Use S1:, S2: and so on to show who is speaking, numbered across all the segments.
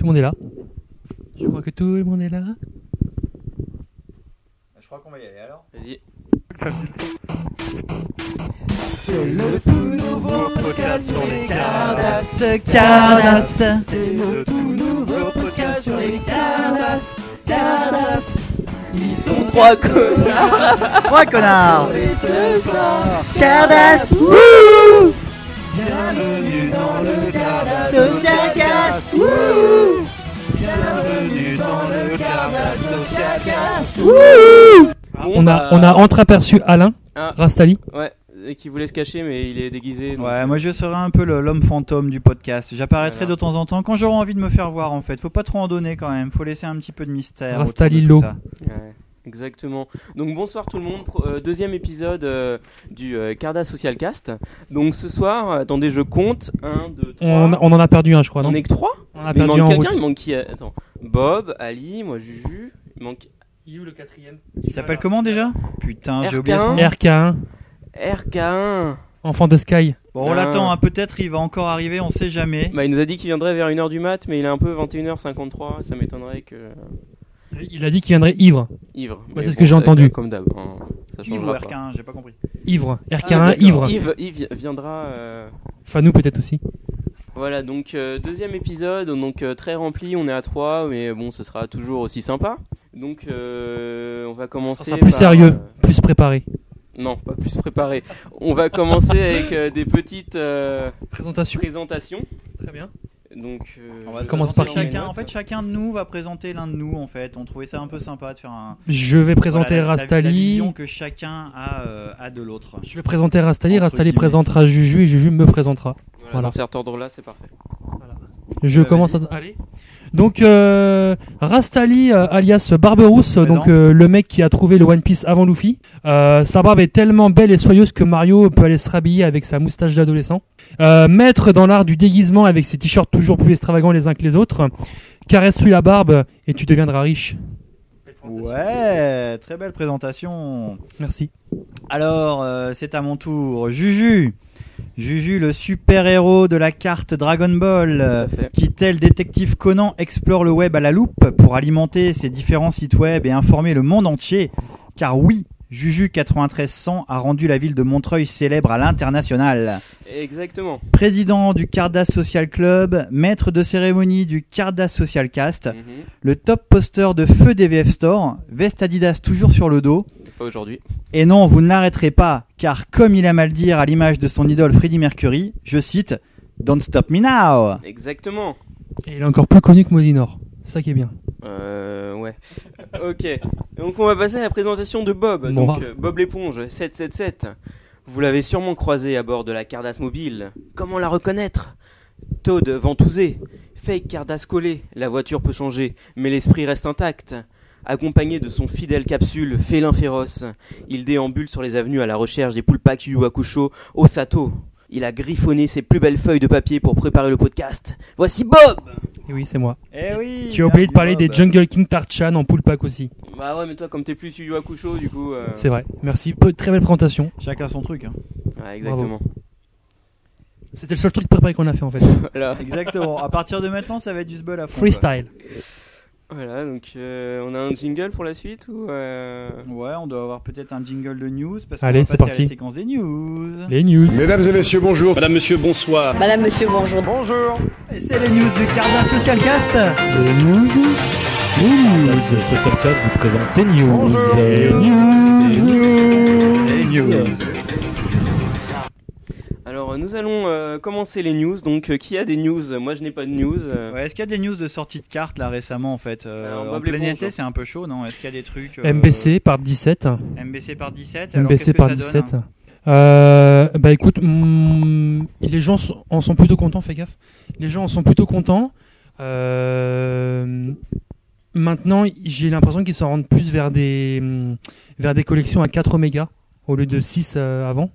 S1: le monde est là. Je crois que tout le monde est là.
S2: Je crois qu'on va y aller alors.
S3: Vas-y.
S4: C'est le tout nouveau podcast sur les Cardass. Cardass. C'est le tout nouveau podcast sur les Cardass. Cardass. Ils sont trois connards.
S5: Trois connards.
S4: Et ce soir,
S5: Cardass.
S4: bienvenue dans le Cardass.
S5: Social Cast. Wouh.
S4: Bienvenue dans le Cardass Social Cast.
S3: Bon,
S1: On a,
S3: bah,
S1: on a entreaperçu Alain
S3: Ah.
S1: Rastali.
S3: Ouais, et qui voulait se cacher, mais il est déguisé. donc-
S5: Ouais, moi je serai un peu le- l'homme fantôme du podcast. J'apparaîtrai
S3: Voilà.
S5: de temps en temps quand j'aurai envie de me faire voir en fait. Faut pas trop en donner quand même, faut laisser un petit peu de mystère. autour de
S1: Rastalillo.
S5: tout ça.
S3: Ouais, Exactement. Donc bonsoir tout le monde. Pro- euh, deuxième épisode euh, du euh, Carda Social Cast. Donc ce soir, euh, attendez, je compte. 1, 2, 3.
S1: On, on en a perdu un, je crois, non
S3: On est que 3
S1: On a
S3: Mais il
S1: perdu en
S3: manque quelqu'un, il
S1: route.
S3: manque qui euh, Attends. Bob, Ali, moi Juju. Il manque
S1: Il est où le quatrième
S5: Il s'appelle comment déjà Putain, j'ai
S3: RK1.
S5: oublié son nom.
S1: RK1,
S3: RK1.
S1: enfant de Sky.
S5: Bon, on
S3: Ah.
S5: l'attend, hein. peut-être il va encore arriver, on sait jamais.
S3: Bah, il nous a dit qu'il viendrait vers 1h du mat, mais il est un peu 21h53. Ça m'étonnerait que. euh,
S1: Il a dit qu'il viendrait ivre.
S3: Ivre.
S1: Ouais,
S3: Mais
S1: c'est ce que j'ai entendu.
S3: Comme d'hab. hein, ça
S5: Yves ou
S3: changera pas.
S5: RK1, j'ai pas compris.
S1: Ivre. RK1,
S3: Ah, d'accord.
S1: ivre.
S3: Yves, Yves viendra. euh,
S1: Enfin, nous peut-être aussi.
S3: Voilà, donc euh, deuxième épisode, donc euh, très rempli, on est à 3, mais bon, ce sera toujours aussi sympa. Donc euh, on va commencer.
S1: sera plus
S3: par,
S1: sérieux.
S3: euh,
S1: Plus préparé.
S3: non, pas plus préparé. On va commencer avec euh, des petites euh,
S1: Présentation.
S3: présentations.
S1: Très bien.
S3: Donc, euh,
S5: On va
S3: je
S5: se
S1: commence
S5: présenter
S1: par qui
S5: chacun. En fait, chacun de nous va présenter l'un de nous en fait. On trouvait ça un peu sympa de faire un
S1: Je vais présenter
S5: voilà, la- la- la
S1: Rastali.
S5: vision que chacun a, euh, a de l'autre.
S1: Je vais présenter Rastali.
S5: Entre
S1: Rastali
S5: guillemets.
S1: présentera Juju et Juju me présentera.
S3: voilà,
S1: voilà.
S3: Dans cet ordre-là, c'est parfait.
S1: Je
S3: Euh,
S1: commence à. Allez. Donc, euh, Rastali, euh, alias Barberousse,
S5: Présent.
S1: donc euh, le mec qui a trouvé le One Piece avant Luffy. Euh, sa barbe est tellement belle et soyeuse que Mario peut aller se rhabiller avec sa moustache d'adolescent. Euh, maître dans l'art du déguisement avec ses t-shirts toujours plus extravagants les uns que les autres. Caresse-lui la barbe et tu deviendras riche.
S5: Ouais, très belle présentation.
S1: Merci.
S5: Alors, euh, c'est à mon tour. Juju Juju, le super-héros de la carte Dragon Ball, euh,
S3: Tout à fait.
S5: qui, tel détective Conan, explore le web à la loupe pour alimenter ses différents sites web et informer le monde entier. Car oui, Juju 9300 a rendu la ville de Montreuil célèbre à l'international.
S3: Exactement.
S5: Président du Cardass Social Club, maître de cérémonie du Cardass Social Cast,
S3: Mhm.
S5: le top poster de Feu DVF Store, veste Adidas toujours sur le dos,
S3: Pas aujourd'hui.
S5: et non, vous ne l'arrêterez pas, car comme il aime à le dire à l'image de son idole Freddie Mercury, je cite Don't stop me now
S3: Exactement.
S1: Et il est encore plus connu que Mosinor. C'est ça qui est bien.
S3: Euh, ouais. ok. Donc on va passer à la présentation de Bob.
S1: Bon,
S3: Donc
S1: va.
S3: euh, Bob l'éponge, 777. Vous l'avez sûrement croisé à bord de la Cardass mobile. Comment la reconnaître Toad ventousé, fake Cardass collé, la voiture peut changer, mais l'esprit reste intact. Accompagné de son fidèle capsule, félin féroce, il déambule sur les avenues à la recherche des Pulpacu ou Akusho au Sato. Il a griffonné ses plus belles feuilles de papier pour préparer le podcast. Voici Bob
S1: Et oui, c'est moi.
S5: Eh oui
S1: Tu as oublié de parler
S5: hein, bah.
S1: des Jungle King Tarchan en pool pack aussi.
S3: Bah ouais, mais toi, comme t'es plus Yu Yu Hakusho, du coup. euh,
S1: C'est vrai. Merci. Peu- Très belle présentation.
S5: Chacun son truc. hein.
S3: Ouais, exactement.
S1: C'était le seul truc préparé qu'on a fait en fait.
S3: Voilà.
S5: Exactement. À partir de maintenant, ça va être du sbul à fond. quoi.
S1: Freestyle.
S3: Voilà, donc euh, on a un jingle pour la suite ou euh,
S5: Ouais, on doit avoir peut-être un jingle de news parce qu'on
S1: Allez,
S5: va
S1: c'est
S5: passer
S1: parti.
S5: à la séquence des news.
S1: Les news.
S6: Mesdames et messieurs, bonjour. Madame, monsieur, bonsoir.
S7: Madame, monsieur, bonjour.
S6: Bonjour.
S5: Et c'est les news du Cardass Social Cast.
S8: Ce Socialcast vous présente ses news. Ses
S5: Les news.
S3: Alors euh, nous allons euh, commencer les news. Donc euh, qui a des news Moi je n'ai pas de news. euh.
S5: Ouais, est-ce qu'il y a des news de sortie de cartes là récemment en fait Euh,
S3: Alors,
S5: En
S3: Bob
S5: plein
S3: l'éponge,
S5: été,
S3: hein.
S5: c'est un peu chaud, non Est-ce qu'il y a des trucs euh,
S1: MBC par 17.
S5: MBC par 17 alors
S1: MBC
S5: qu'est-ce que
S1: par
S5: ça donne hein
S1: 17. Euh, bah écoute, hmm, les gens sont- en sont plutôt contents, fais gaffe. Les gens en sont plutôt contents. Euh, maintenant, j'ai l'impression qu'ils s'en rendent plus vers des, hmm, vers des collections à 4 mégas au lieu de 6 euh, avant.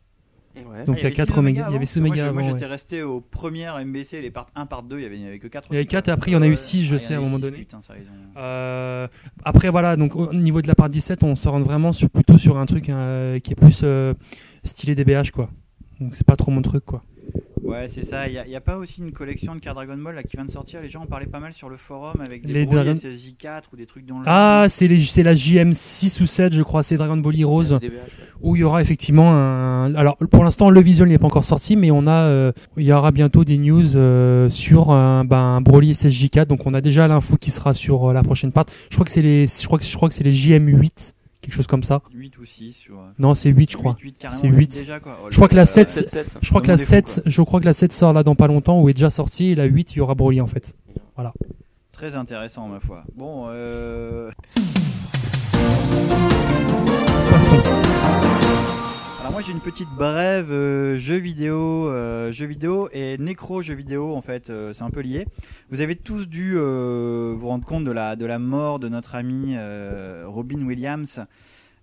S3: Ouais.
S1: Donc il y a
S5: Ah, avait
S1: 4
S5: six
S1: mégas.
S5: avant
S1: Il y avait 6
S5: Moi,
S1: mégas
S5: j'ai-
S1: avant.
S5: Moi
S1: ouais.
S5: j'étais resté au premier MBC, les parts 1 par 2, il y avait, il y avait que 4
S1: Il y avait quatre, et après, il y en a eu six, je sais, à un moment donné.
S5: Putain, ça, ils ont-
S1: Euh, après voilà, donc au niveau de la part 17, on se rend vraiment sur, plutôt sur un truc euh, qui est plus euh, stylé DBH quoi. Donc c'est pas trop mon truc quoi.
S5: Ouais, c'est ça. Il n'y a, pas aussi une collection de cartes Dragon Ball là, qui vient de sortir Les gens en parlaient pas mal sur le forum avec des
S1: Les
S5: brouilles
S1: Dragon-
S5: SSJ4 ou des trucs dans le
S1: Ah, c'est les- c'est la JM6 ou 7, je crois, c'est Dragon Ball
S3: Ah,
S1: Heroes, où il y aura effectivement un. Alors, pour l'instant, le visuel n'est pas encore sorti, mais on a, euh, il y aura bientôt des news euh, sur un, ben, un Broly SSJ4. Donc, on a déjà l'info qui sera sur euh, la prochaine part. Je crois que c'est les, je crois que je crois que c'est les JM8, quelque chose comme ça.
S5: 8 ou 6 sur. euh,
S1: Non, c'est 8, je crois.
S5: 8, carrément,
S1: C'est
S5: huit
S1: huit.
S5: déjà, quoi. Oh,
S1: Je crois
S5: le-
S1: que la
S5: euh,
S1: 7,
S5: sept-
S3: 7-7.
S1: Je crois que
S5: Le
S1: la
S5: monde est fou,
S1: 7, je crois que la 7 sort là dans pas longtemps ou est déjà sortie et la 8 il y aura Broly en fait.
S5: Très intéressant, ma foi. Bon, euh,
S1: Passons.
S5: Ah, Alors moi j'ai une petite brève euh, jeux vidéo, euh, jeux vidéo et nécro jeux vidéo en fait, euh, c'est un peu lié. Vous avez tous dû euh, vous rendre compte de la de la mort de notre ami euh, Robin Williams.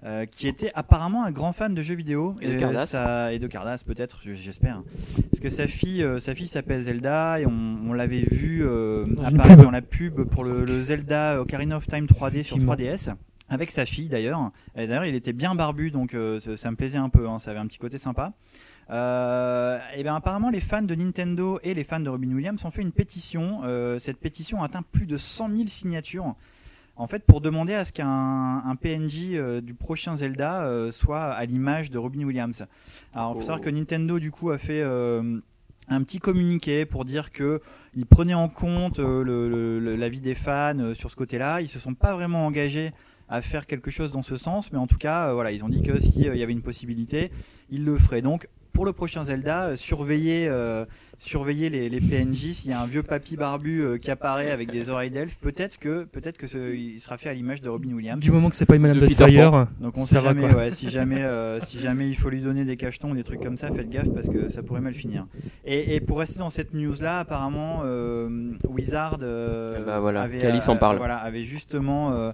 S5: euh, qui était apparemment un grand fan de jeux vidéo
S3: Et de
S5: Euh,
S3: Cardass.
S5: sa- et de Cardass peut-être, j- j'espère. Parce que sa fille, euh, sa fille s'appelle Zelda et on, on l'avait vu euh,
S1: Dans une
S5: apparaître
S1: pub.
S5: dans la pub pour le, le Zelda Ocarina of Time 3D sur
S1: Effectivement.
S5: 3DS. Avec sa fille d'ailleurs. Et D'ailleurs, il était bien barbu, donc euh, ça, ça me plaisait un peu. hein, ça avait un petit côté sympa. Euh, et bien apparemment, les fans de Nintendo et les fans de Robin Williams ont fait une pétition. Euh, cette pétition a atteint plus de 100 000 signatures. En fait, pour demander à ce qu'un un PNJ euh, du prochain Zelda euh, soit à l'image de Robin Williams. Alors, faut
S3: Oh.
S5: savoir que Nintendo du coup a fait euh, un petit communiqué pour dire que ils prenaient en compte euh, le- le- le- l'avis des fans euh, sur ce côté-là. Ils se sont pas vraiment engagés à faire quelque chose dans ce sens, mais en tout cas, euh, voilà, ils ont dit que s'il y avait une possibilité, ils le feraient. Donc, pour le prochain Zelda, euh, surveillez, euh, surveillez les, les PNJ. S'il y a un vieux papy barbu euh, qui apparaît avec des oreilles d'elfe, peut-être que, peut-être que ce- il sera fait à l'image de Robin Williams.
S1: Du moment que c'est pas une Madame
S3: De Peter
S1: Doubtfire,
S5: Donc on
S1: ça
S5: sait
S1: va
S5: jamais,
S1: quoi.
S5: ouais, si jamais, euh, si jamais il faut lui donner des cachetons ou des trucs comme ça, faites gaffe parce que ça pourrait mal finir. Et, et pour rester dans cette news là, apparemment euh, Wizard, euh,
S3: Eh ben voilà,
S5: avait,
S3: Cali s'en
S5: euh,
S3: parle.
S5: voilà, avait justement euh,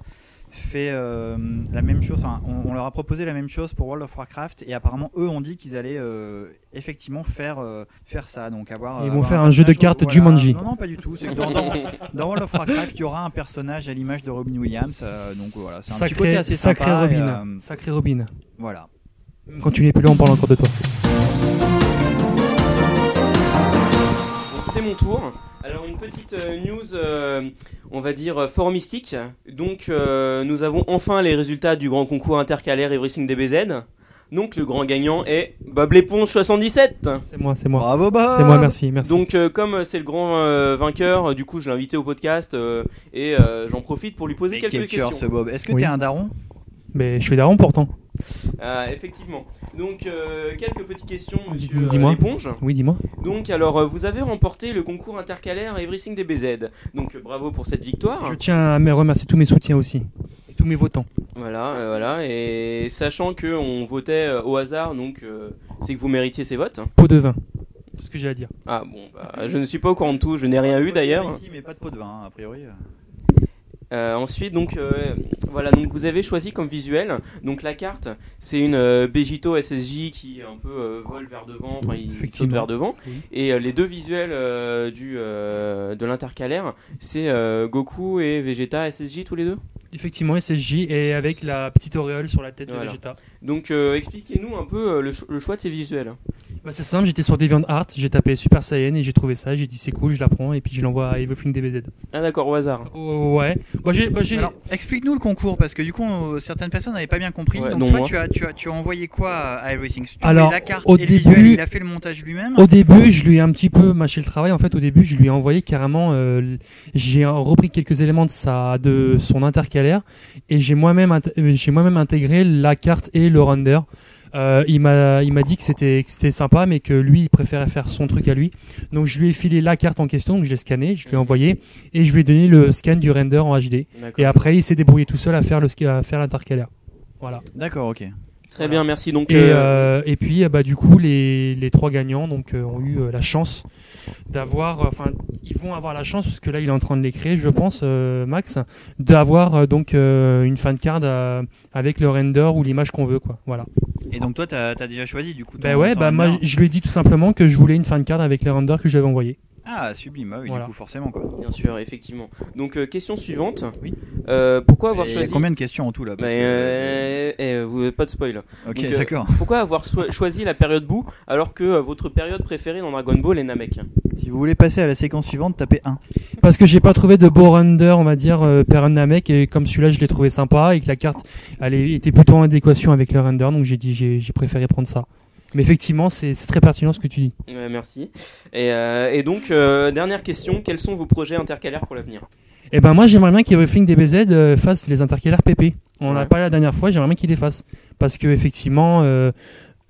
S5: fait euh, la même chose. Enfin, on, on leur a proposé la même chose pour World of Warcraft et apparemment eux ont dit qu'ils allaient euh, effectivement faire euh, faire ça. Donc avoir.
S1: Ils
S5: euh,
S1: vont
S5: avoir
S1: faire un jeu de
S5: personnage-
S1: cartes Jumanji.
S5: Non, non, pas du tout. C'est que dans, dans- dans World of Warcraft, il y aura un personnage à l'image de Robin Williams. euh, donc voilà, c'est un petit côté
S1: sacré,
S5: assez
S1: sacré
S5: sympa. et,
S1: Robin.
S5: euh,
S1: Sacré Robin.
S5: voilà.
S1: Quand tu n'es plus là, on parle encore de toi.
S3: Donc, C'est mon tour. Alors une petite euh, news, euh, on va dire euh, fort mystique. Donc euh, nous avons enfin les résultats du grand concours intercalaire Everything DBZ. Donc le grand gagnant est Bob l'éponge 77.
S1: C'est moi, c'est moi.
S5: Bravo Bob.
S1: C'est moi, merci, merci.
S3: Donc euh, comme euh, c'est le grand euh, vainqueur, euh, du coup je l'ai invité au podcast euh, et euh, j'en profite pour lui poser
S5: Mais
S3: quelques
S5: quel tueur,
S3: questions.
S5: ce Bob. Est-ce que
S1: Oui.
S5: t'es un daron
S1: Mais je suis daron pourtant.
S3: Ah, effectivement. Donc euh, quelques petites questions, monsieur
S1: Dis-
S3: euh,
S1: dis-moi.
S3: l'éponge.
S1: Oui, dis-moi.
S3: Donc alors euh, vous avez remporté le concours intercalaire Everything DBZ. Donc euh, bravo pour cette
S5: Ah.
S3: victoire.
S1: Je tiens à me remercier tous mes soutiens aussi. Et tous mes votants.
S3: Voilà, euh, voilà, et sachant que on votait euh, au hasard, donc euh, c'est que vous méritiez ces votes.
S1: Pot de vin. C'est ce que j'ai à dire.
S3: Ah bon, bah, je ne suis pas au courant de tout, je n'ai rien eu d'ailleurs.
S5: Ici, mais pas de pot de vin, hein, a priori.
S3: Euh, ensuite, donc euh, voilà, donc vous avez choisi comme visuel, donc la carte, c'est une euh, Begito SSJ qui un peu euh, vole vers devant, enfin il saute
S1: Effectivement.
S3: vers devant,
S1: Oui.
S3: et euh, les deux visuels euh, du euh, de l'intercalaire, c'est euh, Goku et Vegeta SSJ tous les deux.
S1: Effectivement, SSJ et avec la petite auréole sur la tête de
S3: Voilà.
S1: Vegeta.
S3: Donc euh, expliquez-nous un peu euh, le, cho- le choix de ces visuels.
S1: Bah, c'est simple, j'étais sur DeviantArt, j'ai tapé Super Saiyan et j'ai trouvé ça, j'ai dit c'est cool, je la prends et puis je l'envoie à Everything DBZ.
S3: Ah d'accord, au hasard.
S1: Oh, ouais. Bah, j'ai, bah, j'ai...
S5: Alors, explique-nous le concours, parce que du coup, euh, certaines personnes n'avaient pas bien compris.
S3: Ouais,
S5: Donc,
S3: non, hein.
S5: toi,
S3: moi.
S5: tu as, tu, as, tu as envoyé quoi à Everything Tu as
S1: Alors,
S5: envoyé la carte
S1: au
S5: et le visuel,
S1: début-
S5: il a fait le montage lui-même.
S1: Au début, je lui ai un petit peu mâché le travail. En fait, au début, je lui ai envoyé carrément. euh, l- j'ai repris quelques éléments de sa, de son intercalaire, et j'ai moi-même, int- euh, j'ai moi-même intégré la carte et le render. Euh, il m'a, il m'a dit que c'était, que c'était sympa, mais que lui, il préférait faire son truc à lui. Donc, je lui ai filé la carte en question, donc je l'ai scannée, je lui ai envoyé, et je lui ai donné le scan du render en HD. Et après, il s'est débrouillé tout seul à faire le, sca- à faire l'intercalaire. Voilà.
S5: D'accord, ok.
S3: Très bien, merci. Donc
S1: Et,
S3: euh,
S1: euh, et puis, euh, bah, du coup, les, les trois gagnants donc, euh, ont eu euh, la chance d'avoir. euh, Enfin, ils vont avoir la chance, parce que là, il est en train de les créer, je pense, euh, Max, d'avoir euh, donc euh, une fin de card euh, avec le render ou l'image qu'on veut. Quoi. Voilà.
S5: Et donc, toi, tu as, déjà choisi, du coup. ton-
S1: Bah ouais,
S5: ton
S1: bah, moi,
S5: render.
S1: je je lui ai dit tout simplement que je voulais une fin de card avec le render que je lui avais envoyé.
S5: Ah, sublime, ah oui,
S1: Voilà.
S5: du coup, forcément, quoi.
S3: Bien sûr, effectivement. Donc, euh, question suivante.
S1: Oui.
S3: Euh, pourquoi avoir
S5: Et Il y a
S3: choisi
S5: combien de questions en tout là parce
S3: Mais,
S5: que-
S3: euh, eh, euh, vous- pas de spoil.
S5: Ok,
S3: donc, euh,
S5: d'accord.
S3: Pourquoi avoir so- choisi la période boue alors que euh, votre période préférée dans Dragon Ball est Namek
S5: Si vous voulez passer à la séquence suivante, tapez 1.
S1: Parce que j'ai pas trouvé de beau render, on va dire, euh, per Namek, et comme celui-là, je l'ai trouvé sympa, et que la carte, elle est- était plutôt en adéquation avec le render, donc j'ai dit, j'ai j'ai préféré prendre ça. Mais effectivement, c'est c'est très pertinent ce que tu dis.
S3: Ouais, Merci. Et, euh, et donc, euh, dernière question quels sont vos projets intercalaires pour l'avenir
S1: Et ben moi, j'aimerais bien qu'Everything DBZ euh, fasse les intercalaires PP. On en a
S3: Ouais.
S1: parlé la dernière fois, j'aimerais bien qu'il les fasse. Parce que effectivement, euh,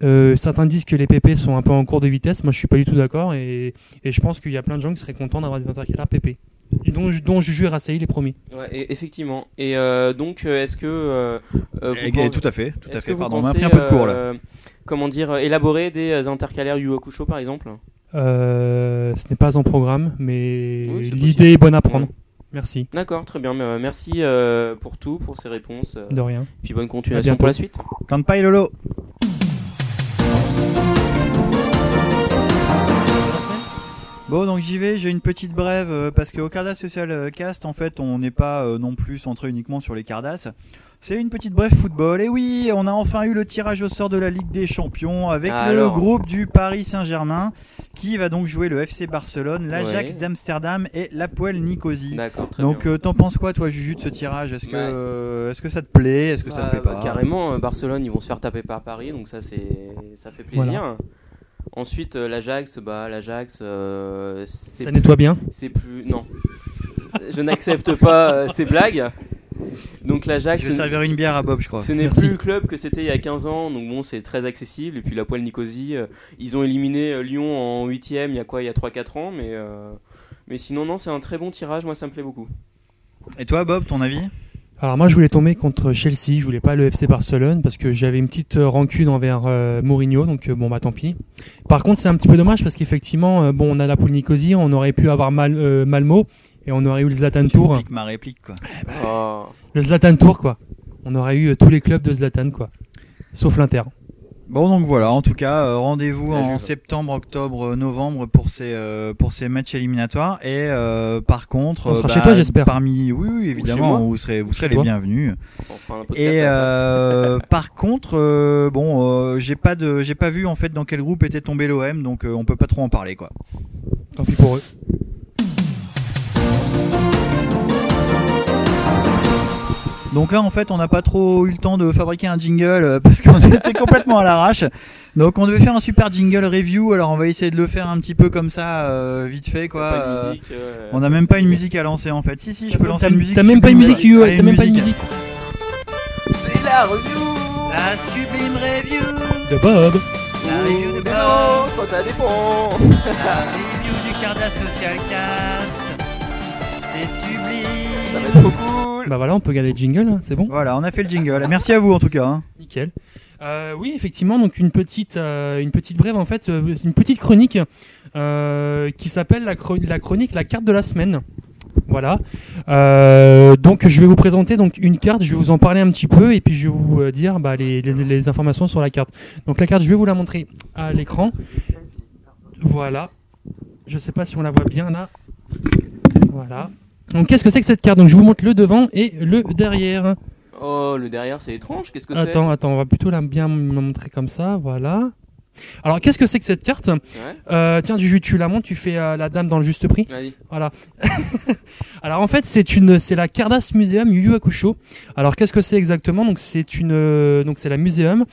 S1: euh, certains disent que les PP sont un peu en cours de vitesse, moi je suis pas du tout d'accord, et, et je pense qu'il y a plein de gens qui seraient contents d'avoir des intercalaires PP. Dont, dont Juju et Rassaï les premiers.
S3: Ouais, et- effectivement. Et euh, donc, euh, est-ce que euh, euh, vous
S5: Eh,
S3: pensez-
S5: Tout à fait, tout à
S3: est-ce
S5: fait.
S3: que vous
S5: Pardon, on a
S3: pensez,
S5: pris un peu de cours là.
S3: euh, Comment dire, euh, élaborer des euh, intercalaires Yu Hakusho par exemple
S1: Euh, ce n'est pas en programme, mais
S3: Oui, c'est possible.
S1: l'idée est bonne à prendre. Merci.
S3: D'accord, très bien. Mais, euh, merci euh, pour tout, pour ces réponses. euh,
S1: De rien.
S3: puis bonne
S1: À
S3: continuation
S1: bientôt.
S3: pour la suite.
S5: Kanpai Lolo Bon donc j'y vais, j'ai une petite brève euh, parce que au Cardass Social euh, Cast en fait on n'est pas euh, non plus centré uniquement sur les Cardass. C'est une petite brève football et oui on a enfin eu le tirage au sort de la Ligue des Champions avec le
S3: Ah, Alors.
S5: groupe du Paris Saint-Germain qui va donc jouer le FC Barcelone, l'Ajax
S3: Ouais.
S5: d'Amsterdam et l'Apoel Nicosie.
S3: D'accord, très bien.
S5: Donc euh, t'en penses quoi toi Juju de ce tirage Est-ce que
S3: Ouais.
S5: euh, est-ce que ça te plaît Est-ce que ça te
S3: Bah,
S5: plaît
S3: bah,
S5: pas
S3: Carrément, euh, Barcelone, ils vont se faire taper par Paris, donc ça, c'est, ça fait plaisir. Ensuite, euh, l'Ajax, bah, l'Ajax, euh, c'est,
S1: Ça nettoie bien.
S3: c'est plus, non, je n'accepte pas euh, ces blagues. Donc l'Ajax,
S5: Je vais servir une bière à Bob je crois.
S3: ce n'est
S1: Merci.
S3: plus le club que c'était il y a 15 ans, donc bon, c'est très accessible. Et puis la poêle Nicosie, euh, ils ont éliminé euh, Lyon en 8 il y a quoi, il y a 3-4 ans, mais, euh, mais sinon, non, c'est un très bon tirage, moi ça me plaît beaucoup.
S5: Et toi, Bob, ton avis
S1: Alors moi, je voulais tomber contre Chelsea. Je voulais pas le FC Barcelone parce que j'avais une petite euh, rancune envers euh, Mourinho. Donc euh, bon, bah tant pis. Par contre, c'est un petit peu dommage parce qu'effectivement, euh, bon, on a la poule Nicosie. On aurait pu avoir Mal- euh, Malmo et on aurait eu le Zlatan
S5: Tu
S1: Tour.
S5: piques ma réplique, quoi.
S3: Oh.
S1: Le Zlatan Tour, quoi. On aurait eu euh, tous les clubs de Zlatan, quoi. Sauf l'Inter.
S5: Bon, donc voilà, en tout cas, euh, rendez-vous
S3: La
S5: en
S3: Juve.
S5: septembre, octobre, euh, novembre pour ces, euh, pour ces matchs éliminatoires. Et euh, par contre,
S1: On
S5: euh,
S1: sera chez toi, j'espère.
S5: Parmi, oui, oui, évidemment,
S3: Ou chez moi.
S5: vous serez, vous serez
S1: chez
S5: les
S1: toi.
S5: bienvenus.
S3: On fera un podcast
S5: Et
S3: à la place.
S5: euh, par contre, euh, bon, euh, j'ai pas de, j'ai pas vu en fait dans quel groupe était tombé l'OM, donc euh, on peut pas trop en parler, quoi.
S1: Tant pis pour eux.
S5: Donc là, en fait, on n'a pas trop eu le temps de fabriquer un jingle euh, parce qu'on était complètement à l'arrache. Donc on devait faire un super jingle review. Alors on va essayer de le faire un petit peu comme ça, euh, vite fait, quoi.
S3: Pas de
S5: Euh,
S3: musique, euh,
S5: On n'a même pas une musique à lancer en fait. Si si, je peux lancer
S1: T'as
S5: une musique.
S1: t'as même pas une
S5: sublime.
S1: musique, Hugo,
S5: Allez,
S1: T'as même pas une musique.
S3: C'est la review
S5: La sublime review.
S1: De Bob.
S5: La review de
S3: Ou des
S5: Bob.
S3: autres, ça dépend
S5: La review du Carda Social Cast. C'est
S3: Ça va
S5: sublime.
S3: être trop cool
S1: Bah voilà, on peut garder le jingle. hein, C'est bon.
S5: Voilà, on a fait le jingle. Merci à vous en tout cas. hein.
S1: Nickel. Euh, oui, effectivement, donc une petite, euh, une petite brève en fait, euh, une petite chronique euh, qui s'appelle la, chro- la chronique la carte de la semaine. Voilà. Euh, donc je vais vous présenter donc une carte, je vais vous en parler un petit peu et puis je vais vous euh, dire bah, les, les- les informations sur la carte. Donc la carte, je vais vous la montrer à l'écran. Voilà. Je sais pas si on la voit bien là. Voilà. Donc qu'est-ce que c'est que cette carte Donc je vous montre le devant et le derrière.
S3: Oh, le derrière, c'est étrange, qu'est-ce que c'est
S1: Attends, attends, on va plutôt la bien me montrer comme ça, voilà. Alors, qu'est-ce que c'est que cette carte
S3: Ouais,
S1: euh, Tiens, du jus, tu la montes, tu fais euh, la dame dans le juste prix.
S3: vas-y.
S1: Voilà. Alors, en fait, c'est une, c'est la Cardas Museum Yu Yu Hakusho. Alors, qu'est-ce que c'est exactement Donc, c'est une, euh, donc c'est la muséum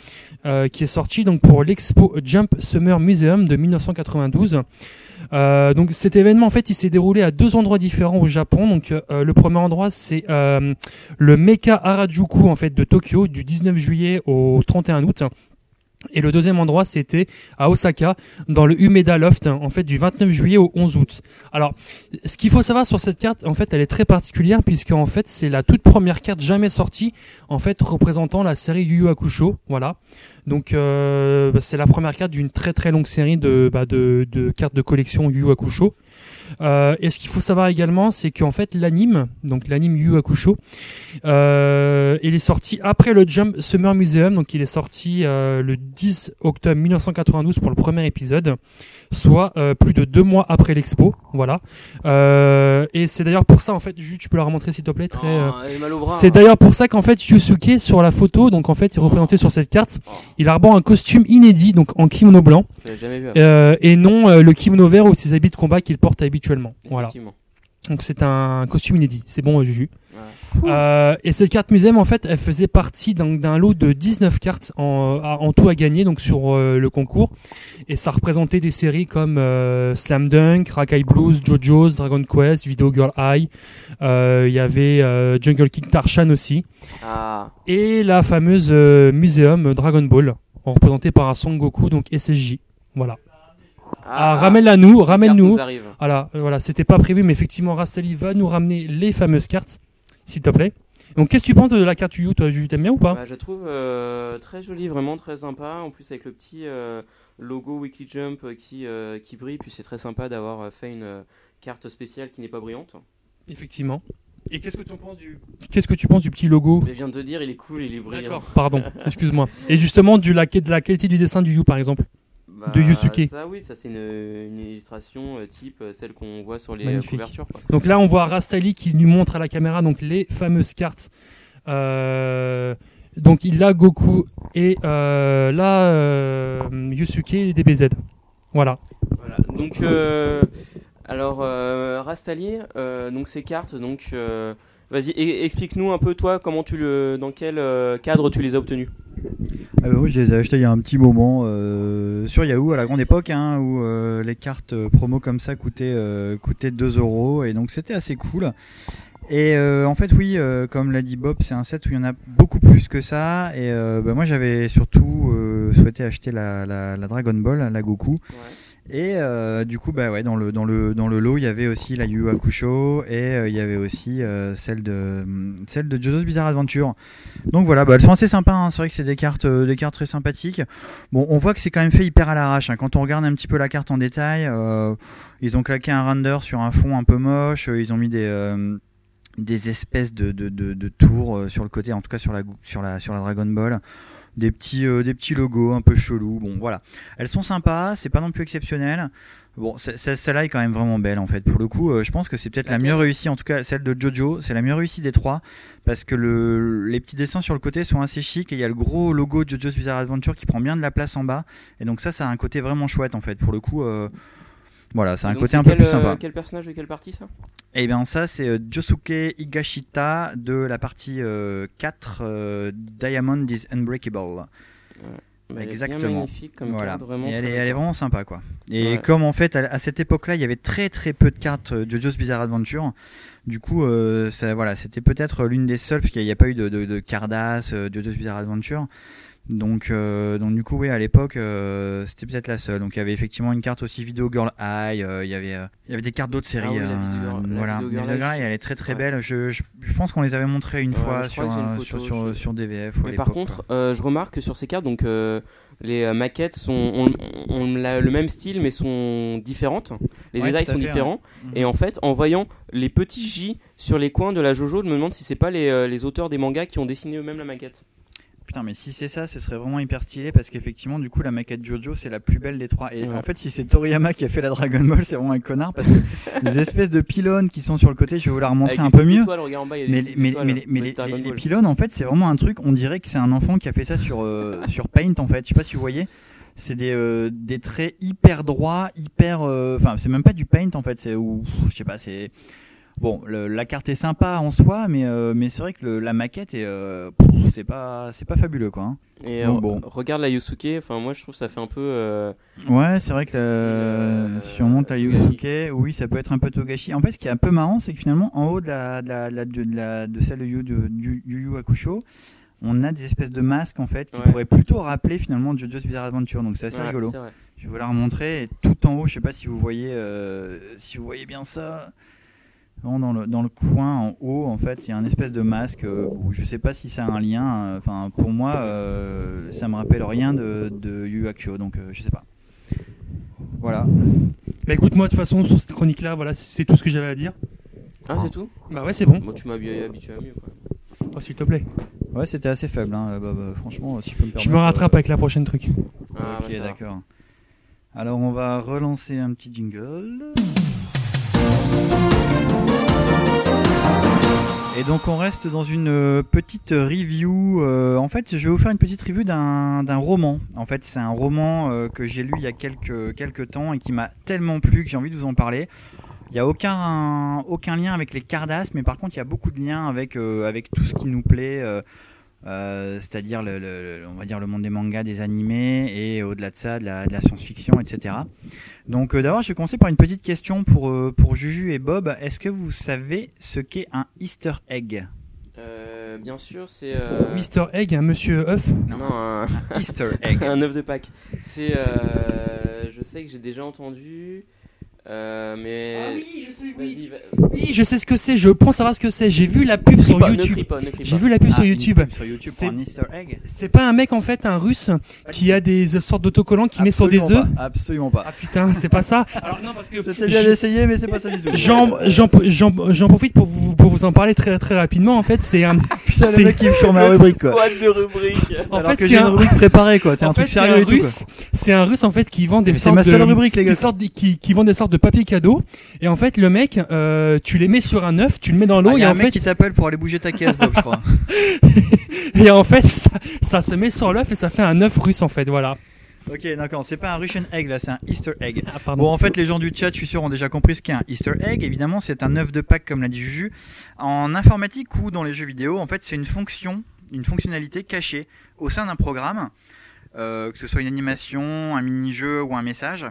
S1: euh, qui est sortie donc pour l'expo Jump Summer Museum de 1992. Euh, donc cet événement en fait il s'est déroulé à deux endroits différents au Japon. Donc euh, le premier endroit c'est euh, le Meika Harajuku en fait de Tokyo du 19 juillet au 31 août. Et le deuxième endroit c'était à Osaka dans le Umeda Loft en fait du 29 juillet au 11 août. Alors ce qu'il faut savoir sur cette carte en fait elle est très particulière puisque en fait c'est la toute première carte jamais sortie en fait représentant la série Yu Yu Hakusho. Voilà. Donc euh, bah, c'est la première carte d'une très très longue série de, bah, de, de cartes de collection Yu Yu Hakusho. Euh, et ce qu'il faut savoir également, c'est qu'en fait, l'anime, donc l'anime Yu Hakusho, euh, il est sorti après le Jump Summer Museum, donc il est sorti euh, le 10 octobre 1992 pour le premier épisode, soit euh, plus de deux mois après l'expo, voilà. Euh, et c'est d'ailleurs pour ça, en fait, Ju, tu peux la remontrer s'il te plaît, très... euh,
S3: Ah, elle a mal au bras.
S1: c'est d'ailleurs pour ça qu'en fait Yusuke sur la photo, donc en fait il est représenté sur cette carte, il arbore un costume inédit, donc en kimono blanc,
S3: Je l'ai jamais vu. avant,
S1: euh, et non euh, le kimono vert ou ses habits de combat qu'il porte habituellement. euh, Voilà.
S3: effectivement.
S1: Donc c'est un costume inédit. C'est bon, euh, Juju.
S3: Ouais.
S1: Euh, et cette carte muséum, en fait, elle faisait partie d'un- d'un lot de 19 cartes en, à- en tout à gagner donc sur euh, le concours. Et ça représentait des séries comme euh, Slam Dunk, Rakai Blues, JoJo's, Dragon Quest, Video Girl High. Euh, Il y avait euh, Jungle King Tarshan aussi.
S3: Ah,
S1: Et la fameuse euh, muséum Dragon Ball, représentée par un Son Goku, donc SSJ. Voilà. Ah, ramène-la nous, ramène-nous. Voilà, euh, voilà, c'était pas prévu, mais effectivement, Rastali va nous ramener les fameuses cartes, s'il te plaît. Donc, qu'est-ce que tu penses de la carte Yu, toi, Juju, t'aimes bien ou pas
S3: Bah, je la trouve euh, très jolie, vraiment très sympa. En plus, avec le petit euh, logo Weekly Jump euh, qui, euh, qui brille, puis c'est très sympa d'avoir euh, fait une euh, carte spéciale qui n'est pas brillante.
S1: Effectivement. Et qu'est-ce que tu en penses du Qu'est-ce que tu penses du petit logo
S3: Mais je viens de te dire, il est cool, il est brillant.
S1: D'accord, pardon, excuse-moi. Et justement, du la... de la qualité du dessin du Yu, par exemple.
S3: Bah,
S1: De Yusuke.
S3: Ça, oui, ça c'est une, une illustration euh, type euh, celle qu'on voit sur les euh,
S1: Magnifique.
S3: couvertures. quoi.
S1: Donc là, on voit Rastali qui nous montre à la caméra donc les fameuses cartes. Euh, donc il a Goku et euh, là euh, Yusuke et DBZ. Voilà.
S3: Voilà. Donc, euh, alors euh, Rastali, euh, donc ces cartes, donc euh, vas-y, e- explique-nous un peu toi comment tu le, dans quel euh, cadre tu les as obtenues.
S5: Ah bah oui, je les ai achetés il y a un petit moment euh, sur Yahoo à la grande époque hein, où euh, les cartes euh, promo comme ça coûtaient, euh, coûtaient 2 euros et donc c'était assez cool. Et euh, en fait oui, euh, comme l'a dit Bob, c'est un set où il y en a beaucoup plus que ça et euh, bah, moi j'avais surtout euh, souhaité acheter la, la- la Dragon Ball, la Goku. Et euh, du coup, bah ouais, dans le dans le dans le lot, il y avait aussi la Yu Yu Hakusho et euh, il y avait aussi euh, celle de celle de JoJo's Bizarre Adventure. Donc voilà, bah, elles sont assez sympas. hein. C'est vrai que c'est des cartes euh, des cartes très sympathiques. Bon, on voit que c'est quand même fait hyper à l'arrache. hein. Quand on regarde un petit peu la carte en détail, euh, ils ont claqué un render sur un fond un peu moche. euh, Ils ont mis des euh, des espèces de, de, de, de tours euh, sur le côté, en tout cas sur la, sur la, sur la Dragon Ball, des petits, euh, des petits logos un peu chelous. Bon, voilà. Elles sont sympas, c'est pas non plus exceptionnel. Bon, ce- ce- celle-là est quand même vraiment belle en fait. Pour le coup, euh, je pense que c'est peut-être la mieux réussie, en tout cas celle de Jojo, c'est la mieux réussie des trois parce que le, les petits dessins sur le côté sont assez chics et il y a le gros logo Jojo's Bizarre Adventure qui prend bien de la place en bas et donc ça, ça a un côté vraiment chouette en fait. Pour le coup, euh, voilà, c'est un
S3: Donc,
S5: côté un peu
S3: quel,
S5: plus
S3: euh,
S5: sympa.
S3: Quel personnage de quelle partie ça
S5: Eh bien ça c'est euh, Josuke Higashita de la partie euh, 4 euh, Diamond is Unbreakable.
S3: Bah, elle est bien
S5: Exactement.
S3: magnifique comme
S5: voilà.
S3: carte, vraiment.
S5: Et elle, est,
S3: très belle
S5: elle est
S3: carte.
S5: vraiment sympa quoi. Et
S3: Ouais.
S5: comme en fait à, à cette époque-là il y avait très très peu de cartes euh, JoJo's Bizarre Adventure, du coup euh, ça, voilà c'était peut-être l'une des seules parce qu'il n'y a pas eu de, de, de Cardass, euh, JoJo's Bizarre Adventure. Donc, euh, donc du coup oui à l'époque euh, c'était peut-être la seule. Donc il y avait effectivement une carte aussi Video Girl High, euh, il y avait euh, il y avait des cartes d'autres séries. hein,
S3: Ah oui, la Video Girl- la
S5: voilà.
S3: Video Girl
S5: Girl
S3: High,
S5: High, elle est très très
S3: ouais.
S5: belle. Je, je, je pense qu'on les avait montrées une
S3: Ouais,
S5: fois
S3: je crois
S5: sur,
S3: que j'ai une
S5: un-
S3: photo,
S5: sur, sur,
S3: je-
S5: sur DVF. ou à
S3: Mais par
S5: l'époque,
S3: contre,
S5: quoi.
S3: euh, je remarque que sur ces cartes, donc euh, les euh, maquettes sont ont, ont la- le même style mais sont différentes. Les
S5: Ouais,
S3: détails
S5: tout à
S3: sont
S5: fait, hein. Mhm.
S3: différents.
S5: ouais.
S3: Et en fait, en voyant les petits J sur les coins de la JoJo, je me demande si c'est pas les, euh, les auteurs des mangas qui ont dessiné eux-mêmes la maquette.
S5: Putain, mais si c'est ça, ce serait vraiment hyper stylé parce qu'effectivement, du coup, la maquette Jojo, c'est la plus belle des trois. Et
S3: Ouais.
S5: en fait, si c'est Toriyama qui a fait la Dragon Ball, c'est vraiment un connard parce que les espèces de pylônes qui sont sur le côté, je vais vous la remontrer
S3: Avec
S5: un
S3: des
S5: peu
S3: petites
S5: mieux.
S3: étoiles, regarde en bas, il y a des
S5: Mais,
S3: petites
S5: mais,
S3: étoiles
S5: mais, mais
S3: de
S5: les,
S3: Dragon
S5: les- les
S3: Ball.
S5: pylônes, en fait, c'est vraiment un truc. On dirait que c'est un enfant qui a fait ça sur, euh, sur Paint, en fait. Je sais pas si vous voyez. C'est des, euh, des traits hyper droits, hyper. euh, Enfin, c'est même pas du Paint, en fait. C'est. ou, Je sais pas, c'est. Bon, le- la carte est sympa en soi, mais, euh, mais c'est vrai que le- la maquette est. euh, pff, c'est pas, c'est pas fabuleux, quoi. hein.
S3: Et
S5: Donc
S3: euh,
S5: bon.
S3: regarde la Yusuke, enfin moi je trouve ça fait un peu euh,
S5: Ouais, c'est vrai que
S3: euh,
S5: la- si on monte à
S3: Togashi.
S5: Yusuke, oui, ça peut être un peu Togashi. En fait, ce qui est un peu marrant, c'est que finalement, en haut de, la, de, la, de la- de, la- de celle de Yu, de- du- Yu Yu Hakusho, on a des espèces de masques en fait qui
S3: Ouais.
S5: pourraient plutôt rappeler finalement JoJo's Bizarre Adventure. Donc c'est assez
S3: ouais,
S5: rigolo.
S3: c'est vrai.
S5: Je vais vous la remontrer. Et tout en haut, je sais pas si vous voyez, euh, si vous voyez bien ça. Vraiment dans le, dans le coin en haut, en fait, il y a un espèce de masque. euh, où je sais pas si ça a un lien. euh, Enfin, pour moi, euh, ça me rappelle rien de, de Yu Yu Hakusho, donc euh, je sais pas. Voilà.
S1: Bah écoute, moi de toute façon, sur cette chronique-là, voilà, c'est tout ce que j'avais à dire.
S3: Ah, c'est tout
S1: Bah ouais, c'est bon.
S3: Bon, tu m'as habillé- habitué à mieux. Quoi.
S1: Oh, S'il te plaît.
S5: Ouais, c'était assez faible, hein, Bob, euh, franchement, si je peux me permettre.
S1: Je me rattrape
S5: euh,
S1: avec la prochaine truc.
S3: Ah, bah,
S5: ok,
S3: ça va.
S5: d'accord. Alors, on va relancer un petit jingle. Et donc, on reste dans une euh, petite review. euh, en fait, je vais vous faire une petite review d'un d'un roman. En fait, c'est un roman euh, que j'ai lu il y a quelques, quelques temps et qui m'a tellement plu que j'ai envie de vous en parler. Il n'y a aucun, aucun lien avec les Cardass, mais par contre, il y a beaucoup de liens avec, euh, avec tout ce qui nous plaît. euh, euh, c'est-à-dire le, le- le- on va dire le monde des mangas, des animés et au-delà de ça de la, de la science-fiction, etc. Donc euh, d'abord, je vais commencer par une petite question pour euh, pour Juju et Bob. Est-ce que vous savez ce qu'est un Easter egg
S3: Euh, bien sûr, c'est. euh,
S1: Mister Egg, un monsieur œuf.
S3: Non, un-
S5: Easter egg.
S3: un œuf de Pâques. C'est. euh, Je sais que j'ai déjà entendu. euh, mais.
S1: Ah oui, je sais,
S3: Vas-y, va-
S1: Oui, je sais ce que c'est, je pense savoir ce que c'est. J'ai vu la pub sur
S3: Pas, ne
S1: YouTube.
S3: crie pas, ne crie
S1: J'ai
S3: pas.
S1: vu la pub
S5: Ah,
S1: sur
S5: une
S1: YouTube.
S5: pub Sur YouTube pour
S1: C'est-
S5: un Easter egg.
S1: C'est pas un mec en fait, un russe, qui a des sortes d'autocollants qui met sur des œufs.
S5: Absolument pas, Absolument pas.
S1: Ah putain, c'est pas ça. Alors non, parce que.
S5: C'était bien essayé, mais c'est pas ça du tout.
S1: J'en, j'en, j'en, j'en profite pour vous, pour vous en parler très, très rapidement. En fait, c'est un,
S5: Putain,
S1: c'est-
S5: le mec qui me sur ma rubrique quoi.
S3: Quoi de rubrique
S1: en
S5: Alors
S1: fait,
S5: que
S1: c'est
S5: j'ai une
S1: un,
S5: rubrique préparée quoi. T'es
S1: en
S5: un truc
S1: fait, c'est un
S5: sérieux et tout. quoi.
S1: russe. C'est un russe, en fait, qui vend des
S5: Mais C'est
S1: sortes
S5: ma seule
S1: de,
S5: rubrique les
S1: qui,
S5: gars.
S1: sortent, qui, qui vendent des sortes de papier cadeau. Et en fait, le mec, euh, tu les mets sur un œuf, tu le mets dans l'eau,
S5: Ah, y
S1: et,
S5: a un
S1: en
S5: mec
S1: fait,
S5: qui t'appelle pour aller bouger ta caisse, Bob, je crois.
S1: et en fait, ça, ça se met sur l'œuf et ça fait un œuf russe, en fait, voilà.
S5: Ok, d'accord, c'est pas un Russian egg là, c'est un Easter egg.
S1: Ah, pardon.
S5: Bon, en fait, les gens du chat, je suis sûr, ont déjà compris ce qu'est un Easter egg. Évidemment, c'est un œuf de Pâques, comme l'a dit Juju. En informatique ou dans les jeux vidéo, en fait, c'est une fonction, une fonctionnalité cachée au sein d'un programme, euh, que ce soit une animation, un mini-jeu ou un message,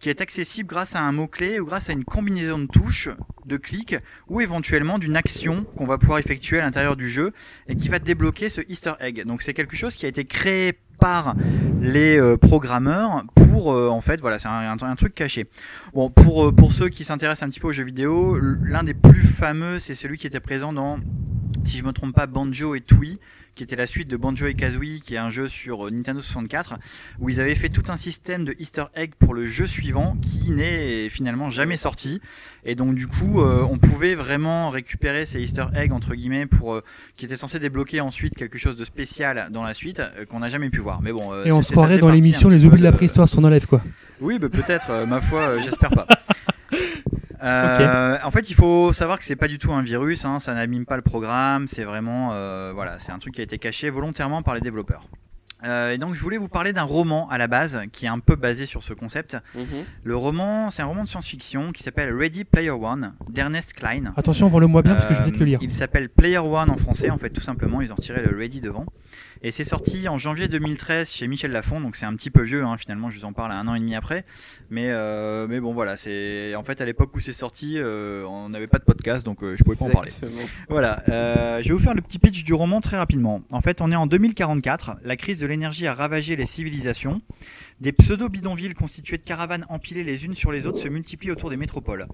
S5: qui est accessible grâce à un mot-clé ou grâce à une combinaison de touches, de clics, ou éventuellement d'une action qu'on va pouvoir effectuer à l'intérieur du jeu et qui va débloquer ce Easter egg. Donc, c'est quelque chose qui a été créé par les euh, programmeurs pour euh, en fait voilà c'est un, un- un truc caché bon pour euh, pour ceux qui s'intéressent un petit peu aux jeux vidéo l'un des plus fameux c'est celui qui était présent dans si je me trompe pas Banjo et Tooie qui était la suite de Banjo et Kazooie qui est un jeu sur euh, Nintendo 64 où ils avaient fait tout un système de Easter egg pour le jeu suivant qui n'est finalement jamais sorti et donc du coup euh, on pouvait vraiment récupérer ces Easter eggs entre guillemets pour euh, qui était censé débloquer ensuite quelque chose de spécial dans la suite euh, qu'on n'a jamais pu voir mais bon euh,
S1: et on
S5: c'était-
S1: se
S5: ça
S1: croirait
S5: fait
S1: dans
S5: partie
S1: l'émission
S5: un petit
S1: Les oublis
S5: peu
S1: de la préhistoire sur nos lèvres, quoi.
S5: oui, bah, peut-être, euh, ma foi, euh, j'espère pas. Euh, En fait, il faut savoir que c'est pas du tout un virus, hein, ça n'abîme pas le programme, c'est vraiment, euh, voilà, c'est un truc qui a été caché volontairement par les développeurs. Euh, et donc, je voulais vous parler d'un roman à la base qui est un peu basé sur ce concept.
S3: Mhm.
S5: Le roman, c'est un roman de science-fiction qui s'appelle Ready Player One d'Ernest Klein.
S1: Attention, vends-le-moi bien parce que je vais peut-être le
S5: Euh,
S1: lire.
S5: Il s'appelle Player One en français, en fait, tout simplement. Ils ont retiré le Ready devant. Et c'est sorti en janvier 2013 chez Michel Lafon, donc c'est un petit peu vieux, hein, finalement. Je vous en parle un an et demi après. Mais, euh, mais bon, voilà, c'est en fait à l'époque où c'est sorti, euh, on n'avait pas de podcast, donc euh, je pouvais pas en parler.
S3: Exactement.
S5: Voilà, euh, je vais vous faire le petit pitch du roman très rapidement. En fait, on est en 2044, la crise de l'énergie a ravagé les civilisations. Des pseudo-bidonvilles constituées de caravanes empilées les unes sur les autres se multiplient autour des métropoles.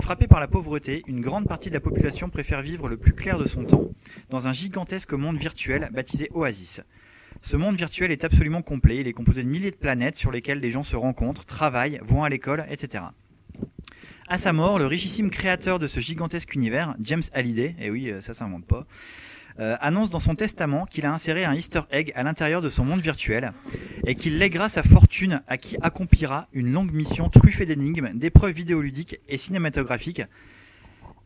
S5: Frappée par la pauvreté, une grande partie de la population préfère vivre le plus clair de son temps, dans un gigantesque monde virtuel baptisé Oasis. Ce monde virtuel est absolument complet, il est composé de milliers de planètes sur lesquelles les gens se rencontrent, travaillent, vont à l'école, etc. À sa mort, le richissime créateur de ce gigantesque univers, James Halliday, et oui, euh, ça s'invente pas, euh, annonce dans son testament qu'il a inséré un easter egg à l'intérieur de son monde virtuel et qu'il léguera sa fortune à qui accomplira une longue mission truffée d'énigmes, d'épreuves vidéoludiques et cinématographiques.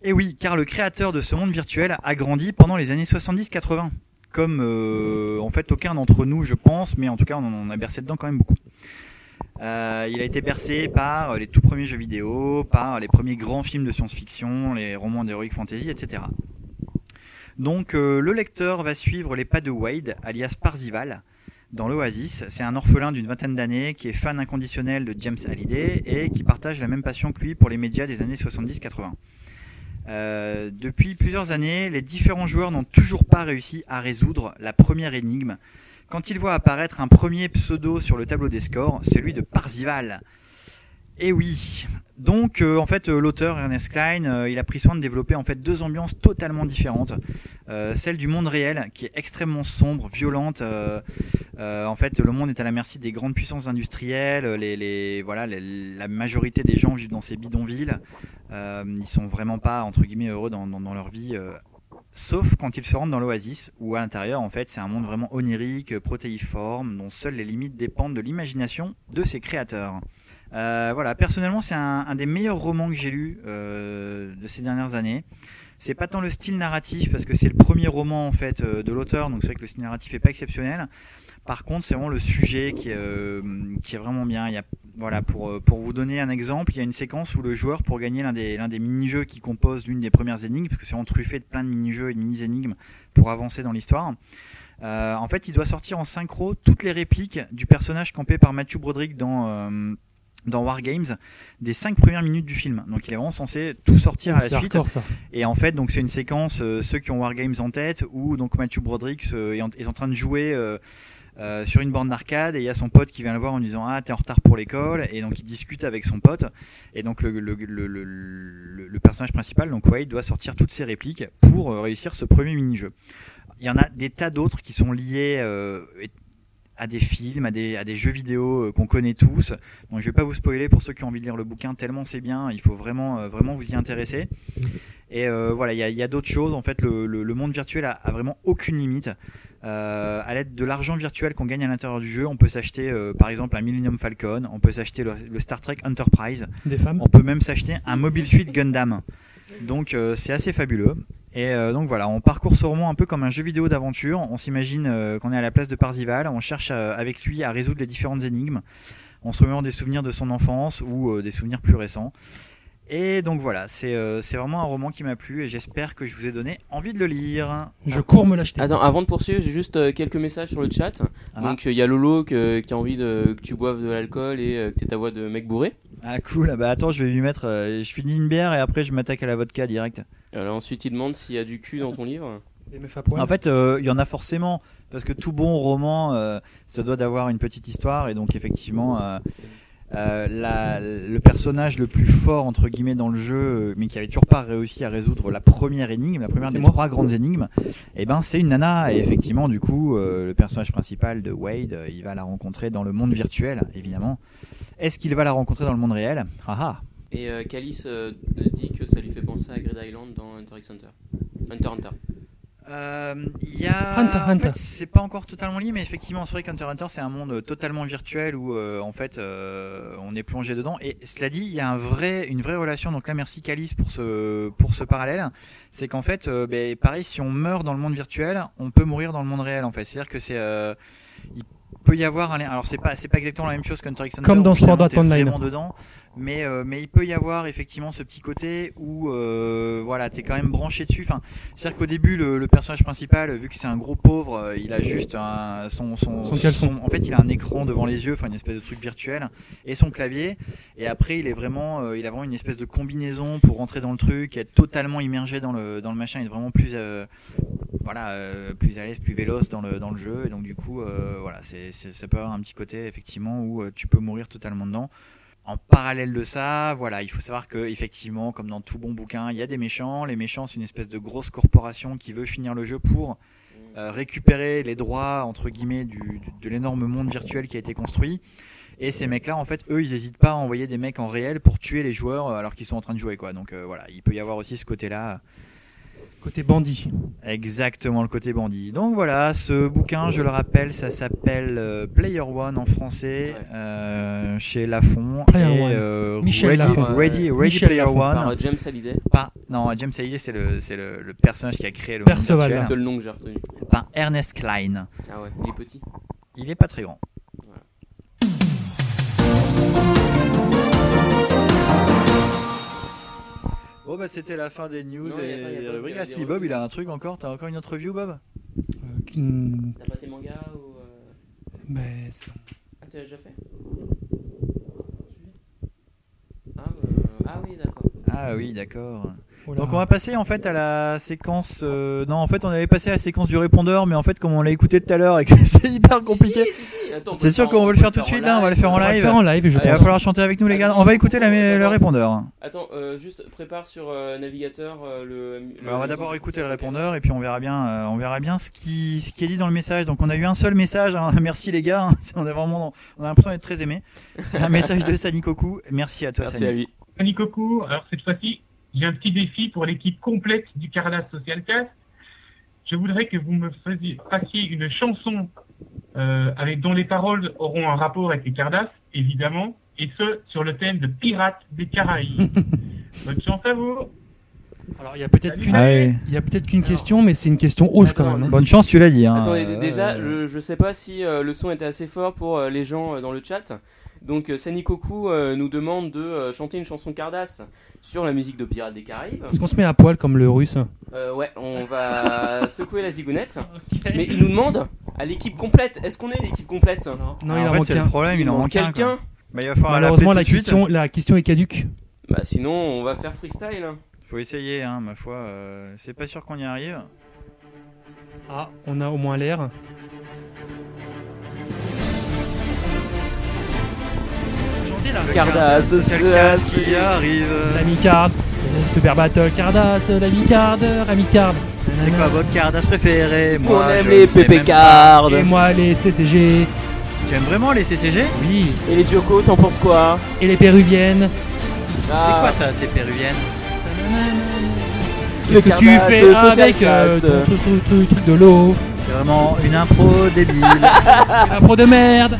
S5: Et oui, car le créateur de ce monde virtuel a grandi pendant les années 70-80, comme euh, en fait aucun d'entre nous, je pense, mais en tout cas on en a bercé dedans quand même beaucoup. Euh, il a été bercé par euh, les tout premiers jeux vidéo, par les premiers grands films de science-fiction, les romans d'heroic fantasy, etc. Donc euh, le lecteur va suivre les pas de Wade, alias Parzival, dans l'Oasis. C'est un orphelin d'une vingtaine d'années qui est fan inconditionnel de James Halliday et qui partage la même passion que lui pour les médias des années 70-80. Euh, depuis plusieurs années, les différents joueurs n'ont toujours pas réussi à résoudre la première énigme quand il voit apparaître un premier pseudo sur le tableau des scores, celui de Parzival. Et oui. Donc, euh, en fait, euh, l'auteur Ernest Klein, euh, il a pris soin de développer en fait deux ambiances totalement différentes. Euh, celle du monde réel, qui est extrêmement sombre, violente. euh, euh, en fait, le monde est à la merci des grandes puissances industrielles. euh, Les, les- voilà, les- la majorité des gens vivent dans ces bidonvilles. Euh, ils sont vraiment pas entre guillemets heureux dans, dans- dans leur vie. euh, Sauf quand ils se rendent dans l'oasis, où à l'intérieur, en fait, c'est un monde vraiment onirique, protéiforme, dont seules les limites dépendent de l'imagination de ses créateurs. Euh, voilà, personnellement, c'est un, un des meilleurs romans que j'ai lu euh, de ces dernières années. C'est pas tant le style narratif parce que c'est le premier roman en fait euh, de l'auteur, donc c'est vrai que le style narratif est pas exceptionnel. Par contre, c'est vraiment le sujet qui est, euh, qui est vraiment bien. Il y a, voilà, pour, euh, pour vous donner un exemple, il y a une séquence où le joueur, pour gagner l'un des, l'un des mini-jeux qui compose l'une des premières énigmes, parce que c'est vraiment truffé de plein de mini-jeux et de mini-énigmes pour avancer dans l'histoire, euh, en fait, il doit sortir en synchro toutes les répliques du personnage campé par Matthew Broderick dans, euh, dans War Games des cinq premières minutes du film. Donc il est vraiment censé tout sortir à la
S1: C'est
S5: suite.
S1: hardcore ça.
S5: Et en fait, donc c'est une séquence, euh, ceux qui ont Wargames en tête, où donc Matthew Broderick euh, est, en, est en train de jouer euh, euh, sur une borne d'arcade, et il y a son pote qui vient le voir en lui disant Ah, t'es en retard pour l'école, et donc il discute avec son pote, et donc le, le, le, le, le- le personnage principal, donc Wade, doit sortir toutes ses répliques pour euh, réussir ce premier mini-jeu. Il y en a des tas d'autres qui sont liés euh, à des films, à des, à des jeux vidéo euh, qu'on connaît tous. Donc je vais pas vous spoiler pour ceux qui ont envie de lire le bouquin, tellement c'est bien, il faut vraiment, euh, vraiment vous y intéresser. Et euh, voilà, il y a, il y a d'autres choses. En fait, le, le- le monde virtuel a, a vraiment aucune limite. Euh, à l'aide de l'argent virtuel qu'on gagne à l'intérieur du jeu, on peut s'acheter euh, par exemple un Millennium Falcon, on peut s'acheter le, le Star Trek Enterprise,
S1: Des femmes.
S5: on peut même s'acheter un Mobile Suit Gundam. Donc euh, c'est assez fabuleux. Et euh, donc voilà, on parcourt ce roman un peu comme un jeu vidéo d'aventure. On s'imagine euh, qu'on est à la place de Parzival, on cherche euh, avec lui à résoudre les différentes énigmes, en se remémorant des souvenirs de son enfance ou euh, des souvenirs plus récents. Et donc voilà, c'est euh, c'est vraiment un roman qui m'a plu et j'espère que je vous ai donné envie de le lire.
S1: Je cours me l'acheter.
S3: Attends, avant de poursuivre, j'ai juste euh, quelques messages sur le chat.
S5: Ah.
S3: Donc, euh, il y a Lolo que- qui a envie de, que tu boives de l'alcool et euh, que t'aies ta voix de mec bourré.
S5: Ah cool, bah attends, je vais lui mettre, euh, je finis une bière et après je m'attaque à la vodka direct.
S3: Alors, Euh, ensuite, il demande s'il y a du cul dans ton livre.
S1: Des meufs à poil.
S5: En fait, euh, il y en a forcément, parce que tout bon roman, euh, ça doit d'avoir une petite histoire, et donc effectivement, euh, euh, la- le personnage le plus fort, entre guillemets, dans le jeu, euh, mais qui avait toujours pas réussi à résoudre la première énigme, la première
S1: C'est
S5: des
S1: moi.
S5: trois grandes énigmes, et ben c'est une nana, et effectivement, du coup, euh, le personnage principal de Wade, euh, il va la rencontrer dans le monde virtuel, évidemment. Est-ce qu'il va la rencontrer dans le monde réel Ah ah
S3: Et euh, Calice euh, dit que ça lui fait penser à Grid Island dans Hunter x Hunter. Hunter x Hunter.
S5: Euh, Il y a.
S1: Hunter,
S5: en
S1: Hunter.
S5: fait, c'est pas encore totalement lié, mais effectivement, c'est vrai qu'Hunter x Hunter, c'est un monde totalement virtuel où, euh, en fait, euh, on est plongé dedans. Et cela dit, il y a un vrai, une vraie relation. Donc là, merci Calice pour ce, pour ce parallèle. C'est qu'en fait, euh, ben, pareil, si on meurt dans le monde virtuel, on peut mourir dans le monde réel, en fait. C'est-à-dire que c'est. euh, il peut y avoir un lien. Alors, c'est pas, c'est pas exactement la même chose qu'Hunter x Hunter.
S1: Comme dans
S5: où finalement,
S1: Sword Art
S5: t'es
S1: Online.
S5: vraiment dedans. Mais, euh, mais il peut y avoir effectivement ce petit côté où, euh, voilà, t'es quand même branché dessus. Enfin, c'est-à-dire qu'au début, le, le personnage principal, vu que c'est un gros pauvre, euh, il a juste un, son, son,
S1: Son caleçon.
S5: En fait, il a un écran devant les yeux, enfin une espèce de truc virtuel, et son clavier. Et après, il est vraiment, euh, il a vraiment une espèce de combinaison pour rentrer dans le truc, être totalement immergé dans le dans le machin, être vraiment plus, euh, voilà, euh, plus à l'aise, plus véloce dans le dans le jeu. Et donc du coup, euh, voilà, c'est c'est- ça peut avoir un petit côté effectivement où euh, tu peux mourir totalement dedans. En parallèle de ça, voilà, il faut savoir que effectivement, comme dans tout bon bouquin, il y a des méchants. Les méchants, c'est une espèce de grosse corporation qui veut finir le jeu pour euh, récupérer les droits entre guillemets du, du- de l'énorme monde virtuel qui a été construit. Et ces mecs-là, en fait, eux, ils n'hésitent pas à envoyer des mecs en réel pour tuer les joueurs euh, alors qu'ils sont en train de jouer, quoi. Donc euh, voilà, il peut y avoir aussi ce côté-là.
S1: Côté bandit.
S5: Exactement le côté bandit. Donc voilà, ce bouquin, je le rappelle, ça s'appelle euh, Player One en français,
S3: Ouais.
S5: euh, chez Lafon.
S1: Player
S5: et,
S1: One.
S5: euh,
S1: Michel
S5: Ready,
S1: Lafon.
S5: Ready, Ready
S1: Michel
S5: Player
S1: Lafon,
S5: One.
S3: Par euh, James Hallyday.
S5: Pas, non, James Hallyday, c'est le, c'est le, le personnage qui a créé le
S1: Perceval.
S5: monde
S3: Le
S5: virtuel.
S3: seul nom que j'ai retenu.
S5: Par Ernest Klein.
S3: Ah ouais, il est petit.
S5: Il est pas très grand. Bon bah c'était la fin des news
S3: Non, et-
S5: et,
S3: et attends, y a Bob,
S5: rubriques.
S3: il y a
S5: Ah,
S3: des
S5: si Bob
S3: revues.
S5: il a un truc encore, t'as encore une autre view Bob
S1: Euh, qu'une-
S3: T'as pas tes mangas ou. euh,
S1: Mais c'est-
S3: Ah, tu l'as déjà fait ah, euh, ah oui, d'accord.
S5: Ah oui d'accord.
S1: Voilà.
S5: Donc on va passer en fait à la séquence. euh, non, en fait on avait passé à la séquence du répondeur, mais en fait comme on l'a écouté tout à l'heure et que c'est hyper compliqué,
S3: Si, si, si, attends, on peut
S5: c'est sûr
S3: faire-
S5: qu'on veut le faire tout de
S3: en
S5: suite là. On va le faire en
S1: On va le
S5: live.
S1: faire en live, je
S5: Et il va
S1: pense.
S5: falloir chanter avec nous les gars. On va écouter la- le répondeur.
S3: Attends, euh, juste prépare sur euh, navigateur euh, le, le-
S5: Alors, Bah, on va
S3: le-
S5: d'abord écouter le répondeur et puis on verra bien, euh, on verra bien ce qui, ce qui est dit dans le message. Donc on a eu un seul message. hein. Merci les gars. hein. On a vraiment, on a l'impression d'être très aimés. C'est un message de Sani Koku. Merci à toi
S3: Merci
S5: Sani.
S3: à lui.
S2: Fanny Coco, alors cette fois-ci, j'ai un petit défi pour l'équipe complète du Carla Social Cast. Je voudrais que vous me faisiez, fassiez une chanson euh, avec, dont les paroles auront un rapport avec les Cardas, évidemment, et ce, sur le thème de Pirates des Caraïbes. Bonne chance à vous
S1: Alors il y a peut-être
S2: Salut.
S1: qu'une
S5: Allez.
S1: il y a peut-être qu'une question, mais c'est une question hoche quand
S3: Attends,
S1: même. hein.
S5: Ah Bonne chance, tu l'as dit. hein.
S3: Attendez,
S5: Euh,
S3: déjà, je, je sais pas si euh, le son était assez fort pour euh, les gens euh, dans le chat. Donc, euh, Sanikoku euh, nous demande de euh, chanter une chanson Cardass sur la musique de Pirates des Caraïbes.
S1: Est-ce qu'on se met à poil comme le russe
S3: Euh, ouais, on va secouer la zigounette. Mais il nous demande à l'équipe complète. Est-ce qu'on est l'équipe complète
S1: Non,
S5: Ah,
S1: il
S5: en
S1: en
S5: fait,
S1: manque
S5: c'est le
S1: un.
S5: problème, il en manque un, quoi.
S3: quelqu'un.
S5: Bah, il va falloir
S1: Malheureusement,
S5: l'appeler
S1: la
S5: tout de suite.
S1: question, la question est caduque.
S3: Bah, sinon, on va faire freestyle. hein.
S5: Faut essayer, hein, ma foi. euh, c'est pas sûr qu'on y arrive.
S1: Ah, on a au moins l'air. Chantez là.
S3: Cardass,
S5: c'est le
S3: Cardass
S5: casque qui arrive.
S1: La micarde, euh, Super Battle, Cardass, la micarde, la micarde.
S5: C'est quoi votre cardasse préférée
S3: Nous,
S5: Moi,
S3: on aime
S5: je
S3: les
S5: ne sais
S3: pépé
S5: même pas.
S3: cards
S1: Et moi les CCG,
S5: Tu aimes vraiment les CCG
S1: oui,
S3: et les Joko, t'en penses quoi
S1: et les péruviennes.
S5: C'est quoi
S3: Ah,
S5: ça, ces péruviennes
S3: Le
S1: Qu'est-ce que tu
S3: Cardass,
S1: fais
S3: le social
S1: avec euh,
S3: cast.
S1: ton, ton- ton- ton truc de l'eau
S5: C'est vraiment une impro débile.
S1: Un pro de merde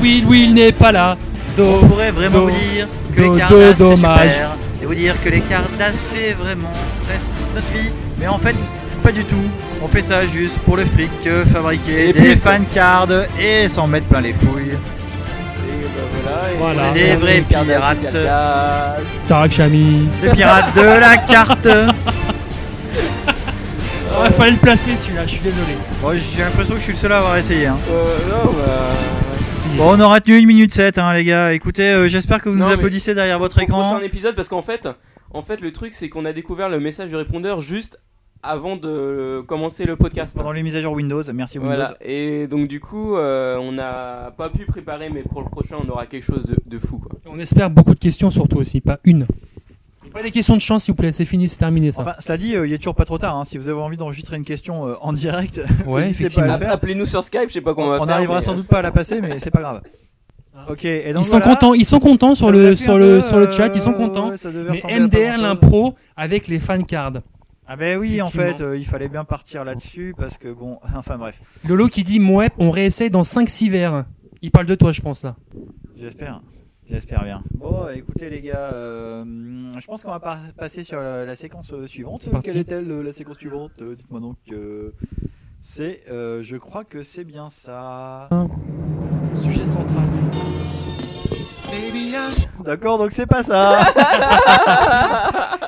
S1: Will, Will n'est pas là Do,
S5: On pourrait vraiment
S1: do-
S5: vous dire que
S1: do-
S5: les Cardass
S1: do-
S5: c'est
S1: dommage.
S5: super et vous dire que les Cardass c'est vraiment presque notre vie, mais en fait pas du tout. On fait ça juste pour le fric, euh, fabriquer
S3: Et
S5: des
S3: pute.
S5: fancards et s'en mettre plein les fouilles.
S3: et bah voilà, et
S1: Voilà.
S3: on est
S1: Des
S3: dans
S5: vrais
S3: une Cardass
S5: pirates.
S3: Social Cast.
S1: Tarak Chami
S5: Les pirates de la carte.
S1: Ah, fallait le placer celui-là, je suis désolé.
S5: Bon, Oh, j'ai l'impression que je suis le seul à avoir essayé. hein.
S3: Euh, non, bah.
S1: Ceci,
S5: Bon, on aura tenu 1 minute 7 hein, les gars. Écoutez, euh, j'espère que vous
S3: Non,
S5: nous
S3: mais-
S5: applaudissez derrière votre
S3: Au
S5: écran.
S3: prochain épisode parce qu'en fait, en fait, le truc c'est qu'on a découvert le message du répondeur juste avant de commencer le podcast.
S5: Pendant les mises à jour Windows, merci Windows.
S3: Voilà. Et donc du coup, euh, on n'a pas pu préparer, mais pour le prochain, on aura quelque chose de, de fou. Quoi.
S1: On espère beaucoup de questions surtout aussi, pas une. Et Pas des questions de chance s'il vous plaît, c'est fini, c'est terminé ça.
S5: Enfin, cela dit, euh, il est toujours pas trop tard. hein. Si vous avez envie d'enregistrer une question euh, en direct,
S1: ouais,
S5: n'hésitez pas à
S1: effectivement.
S5: le faire.
S3: Appelez-nous sur Skype, je sais pas comment on va
S5: on
S3: faire.
S5: arrivera
S3: mais, euh,
S5: sans doute pas à la passer, mais c'est pas grave. Ok, et donc
S1: Ah. Ils sont
S5: voilà.
S1: contents, ils sont contents sur
S5: Ça
S1: le
S5: nous a fait
S1: sur
S5: un
S1: le
S5: peu,
S1: sur le
S5: euh,
S1: chat, ils sont contents.
S5: ouais, ça devait
S1: Mais
S5: ressembler à pas
S1: MDR
S5: grand-chose.
S1: l'impro avec les fan cards.
S5: Ah ben oui, en
S1: Effectivement.
S5: fait, euh, il fallait bien partir là-dessus parce que bon, enfin bref,
S1: Lolo qui dit Mouep, on réessaye dans 5-6 verres. Il parle de toi, je pense là.
S5: j'espère. J'espère bien. Bon, écoutez les gars, euh, je pense qu'on va pas- passer sur la, la séquence euh, suivante.
S1: C'est parti.
S5: Quelle est-elle euh, la séquence suivante Euh, Dites-moi donc. euh, c'est, euh, je crois que c'est bien ça.
S1: Sujet central.
S5: D'accord, donc c'est pas ça.
S3: euh,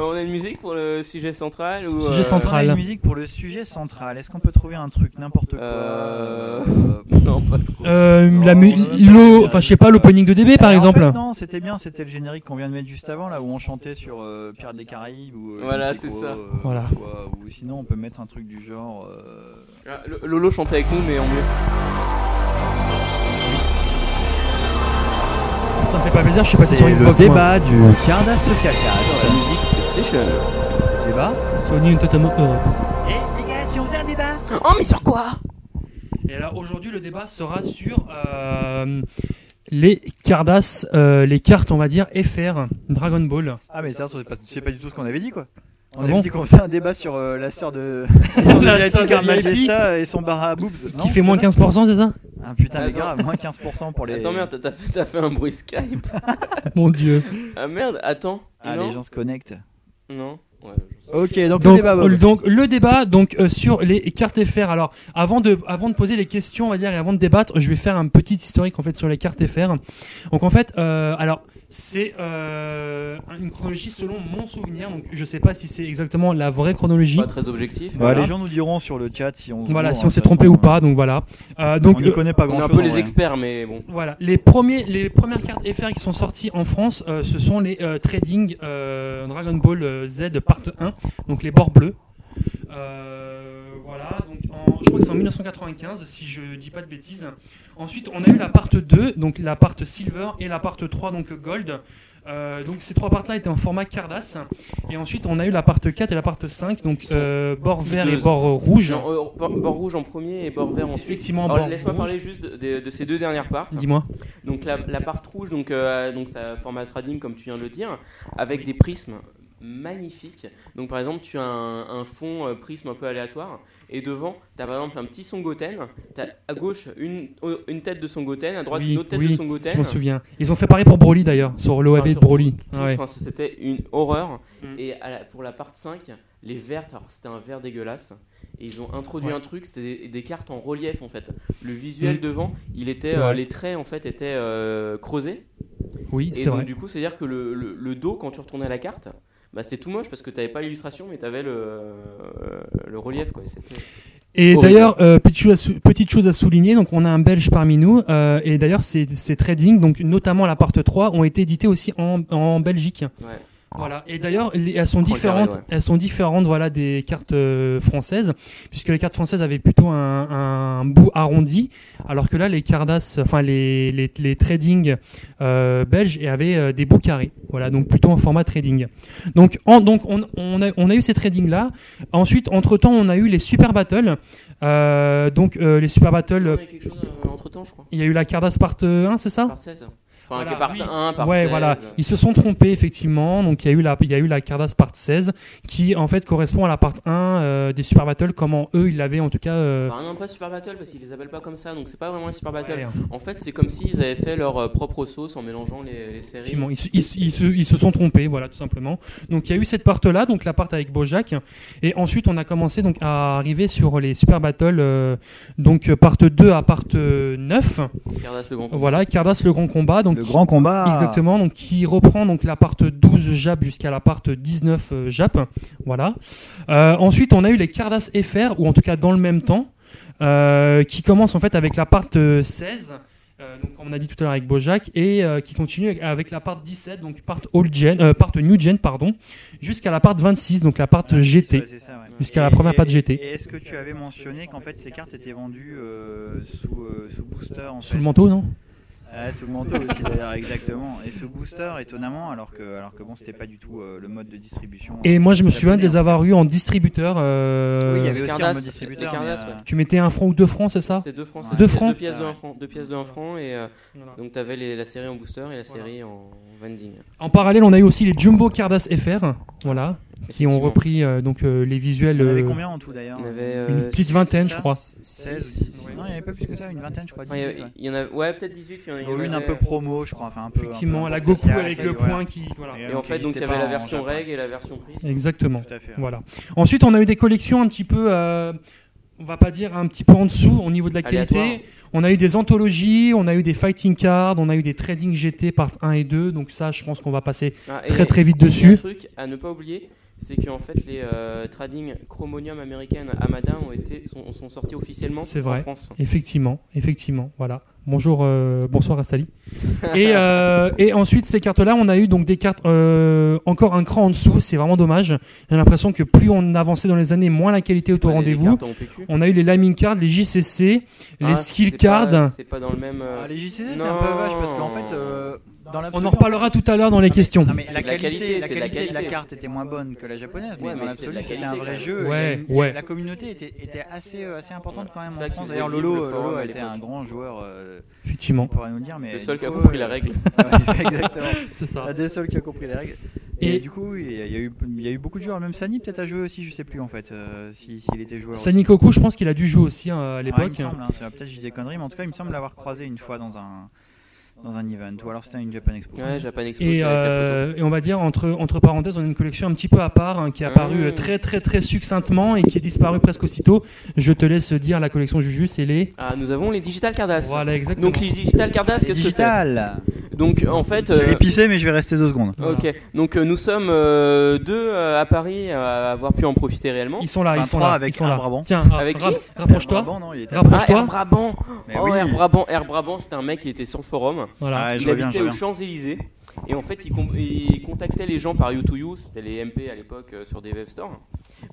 S3: on a une musique pour le sujet central ou
S1: Sujet
S3: euh,
S1: central.
S5: Est-ce qu'on a une musique pour le sujet central. Est-ce qu'on peut trouver un truc n'importe quoi
S3: Euh,
S5: Euh,
S3: Non, pas trop.
S1: Euh,
S5: Oh,
S1: la mu-
S5: on a même pas
S1: l'eau,
S5: fait
S1: enfin je sais pas,
S5: ça.
S1: l'opening de DB par
S5: Alors, en
S1: exemple.
S5: fait, non, c'était bien, c'était le générique qu'on vient de mettre juste avant, là où on chantait sur euh, Pirates des Caraïbes ou. euh,
S3: Voilà,
S5: je sais quoi,
S3: c'est ça.
S5: euh,
S1: Voilà.
S5: quoi, ou sinon, on peut mettre un truc du genre. euh,
S3: Ah, L- Lolo chantait avec nous, mais en mieux.
S1: Ça me fait pas plaisir, je suis passé
S5: c'est
S1: sur Xbox. moi.
S5: le débat du Cardas Social
S3: Sur la
S5: Cast.
S3: musique PlayStation.
S5: Débat.
S1: Sony une totalement Europe.
S5: Eh les gars, si on faisait un débat.
S3: Oh, mais sur quoi
S1: Et alors aujourd'hui le débat sera sur euh, les cardas, euh, les cartes on va dire FR Dragon Ball.
S5: Ah mais ça, c'est pas, c'est pas du tout ce qu'on avait dit, quoi.
S1: Ah
S5: On avait
S1: bon
S5: dit qu'on faisait un débat sur euh, la sœur de la sœur de
S1: La
S5: Jackie
S1: sœur de
S5: Carl
S1: VIP.
S5: Majesta et son bar à boobs.
S1: Qui fait moins 15% c'est ça
S5: Ah putain les
S3: Attends.
S5: gars, moins 15% pour les.
S3: Attends, merde, t'as- t'as fait, t'as fait un bruit Skype.
S1: Mon dieu.
S3: ah merde, attends.
S5: Ah
S3: non
S5: les gens se connectent.
S3: Non Ouais, je sais.
S5: Ok, donc, le
S1: Donc,
S5: débat. Bob.
S1: euh, donc, le débat donc euh, sur les cartes FR. Alors avant de avant de poser les questions on va dire et avant de débattre, je vais faire un petit historique en fait sur les cartes FR. Donc en fait euh, alors C'est euh, une chronologie selon mon souvenir. Donc, je sais pas si c'est exactement la vraie chronologie.
S3: Pas très objectif.
S5: Bah,
S1: Voilà.
S5: Les gens nous diront sur le chat si on se
S1: Voilà,
S5: gourre,
S1: si
S5: hein,
S1: on
S5: de
S1: s'est
S5: toute
S1: trompé
S5: façon, hein.
S1: ou pas. Donc voilà. Euh, donc
S5: on ne
S1: euh,
S5: connaît pas
S3: On est
S5: grand-chose. hein.
S3: un peu
S5: en
S3: les
S5: vrai.
S3: experts, mais bon.
S1: Voilà, les, premiers, les premières cartes FR qui sont sorties en France, euh, ce sont les euh, Trading euh, Dragon Ball euh, Z Part 1, donc les bords bleus. Euh, voilà, donc en- je crois que c'est en 1995, si je dis pas de bêtises. Ensuite, on a eu la part 2, donc la part Silver, et la part 3, donc Gold. Euh, donc ces trois parts-là étaient en format Cardass. Et ensuite, on a eu la part 4 et la part 5, donc euh, bord vert et
S3: hideuses.
S1: bord euh, rouge.
S3: Non, euh, bord, bord rouge en premier et bord vert ensuite.
S1: Effectivement,
S3: Alors,
S1: bord
S3: laisse-moi
S1: rouge.
S3: parler juste de, de- de ces deux dernières parties.
S1: Dis-moi.
S3: Donc la, la part rouge, donc, euh, donc ça format trading comme tu viens de le dire, avec des prismes magnifiques. Donc par exemple, tu as un, un fond euh, prisme un peu aléatoire et devant, tu as par exemple un petit Songoten. Tu as à gauche une, euh, une tête de Songoten, à droite
S1: Oui,
S3: une autre tête
S1: oui,
S3: de
S1: Je
S3: Songoten.
S1: m'en souviens. Ils ont fait pareil pour Broly d'ailleurs, sur l'OAV
S3: Enfin,
S1: de
S3: surtout,
S1: Broly.
S3: tout-
S1: Ah ouais.
S3: enfin, c'était une horreur.
S1: Mm.
S3: Et à la- pour la part 5, les vertes, alors c'était un vert dégueulasse. Et ils ont introduit un truc, c'était des, des cartes en relief en fait. Le visuel
S1: Mm.
S3: devant, il était,
S1: C'est
S3: euh,
S1: vrai.
S3: les traits en fait étaient euh, creusés.
S1: Oui,
S3: Et
S1: c'est
S3: donc
S1: vrai.
S3: du coup, c'est à dire que le, le- le dos, quand tu retournais la carte, bah, c'était tout moche parce que t'avais pas l'illustration, mais t'avais le, euh, le relief quoi. Et c'était-
S1: Et
S3: Horrible.
S1: d'ailleurs, euh, petite, chose à sou- petite chose à souligner, donc on a un Belge parmi nous, euh, et d'ailleurs ces, ces trading, donc notamment la part 3, ont été édités aussi en, en Belgique.
S3: Ouais.
S1: Voilà. Et d'ailleurs, les- elles sont
S3: Grand carré,
S1: différentes.
S3: ouais.
S1: Elles sont différentes, voilà, des cartes euh, françaises, puisque les cartes françaises avaient plutôt un, un bout arrondi, alors que là, les cardas, enfin les les, les trading euh, belges, et avaient euh, des bouts carrés. Voilà, donc plutôt en format trading. Donc, en, donc on, on a on a eu ces trading là. Ensuite, entre temps, on a eu les super battles. Euh, donc euh, les super battles,
S3: Il y
S1: euh,
S3: a quelque chose entre temps, je crois.
S1: il y a eu la cardas part 1, c'est ça
S3: Part 16. Enfin,
S1: Ah. Voilà,
S3: part
S1: oui.
S3: 1, part
S1: ouais,
S3: 16.
S1: voilà. Ils se sont trompés, effectivement. Donc, il y a eu la, il y a eu la Cardass part 16, qui, en fait, correspond à la part 1 euh, des Super Battle, comment eux, ils l'avaient, en tout cas, euh,
S3: Enfin, non, pas Super Battle parce qu'ils les appellent pas comme ça, donc c'est pas vraiment un Super Battle.
S1: ouais, hein.
S3: En fait, c'est comme s'ils avaient fait leur euh, propre sauce en mélangeant les, les séries.
S1: Effectivement, ils, se- ils se- ils se, ils se sont trompés, voilà, tout simplement. Donc il y a eu cette part-là, donc la part avec Bojack, et ensuite on a commencé donc à arriver sur les Super Battle, euh, donc euh, part 2 à part euh, 9,
S3: Cardass le grand.
S1: voilà, Cardass le grand combat, donc
S5: Le grand combat.
S1: Exactement, donc qui reprend donc la part 12 Jap jusqu'à la part 19 euh, Jap. Voilà. Euh, ensuite, on a eu les Cardass FR, ou en tout cas dans le même temps, euh, qui commence en fait avec la part euh, 16. euh, donc, comme on a dit tout à l'heure avec Bojack, et euh, qui continue avec- avec la part 17, donc part old gen, euh, part new gen, pardon, jusqu'à la part 26, donc la part
S5: Ouais,
S1: GT.
S5: Ah, ouais, c'est ça, ouais.
S1: Jusqu'à la
S5: Et-
S1: première
S5: et-
S1: patte GT.
S5: Et est-ce que tu avais mentionné qu'en fait ces cartes étaient vendues euh, sous, euh, sous booster en
S1: Sous
S5: fait
S1: le manteau, non
S5: Ouais, sous le manteau aussi d'ailleurs, exactement. Et sous booster, étonnamment, alors que, alors que bon, c'était pas du tout euh, le mode de distribution.
S1: Et moi, je me souviens de les
S5: japonais,
S1: avoir eu en distributeur. euh,
S5: Oui, il y avait
S3: Les
S5: aussi un
S3: Cardass,
S5: mode distributeur.
S3: les Cardass,
S5: mais, euh,
S1: Tu mettais un franc ou deux francs, c'est ça
S3: C'était 2 francs,
S5: Ouais.
S3: c'était
S1: Deux
S3: pi-
S1: francs.
S3: deux pièces de
S5: Ouais.
S3: 1 franc, deux pièces de un franc et euh, donc t'avais les- la série en booster et la série en vending.
S1: En parallèle, on a eu aussi les Jumbo Cardass FR, voilà, qui ont
S3: Effectivement.
S1: repris euh, donc euh, les visuels.
S5: Il y en avait
S1: euh,
S5: combien en tout d'ailleurs
S3: On avait, euh,
S1: Une petite vingtaine, je
S3: six-
S1: crois.
S3: six-
S5: 16 Non, il n'y avait pas plus que ça, une vingtaine, je crois.
S3: Enfin, il y avait-
S5: 18, ouais.
S3: il y en a ouais, peut-être 18, il y en a- il y en
S5: Dont une un
S3: avait- euh,
S5: peu promo, je crois. Enfin, un peu,
S1: effectivement,
S5: un peu
S1: la Goku
S5: spéciale,
S1: avec
S5: et
S1: le
S5: voilà.
S1: point qui. voilà.
S5: Et
S3: Et en fait, donc il y
S5: n'existait
S3: avait
S5: pas
S3: la
S5: en
S3: version
S5: Japon.
S3: reg et la version prise.
S1: Exactement.
S5: Tout à fait. ouais.
S1: Voilà. Ensuite, on a eu des collections un petit peu, euh, on va pas dire un petit peu en dessous au niveau de la qualité.
S3: Aléatoire.
S1: On a eu des anthologies, on a eu des fighting cards, on a eu des trading GT part 1 et 2. Donc ça, je pense qu'on va passer
S3: Ah, et-
S1: très très vite
S3: Il y a Un
S1: dessus.
S3: truc à ne pas oublier, c'est qu'en fait les euh, trading chromonium américaines Amada ont été sont, sont sortis officiellement
S1: C'est
S3: en
S1: vrai.
S3: France.
S1: Effectivement, effectivement, voilà. Bonjour, euh, bonsoir Astali. Et, euh, et ensuite, ces cartes-là, on a eu donc des cartes euh, encore un cran en dessous, c'est vraiment dommage. J'ai l'impression que plus on avançait dans les années, moins la qualité est au
S3: Ouais, les- les
S1: rendez-vous.
S3: cartes en PQ.
S1: On a eu les Laming Cards, les JCC, les
S3: Ah,
S1: Skill
S3: c'est pas-
S1: Cards.
S3: C'est pas dans le même. euh,
S5: Ah, les JCC, c'était
S3: Non.
S5: un peu vache parce qu'en fait, euh, dans
S1: On
S5: l'absolu,
S1: en reparlera tout à l'heure dans les questions.
S5: Non, Ah, mais la,
S3: C'est de la
S5: qualité,
S3: qualité,
S5: la
S3: c'est de la
S5: qualité de la
S3: qualité.
S5: carte était moins bonne que la japonaise, mais
S3: Ouais,
S5: dans
S3: mais
S5: l'absolu,
S3: c'était de
S5: c'était
S3: la
S5: un
S3: qualité,
S5: vrai
S3: quand
S5: jeu.
S1: même.
S5: et
S1: Ouais,
S5: il y a-
S1: ouais.
S5: La communauté était, était assez, euh, assez importante quand même
S3: C'est ça
S5: en
S3: qui
S5: France.
S3: faisait
S5: D'ailleurs,
S3: vivre
S5: Lolo,
S3: le
S5: Lolo
S3: forum à
S5: a été
S3: l'époque.
S5: un grand joueur, euh, on
S1: Effectivement,
S5: pourrait nous le dire, mais.
S3: Le seul
S5: du
S3: qui a
S5: coup,
S3: compris
S5: euh,
S3: la règle.
S5: ouais, exactement.
S1: c'est ça.
S5: Un des seuls qui a compris les règles. Et,
S1: Et-
S5: du coup, il y, a- il y a eu- il y a eu beaucoup de joueurs. Même Sani, peut-être, a joué aussi, je sais plus en fait, euh, si- s'il était joueur. aussi.
S1: Sani Koku, je pense qu'il a dû jouer aussi hein, à
S5: Ah, il me
S1: l'époque.
S5: semble, hein, c'est- peut-être j'ai des conneries, mais en tout cas, il me semble l'avoir croisé une fois dans un, dans un event, ou alors c'était une Japan Expo.
S3: Ouais, Japan Expo,
S1: Et,
S3: c'est avec la photo.
S1: euh, et on va dire entre entre parenthèses, on a une collection un petit peu à part hein, qui est apparue
S3: Mmh.
S1: euh, très très très succinctement et qui est disparue presque aussitôt. Je te laisse dire la collection Juju, c'est les
S3: Ah, nous avons les Digital Cardass.
S1: voilà exactement.
S3: Donc les Digital Cardass, qu'est-ce que c'est
S5: Digital
S3: Donc Donc en fait,
S5: Je
S3: euh,
S5: vais pisser, mais je vais rester deux secondes.
S3: ok. Donc euh, nous sommes euh, deux euh, à Paris à avoir pu en profiter réellement.
S1: Ils sont là, ils sont
S5: 23
S1: là.
S5: avec
S1: ils sont là.
S5: Air Brabant.
S1: Tiens, ra-
S3: Avec qui
S1: ra- rapproche-toi.
S5: Brabant, non, il était-
S3: Ah, Air
S1: Rapproche-toi.
S3: Brabant.
S5: Mais
S3: Oh,
S5: oui.
S3: Air Brabant, Air Brabant, c'était un mec qui était sur le forum.
S1: Voilà.
S5: Ah, je
S3: il
S5: vois bien, je
S3: habitait
S5: vois
S3: aux
S5: bien.
S3: Champs-Élysées. Et en fait, il, com- il contactait les gens par U2U, c'était les MP à l'époque euh, sur des web stores,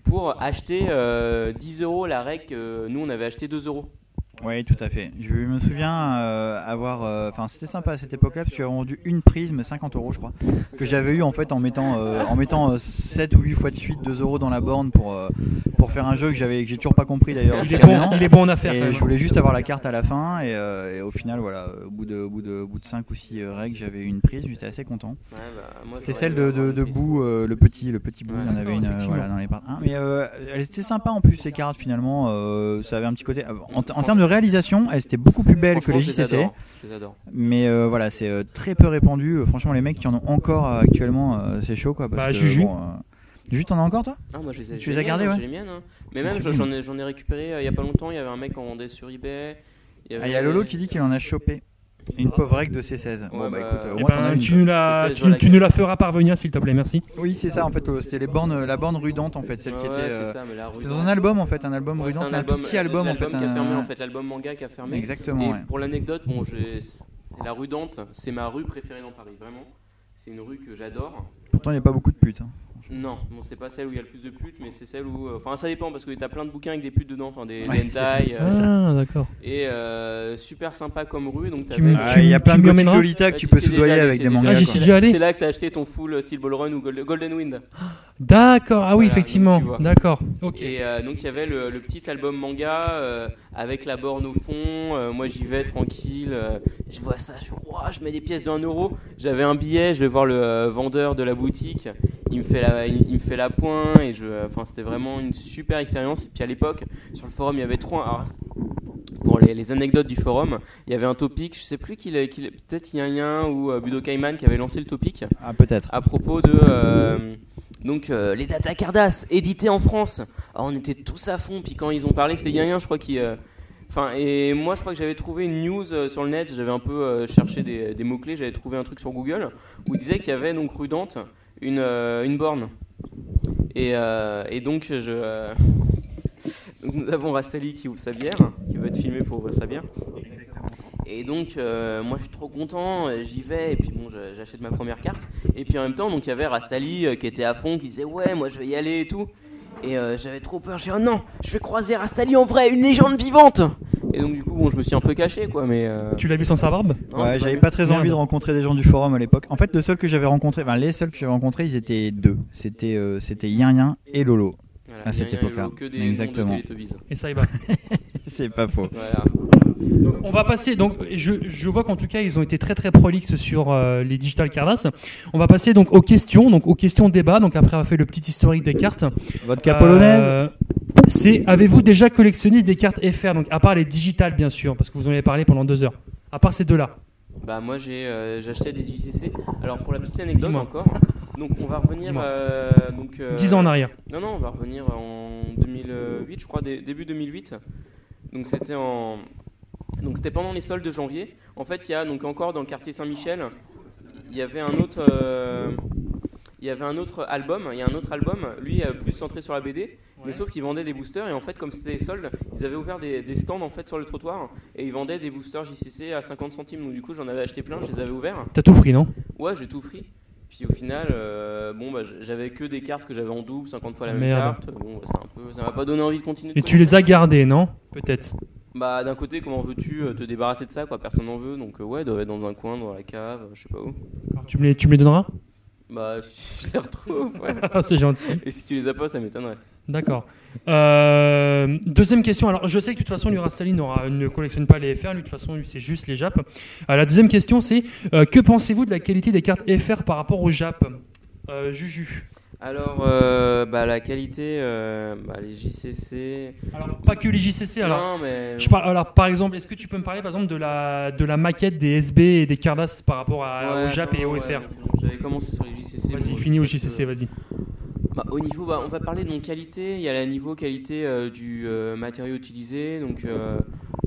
S3: pour acheter euh, 10 euros la rec. euh, nous, on avait acheté 2 euros.
S5: Oui, tout à fait. Je me souviens euh, avoir. euh, Enfin, c'était sympa à cette époque-là parce que j'avais vendu une prisme 50 euros, je crois, que j'avais eu en fait en mettant euh, en mettant 7 ou 8 fois de suite 2 euros dans la borne pour euh, pour faire un jeu que j'avais que j'ai toujours pas compris d'ailleurs.
S1: Il est
S5: jusqu'à
S1: bon,
S5: maintenant.
S1: il est bon en affaires. quand
S5: Et
S1: même.
S5: je voulais juste avoir la carte à la fin et, euh, et au final voilà au bout de au bout de au bout de 5 ou 6 règles j'avais une prise j'étais assez content.
S3: Ouais, bah, moi,
S5: C'était
S3: j'aurais
S5: celle de,
S3: dû avoir
S5: de,
S3: une
S5: de
S3: piste.
S5: bout, euh, le petit, le petit bout.
S3: Ouais.
S5: Il y en avait
S1: D'accord,
S5: une euh,
S1: effectivement.
S5: voilà, dans les parts. mais euh, elles étaient sympas en plus ces cartes finalement. euh, ça avait un petit côté. En, en termes de réalisation, elles étaient beaucoup plus belles que
S3: Franchement,
S5: les
S3: je
S5: JCC.
S3: adore, Je les adore.
S5: Mais euh, voilà, c'est euh, très peu répandu. Euh, franchement, les mecs qui en ont encore euh, actuellement, euh, c'est chaud quoi. Parce
S1: Bah,
S5: que,
S1: Juju.
S5: bon, euh, Juju, t'en as encore toi
S3: Ah, moi, je les ai,
S5: Tu
S3: j'ai
S5: les as
S3: miennes,
S5: gardées,
S3: hein,
S5: ouais
S3: j'ai les miennes, hein. Mais
S5: Ça,
S3: même,
S5: c'est
S3: j'en j'en ai, j'en ai récupéré euh, il y a pas longtemps. Il y avait un mec qui en vendait sur eBay.
S5: Ah, Il
S3: avait-
S5: y a Lolo qui dit qu'il en a chopé une pauvre règle de C16. bon bah,
S3: Ouais, bah,
S5: écoute, euh, au
S1: Eh
S5: moins t'en
S1: ben,
S5: as une.
S1: tu, nous la,
S3: C'est ça,
S1: tu,
S3: je vois
S1: tu nous
S3: laquelle.
S1: la feras parvenir, s'il te plaît, merci.
S5: Oui, c'est ça en fait. euh, C'était les bornes, la borne rudante en fait,
S3: Ouais,
S5: celle qui
S3: ouais,
S5: était.
S3: c'est
S5: euh,
S3: ça, mais la
S5: C'était
S3: rue-
S5: dans un album en fait, un album
S3: Ouais, c'est
S5: rudant, un, tout petit album en fait.
S3: L'album qui a
S5: un-
S3: fermé en fait, l'album manga qui a
S5: Hein,
S3: fermé.
S5: Exactement.
S3: Et
S5: ouais.
S3: pour l'anecdote, bon, j'ai- c'est la rue Dante, c'est ma rue préférée dans Paris, vraiment. C'est une rue que j'adore.
S5: Pourtant, il n'y a pas beaucoup de putes. hein.
S3: Non, bon, c'est pas celle où il y a le plus de putes, mais c'est celle où. euh, Enfin, ça dépend parce que t'as plein de bouquins avec des putes dedans, enfin des
S5: Ouais,
S3: des hentai. euh,
S1: Ah, d'accord.
S3: et euh, super sympa comme rue, donc
S1: Tu me-
S3: t'avais.
S1: Ah,
S5: Il y a
S1: tu
S5: plein de
S1: me
S5: petites
S1: ramèneras
S5: lolitas que
S3: Ah,
S5: tu peux
S3: j'étais
S5: soudoyer
S3: déjà-
S5: avec des
S3: j'étais déjà
S5: mangas.
S1: Ah, j'y
S3: allé.
S5: quoi.
S1: suis déjà
S3: C'est
S1: allé.
S3: là que t'as acheté ton full euh, Steel Ball Run ou Gold- Golden Wind.
S1: D'accord. Ah oui,
S3: Voilà,
S1: effectivement.
S3: donc tu vois.
S1: D'accord. Ok.
S3: Et euh, donc il y avait le, le petit album manga euh, avec la borne au fond. euh, moi j'y vais tranquille. euh, je vois ça, je fais, Ouah, je mets des pièces de 1 euro. J'avais un billet, je vais voir le euh, vendeur de la boutique. Il me fait la, il, il me fait la pointe et je, euh, enfin c'était vraiment une super expérience. Et puis à l'époque sur le forum il y avait trois. alors, pour les, les anecdotes du forum, il y avait un topic, je sais plus qui, l'a- qui l'a- peut-être il y en a un ou euh, Budo Kaiman qui avait lancé le topic
S5: Ah, peut-être.
S3: à propos de euh, donc euh, les Data Cardass édités en France. Ah, on était tous à fond. Puis quand ils ont parlé, c'était Yann, je crois qui. euh, Enfin, et moi, je crois que j'avais trouvé une news euh, sur le net. J'avais un peu euh, cherché des, des mots clés. J'avais trouvé un truc sur Google où il disait qu'il y avait donc rue Dante une euh, une borne. Et, euh, et donc je. euh, donc, nous avons Rastali qui ouvre sa bière, qui va être filmé pour ouvrir sa bière. Et donc, euh, moi je suis trop content, euh, j'y vais, et puis bon, je- j'achète ma première carte. Et puis en même temps, donc il y avait Rastali euh, qui était à fond, qui disait ouais, moi je vais y aller et tout. Et euh, j'avais trop peur, j'ai dit oh non, je vais croiser Rastali en vrai, une légende vivante. Et donc du coup, bon, je me suis un peu caché quoi, mais. euh,
S1: Tu l'as vu sans sa barbe
S3: non,
S5: Ouais,
S3: c'est pas
S5: j'avais
S3: bien.
S5: pas très envie
S1: Merde.
S5: de rencontrer des gens du forum à l'époque. En fait, le seul que j'avais rencontré, enfin les seuls que j'avais rencontrés, ils étaient deux. C'était euh, c'était Yin Yin et Lolo.
S3: Voilà,
S5: à
S3: il y a
S5: cette
S3: rien, il y a
S5: époque-là.
S3: Que des noms de
S5: Exactement.
S3: Teletubbies.
S1: Et ça y va.
S5: C'est pas faux.
S3: Voilà.
S1: On va passer, donc je, je vois qu'en tout cas ils ont été très très prolixes sur euh, les digital cardas. On va passer donc aux questions, donc aux questions débat. Donc après on a fait le petit historique des cartes.
S5: Vodka polonaise.
S1: Euh, C'est avez-vous déjà collectionné des cartes FR Donc à part les digitales bien sûr, parce que vous en avez parlé pendant deux heures. À part ces deux-là.
S3: Bah moi j'ai euh, j'achetais des JCC. Alors pour la petite anecdote
S1: Dis-moi.
S3: encore, donc on va revenir
S1: Dis-moi.
S3: euh, donc euh,
S1: Dix ans en arrière.
S3: Non, non, on va revenir en 2008, je crois, dé- début 2008. Donc c'était en, donc c'était pendant les soldes de janvier. En fait, il y a donc encore dans le quartier Saint-Michel, il y avait un autre, euh, il y avait un autre album. Il y a un autre album, lui euh, plus centré sur la BD, mais sauf qu'ils vendaient des boosters et en fait comme c'était les soldes, ils avaient ouvert des, des stands en fait sur le trottoir et ils vendaient des boosters JCC à 50 centimes. Donc du coup, j'en avais acheté plein, je les avais ouverts.
S1: T'as tout pris non
S3: Ouais, j'ai tout pris. Puis au final, euh, bon, bah, j'avais que des cartes que j'avais en double, 50 fois la même
S1: Merde.
S3: carte. Bon, bah, c'était un peu, ça m'a pas donné envie de continuer. de
S1: Et tu les as gardées non Peut-être.
S3: Bah, d'un côté, comment veux-tu euh, te débarrasser de ça, quoi Personne n'en veut, donc euh, ouais, doit être dans un coin, dans la cave, euh, je sais pas où.
S1: Tu me les, tu me les donneras
S3: Bah, je les retrouve, ouais.
S1: Ah, C'est gentil.
S3: Et si tu les as pas, ça m'étonnerait.
S1: D'accord. Euh, deuxième question. Alors, je sais que de toute façon, lui, Rastali n'aura- ne collectionne pas les FR. Lui, de toute façon, lui, c'est juste les Jap. Euh, la deuxième question, c'est euh, que pensez-vous de la qualité des cartes FR par rapport aux Jap Euh, Juju.
S3: Alors, euh, bah, la qualité, euh, bah, les JCC.
S1: Alors, pas que les JCC. Alors,
S3: non, mais.
S1: je parle. euh, Alors, par exemple, est-ce que tu peux me parler, par exemple, de la de la maquette des SB et des Cardas par rapport à,
S3: Ouais,
S1: aux Jap et
S3: attends,
S1: aux
S3: ouais,
S1: FR
S3: donc, J'avais commencé sur les JCC.
S1: Vas-y,
S3: bon,
S1: finis aux
S3: je pense que-
S1: JCC. Vas-y.
S3: Bah, au niveau, bah, on va parler de qualité. Il y a le niveau qualité euh, du euh, matériau utilisé, donc euh,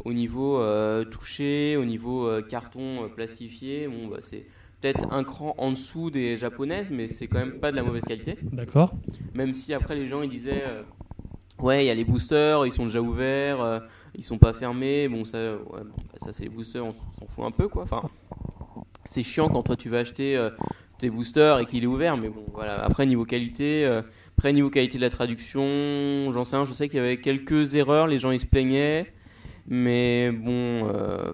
S3: au niveau euh, toucher, au niveau euh, carton euh, plastifié, bon, bah, c'est peut-être un cran en dessous des japonaises, mais c'est quand même pas de la mauvaise qualité.
S1: D'accord.
S3: Même si après les gens ils disaient euh, ouais il y a les boosters, ils sont déjà ouverts, euh, ils sont pas fermés, bon ça ouais, bon, bah, ça c'est les boosters, on s'en fout un peu quoi. Enfin c'est chiant quand toi tu vas acheter euh, tes boosters et qu'il est ouvert, mais bon voilà. Après niveau qualité, euh, après niveau qualité de la traduction, j'en sais rien, je sais qu'il y avait quelques erreurs, les gens ils se plaignaient, mais bon. euh,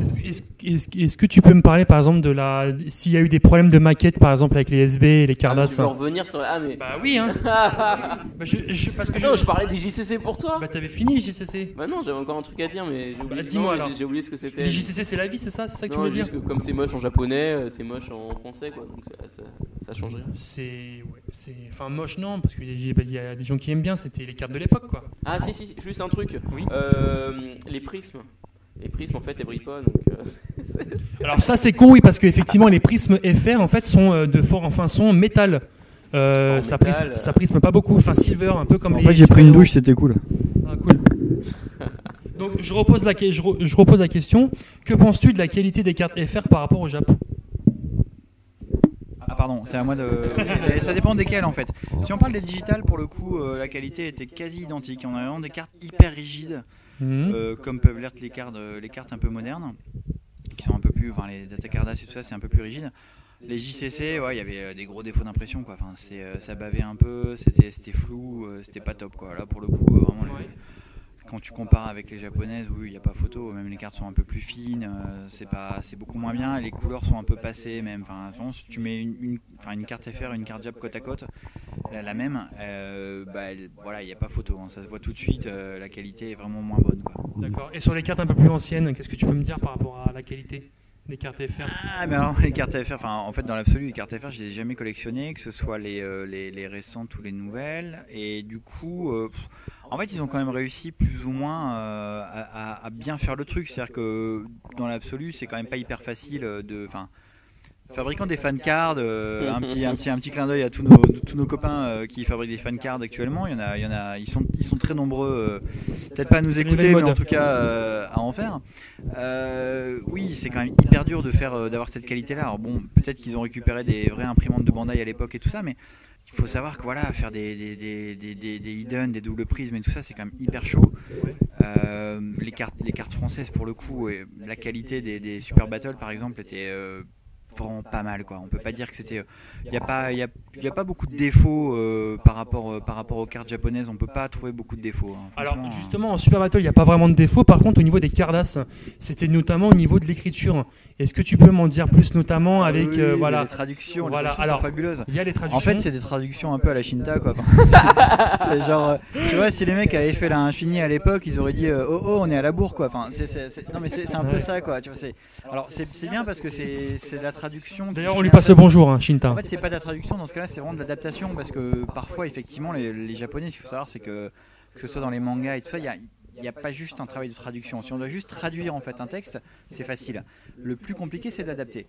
S1: Est-ce que- Est-ce est-ce- est-ce que tu peux me parler par exemple de la. S'il y a eu des problèmes de maquette par exemple avec les SB et les
S3: ah,
S1: Cardas
S3: tu veux revenir sur ah mais
S1: Bah oui, hein Bah, je, je- Parce que
S3: non je parlais des JCC pour toi
S1: Bah t'avais fini JCC.
S3: Bah non, j'avais encore un truc à dire, mais j'ai oublié.
S1: dis-moi
S3: non,
S1: alors.
S3: j'ai- J'ai oublié ce que c'était.
S1: Les JCC c'est la vie, c'est ça C'est ça que tu
S3: Non,
S1: veux dire
S3: juste que comme c'est moche en japonais, euh, c'est moche en français, quoi. Donc ça, ça, ça change rien.
S1: C'est. ouais, c'est- Enfin, moche, non, parce qu'il y, a- il y a des gens qui aiment bien, c'était les cartes de l'époque, quoi.
S3: Ah si, si, juste un truc.
S1: Oui.
S3: Euh, les prismes. Les prismes, en fait, elles brillent pas, donc. euh, c'est-
S1: Alors, ça, c'est con, oui, parce qu'effectivement, les prismes FR, en fait, sont euh, de fort. Enfin, sont métal. Euh,
S3: En
S1: ça,
S3: métal,
S1: prisme,
S3: euh.
S1: ça prisme pas beaucoup, enfin silver, un peu comme
S5: En
S1: les
S5: fait, j'ai pris une
S1: super-héros.
S5: douche, c'était cool.
S1: Ah, cool. Donc, je repose, la, que- je, re- je repose la question. Que penses-tu de la qualité des cartes FR par rapport au Japon
S5: Ah pardon, c'est à moi de. c'est- ça dépend desquels en fait. Si on parle des digitales, pour le coup, euh, la qualité était quasi identique. On a vraiment des cartes hyper rigides,
S1: Mhm.
S5: euh, comme peuvent l'être les cartes, euh, les cartes un peu modernes, qui sont un peu plus, enfin les datacardas et tout ça, c'est un peu plus rigide. Les JCC, ouais, il y avait euh, des gros défauts d'impression quoi. Enfin, c'est, euh, ça bavait un peu, c'était, c'était flou, euh, c'était pas top quoi. Là, pour le coup, euh, vraiment. les- Quand tu compares avec les japonaises, oui, il n'y a pas photo. Même les cartes sont un peu plus fines, euh, c'est pas, c'est beaucoup moins bien. Et les couleurs sont un peu passées, même. Enfin, vraiment, si tu mets une, une- enfin, une carte FR et une carte Jap côte à côte, la, la même, euh, bah, elle- voilà, il n'y a pas photo. hein. Ça se voit tout de suite. euh, la qualité est vraiment moins bonne. quoi.
S1: D'accord. Et sur les cartes un peu plus anciennes, qu'est-ce que tu peux me dire par rapport à la qualité des cartes FR
S5: Ah, mais alors, les cartes FR, enfin, en fait, dans l'absolu, les cartes FR, je les ai jamais collectionnées, que ce soit les, euh, les, les récentes ou les nouvelles. Et du coup, euh, pff, en fait, ils ont quand même réussi plus ou moins euh, à, à- à bien faire le truc. C'est-à-dire que dans l'absolu, c'est quand même pas hyper facile euh, de. Enfin, fabriquant des fan cards, euh, un, petit, un, petit, un petit clin d'œil à tous nos, tous nos copains euh, qui fabriquent des fan cards actuellement. Il y en a, il y en a, ils, sont, ils sont très nombreux. euh, Peut-être pas à nous écouter,
S1: nouvelle
S5: mais en
S1: mode.
S5: tout cas euh, à en faire. Euh, oui, c'est quand même hyper dur de faire, euh, d'avoir cette qualité-là. Alors bon, peut-être qu'ils ont récupéré des vraies imprimantes de Bandai à l'époque et tout ça, mais il faut savoir que voilà, faire des, des, des, des, des- des hidden, des doubles prismes et tout ça, c'est quand même hyper chaud. Euh, les, cartes, les cartes françaises, pour le coup, et la qualité des, des Super Battle, par exemple, était euh, vraiment pas mal. Quoi. On peut pas dire que c'était... Il n'y a, pas- y a, y a pas beaucoup de défauts euh, par, rapport, euh, par rapport aux cartes japonaises. On peut pas trouver beaucoup de défauts. hein. Franchement,
S1: Alors
S5: euh,
S1: justement en Super Battle il n'y a pas vraiment de défaut. Par contre au niveau des Cardas, c'était notamment au niveau de l'écriture. Est-ce que tu peux m'en dire plus notamment avec
S5: Ah oui,
S1: euh,
S5: mais
S1: voilà
S5: les traductions, les
S1: Voilà,
S5: traductions
S1: alors-
S5: sont fabuleuses.
S1: il y a les traductions.
S5: En fait, c'est des traductions un peu à la Shinta, quoi. C'est genre, euh, tu vois, si les mecs avaient fait la infini à l'époque, ils auraient dit euh, oh oh, on est à la bourre, quoi. Enfin, c'est- c'est- c'est- non, mais c'est c'est un peu ça, quoi. Tu vois, c'est- alors c'est c'est bien parce que c'est c'est de la traduction. qui
S1: D'ailleurs on
S5: fait
S1: lui
S5: un
S1: passe
S5: peu-
S1: le bonjour hein, Shinta.
S5: en fait, c'est pas de la traduction dans ce cas-là, c'est vraiment de l'adaptation parce que parfois, effectivement, les, les japonais, ce qu'il faut savoir, c'est que que ce soit dans les mangas et tout ça, il y a il n'y a pas juste un travail de traduction. Si on doit juste traduire en fait un texte, c'est facile. Le plus compliqué, c'est de l'adapter.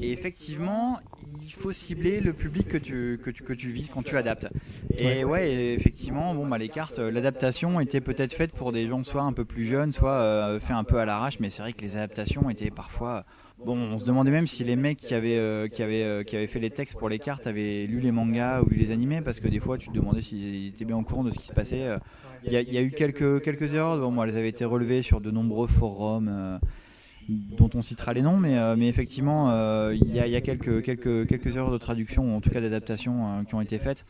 S5: Et effectivement, il faut cibler le public que tu, que tu, que tu vises quand tu adaptes. Et ouais, et effectivement, bon, bah, les cartes, euh, l'adaptation était peut-être faite pour des gens soit un peu plus jeunes, soit euh, fait un peu à l'arrache, mais c'est vrai que les adaptations étaient parfois Bon, on se demandait même si les mecs qui avaient, euh, qui, avaient, euh, qui avaient fait les textes pour les cartes avaient lu les mangas ou vu les animés, parce que des fois tu te demandais s'ils étaient bien au courant de ce qui se passait. euh. Il y a, il y a eu quelques, quelques erreurs, bon, moi, elles avaient été relevées sur de nombreux forums euh, dont on citera les noms, mais, euh, mais effectivement, euh, il y a, il y a quelques, quelques, quelques erreurs de traduction, ou en tout cas d'adaptation, euh, qui ont été faites.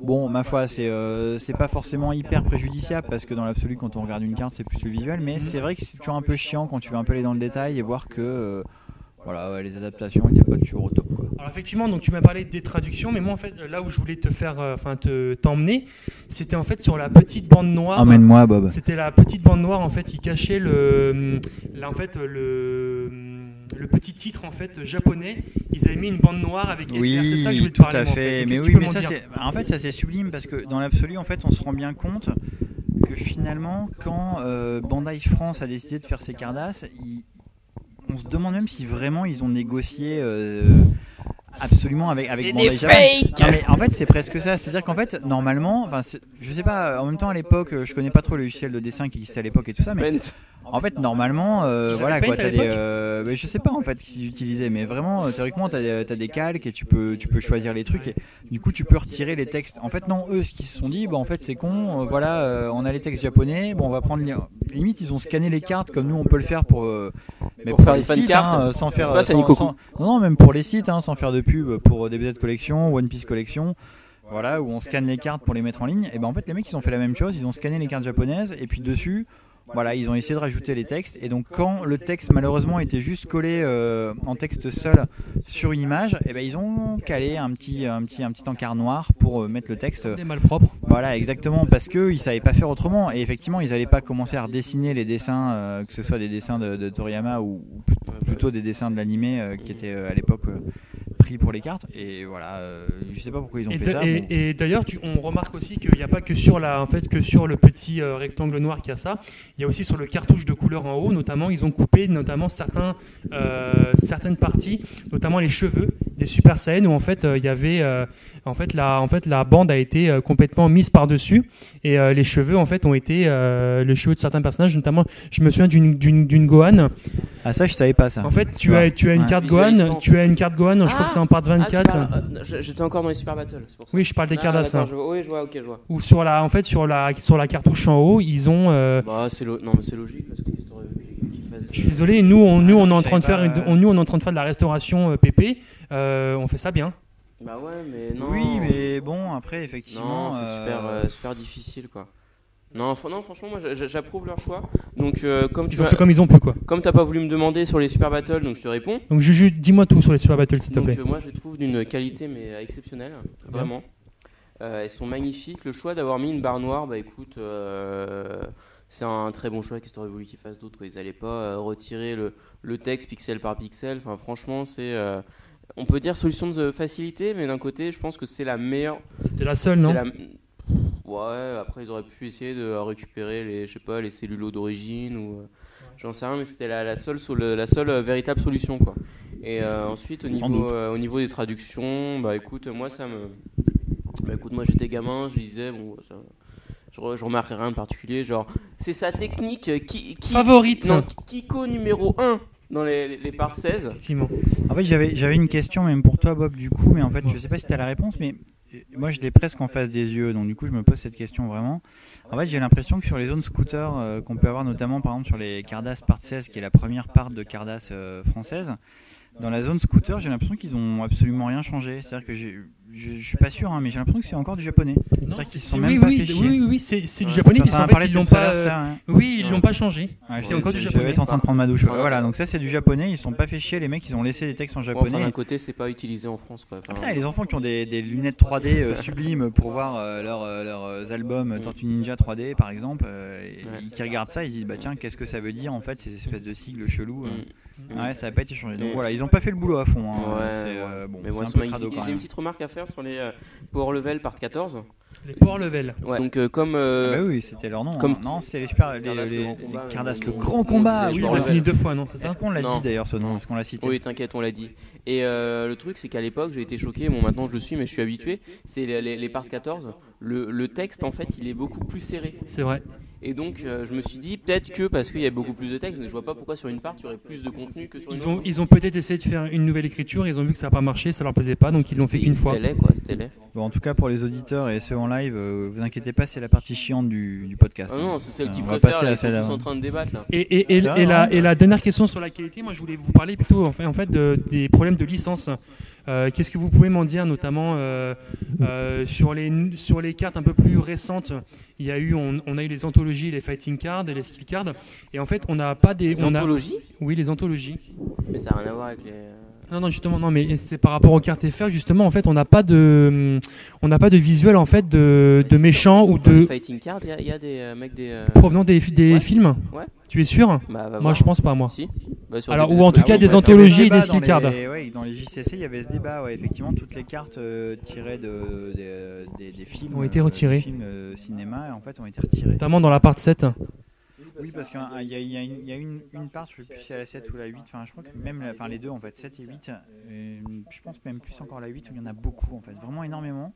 S5: Bon, ma foi, c'est euh, c'est pas forcément hyper préjudiciable parce que dans l'absolu, quand on regarde une carte, c'est plus le visuel, mais c'est vrai que c'est toujours un peu chiant quand tu veux un peu aller dans le détail et voir que euh, voilà, ouais, les adaptations étaient pas toujours au top. Quoi.
S1: Alors effectivement, donc tu m'as parlé des traductions, mais moi en fait là où je voulais te faire, euh, enfin te t'emmener, c'était en fait sur la petite bande noire.
S5: Emmène-moi, Bob.
S1: C'était la petite bande noire en fait qui cachait le, hum, là, en fait le, hum, le petit titre en fait japonais. Ils avaient mis une bande noire avec FR.
S5: Oui,
S1: c'est ça que je voulais te
S5: tout
S1: parler,
S5: à
S1: moi, en
S5: fait.
S1: Qu'est-ce
S5: Mais
S1: que
S5: oui,
S1: tu peux
S5: mais
S1: m'en
S5: ça,
S1: dire
S5: c'est, en fait, ça c'est sublime parce que dans l'absolu, en fait, on se rend bien compte que finalement, quand euh, Bandai France a décidé de faire ses Cardass, il- on se demande même si vraiment ils ont négocié euh, Absolument avec avec
S4: C'est
S5: bon,
S4: des
S5: déjà-
S4: fakes
S5: Non, mais en fait c'est presque ça, c'est-à-dire qu'en fait normalement, enfin c'est- je sais pas, en même temps à l'époque euh, je connais pas trop le logiciel de dessin qui existait à l'époque et tout ça, mais
S3: Paint.
S5: en fait normalement euh,
S1: Ça
S5: voilà
S1: s'appelait
S5: quoi,
S1: Paint à
S5: t'as des,
S1: l'époque
S5: euh, mais je sais pas en fait s'ils utilisaient, mais vraiment euh, théoriquement t'as des, t'as des calques et tu peux tu peux choisir les trucs et du coup tu peux retirer les textes. En fait non eux ce qu'ils se sont dit, bah en fait c'est con, euh, voilà euh, on a les textes japonais, bon on va prendre les- limite ils ont scanné les cartes comme nous on peut le faire pour euh, mais
S3: Pour faire les fan
S5: sites,
S3: cartes.
S5: hein, euh, sans faire
S3: se passe à
S5: sans-
S3: Nikoku.
S5: sans- non, non, même pour les sites, hein, sans faire de pub pour DBZ Collection, One Piece Collection, voilà, où on scanne les cartes pour les mettre en ligne. Et ben en fait, les mecs, ils ont fait la même chose, ils ont scanné les cartes japonaises, et puis dessus, voilà, ils ont essayé de rajouter les textes. Et donc, quand le texte, malheureusement, était juste collé euh, en texte seul sur une image, et ben ils ont calé un petit, un petit, un petit encart noir pour euh, mettre le texte.
S1: Des malpropres.
S5: Voilà, exactement, parce qu'ils savaient pas faire autrement. Et effectivement, ils n'allaient pas commencer à redessiner les dessins, euh, que ce soit des dessins de, de Toriyama ou, ou plut- plutôt des dessins de l'animé euh, qui étaient euh, à l'époque euh, pris pour les cartes. Et voilà, euh, je sais pas pourquoi ils ont
S1: Et
S5: fait
S1: d'a-
S5: ça.
S1: et-
S5: bon.
S1: et d'ailleurs, tu- on remarque aussi qu'il n'y a pas que sur la, en fait, que sur le petit euh, rectangle noir qu'il y a ça. Il y a aussi sur le cartouche de couleur en haut, notamment, ils ont coupé notamment certains, euh, certaines parties, notamment les cheveux des Super Saiyan où en fait euh, il y avait, euh, en fait la, en fait la bande a été euh, complètement mise par dessus et euh, les cheveux en fait ont été, euh, les cheveux de certains personnages, notamment, je me souviens d'une- d'une d'une Gohan.
S5: Ah, ça, je savais pas ça.
S1: En fait, tu
S5: vois.
S1: as, tu as une
S5: Ouais.
S1: carte
S3: Visualise pas,
S1: Gohan,
S3: en
S1: tu
S3: fait.
S1: as une carte Gohan. Je crois
S3: Ah
S1: que c'est en part
S3: Ah, tu
S1: 24.
S3: parles- euh, je- J'étais encore dans les Super Battle, c'est pour ça.
S1: Oui, je parle des
S3: Ah,
S1: Cardass.
S3: d'accord, je vois- Oui, je vois, ok, je vois.
S1: ou sur la en fait sur la sur la cartouche en haut ils ont euh,
S3: Bah, c'est lo- non, mais c'est logique parce que qu'est-ce que t'aurais vu qu'ils fassent
S1: je suis désolé nous on nous on est en
S5: je
S1: train de
S5: savais
S1: faire une,
S5: pas.
S1: on, nous on est en train de faire de la restauration euh, PP euh, on fait ça bien
S3: Bah ouais, mais non.
S5: Oui, mais bon, après, effectivement.
S3: Non, c'est
S5: euh,
S3: super, euh, super difficile quoi. Non, fr- non franchement, moi je- je- j'approuve leur choix. Donc, euh, comme tu
S1: ils ont
S3: as-
S1: fait comme ils ont pu quoi
S3: comme t'as pas voulu me demander sur les Super Battle, donc je te réponds.
S1: donc Juju dis-moi tout sur les Super Battle s'il te
S3: Donc,
S1: plaît Ah
S3: euh, moi je les trouve d'une qualité mais euh, exceptionnelle, vraiment. Euh, elles sont magnifiques. Le choix d'avoir mis une barre noire, bah écoute, euh, c'est un très bon choix. Qu'est-ce que t'aurais voulu qu'ils fassent d'autre quoi Ils allaient pas euh, retirer le, le texte pixel par pixel. Enfin, franchement, c'est. euh, on peut dire solution de facilité, mais d'un côté, je pense que c'est la meilleure
S1: c'était la seule non
S3: c'est la- Ouais, après ils auraient pu essayer de récupérer les, je sais pas, les cellulos d'origine ou euh, j'en sais rien, mais c'était la, la seule, sol- la seule euh, véritable solution quoi. Et euh, ensuite au
S5: Sans
S3: niveau,
S5: doute.
S3: euh, au niveau des traductions, bah écoute, moi ça me, bah, écoute, moi j'étais gamin, je lisais, bon, ça- je, re- je remarquais rien de particulier, genre c'est sa technique euh, qui, qui
S1: Favorite.
S3: non, Kiko numéro 1 dans les, les, les parts 16.
S1: effectivement
S5: En fait, j'avais j'avais une question même pour toi, Bob, du coup, mais en fait, je sais pas si tu as la réponse, mais euh, moi, je l'ai presque en face des yeux, donc du coup, je me pose cette question vraiment. En fait, j'ai l'impression que sur les zones scooters euh, qu'on peut avoir, notamment par exemple sur les Cardas Part 16, qui est la première part de Cardas euh, française, dans la zone scooter, j'ai l'impression qu'ils ont absolument rien changé. C'est-à-dire que j'ai- je, je suis pas sûr, hein, mais j'ai l'impression que c'est encore du japonais. C'est-à-dire qu'ils se sont
S1: oui,
S5: même
S1: oui,
S5: pas fait
S1: oui,
S5: chier.
S1: oui, oui, c'est c'est du
S3: Ouais.
S1: japonais
S5: T'en
S1: puisqu'en
S5: as
S1: fait
S5: parlé
S1: ils
S5: tout
S1: l'ont
S5: à
S1: pas
S5: l'heure,
S1: euh,
S5: ça, ouais.
S1: oui ils l'ont pas changé
S5: Ouais,
S1: c'est
S5: je-
S1: encore du
S5: je- Je
S1: japonais.
S5: vais être en train de prendre ma douche. ouais.
S3: Enfin,
S5: Voilà, donc ça c'est du japonais. Ils sont pas fait chier. Les mecs, ils ont laissé des textes en
S3: Bon,
S5: japonais.
S3: enfin,
S5: et
S3: d'un côté, c'est pas utilisé en France quoi.
S5: Ah
S3: Enfin,
S5: putain, et les enfants qui ont des, des lunettes 3D euh, sublimes pour voir euh, leurs, euh, leurs albums euh, Tortue Ninja 3D par exemple, euh, et-
S3: Ouais.
S5: et qui regardent ça, ils disent bah tiens, qu'est-ce que ça veut dire en fait ces espèces de sigles chelous euh.
S3: mm.
S5: Ouais, ça n'a pas été changé. Donc
S3: Mm.
S5: voilà, ils ont pas fait le boulot à fond. hein.
S3: Ouais,
S5: c'est
S3: ouais.
S5: euh, bon,
S3: mais
S5: c'est
S3: moi,
S5: un
S3: c'est
S5: peu crado
S3: magnifique. Et
S5: quand
S3: J'ai une
S5: même.
S3: petite remarque à faire sur les euh, Power Level Part 14.
S1: les power level
S3: Donc, euh, comme. euh,
S5: Ah bah oui, c'était leur nom.
S3: comme-
S5: hein. Non, c'était les super. Les,
S3: Cardass, le
S5: les-
S3: grand
S5: les
S3: combat,
S5: Cardass,
S3: mais
S5: le
S3: bon,
S5: grand
S3: on
S5: combat.
S3: disait
S5: oui,
S1: oui
S3: Power
S1: on a
S5: voilà.
S3: Level.
S1: fini deux fois non c'est ça
S5: Est-ce qu'on l'a
S3: Non.
S5: dit d'ailleurs ce nom Est-ce qu'on l'a cité
S3: Oui, t'inquiète, on l'a dit. Et euh, le truc, c'est qu'à l'époque, j'ai été choqué. Bon, maintenant, je le suis, mais je suis habitué. C'est les, les, les parts 14. Le, le texte, en fait, il est beaucoup plus serré.
S1: c'est vrai
S3: Et donc, euh, je me suis dit, peut-être que parce qu'il y a beaucoup plus de texte, mais je vois pas pourquoi sur une part, tu aurais plus de contenu que sur une
S1: ils
S3: autre.
S1: ont ils ont peut-être essayé de faire une nouvelle écriture ils ont vu que ça n'a pas marché ça leur plaisait pas donc ils l'ont fait qu'une fois
S3: C'était laid, quoi. C'était laid.
S5: Bon, en tout cas pour les auditeurs et ceux en live, euh, vous inquiétez pas, c'est la partie chiante du, du podcast.
S3: Ah non, c'est celle
S5: Euh,
S3: qui
S5: on va
S3: préfère.
S5: passer
S3: Là,
S5: à
S3: ils sont
S5: celle-là.
S3: tous en train de débattre, là.
S1: Et, et, et,
S5: Ça,
S1: et la,
S5: ouais.
S1: et la dernière question sur la qualité, moi je voulais vous parler plutôt en fait, en fait de- des problèmes de licence. Euh, Qu'est-ce que vous pouvez m'en dire, notamment euh, euh, sur, les, sur les cartes un peu plus récentes Il y a eu, on, on a eu les anthologies, les fighting cards et les skill cards. Et en fait, on n'a pas des.
S3: C'est
S1: on a-
S3: anthologie
S1: oui, les anthologies.
S3: Mais ça n'a rien à voir avec les. euh,
S1: Non, non, justement, non, mais c'est par rapport aux cartes FR, justement, en fait, on n'a pas de, on n'a pas de visuel en fait de, de méchants ou
S3: Dans les
S1: de
S3: Fighting Cards, il y a- il y, a des euh, mecs des. euh,
S1: provenant des, des
S3: Ouais.
S1: films.
S3: Ouais.
S1: Tu es sûr
S3: Bah, va
S1: Moi,
S3: voir.
S1: je pense pas, moi.
S3: Si. Bah, sur
S1: Alors,
S3: des-
S1: ou en tout
S3: Ah
S1: cas,
S3: oui,
S1: des
S3: bah, ça-
S1: anthologies. et des skill
S5: cards.
S1: cards.
S5: dans les JCC, il y avait ce débat. Ouais, effectivement, toutes les cartes euh, tirées de, des- des, des films
S1: Ont été
S5: euh,
S1: retirées.
S5: des films euh, cinéma, en fait, ont été retirées.
S1: Notamment dans la part 7.
S5: Oui, parce qu'il y a, il y a, une, il y a une, une part, je ne sais plus si c'est à la 7 ou la 8, enfin, je crois que même la- enfin, les deux en fait, 7 et 8, euh, je pense même plus encore la 8 où il y en a beaucoup en fait, vraiment énormément.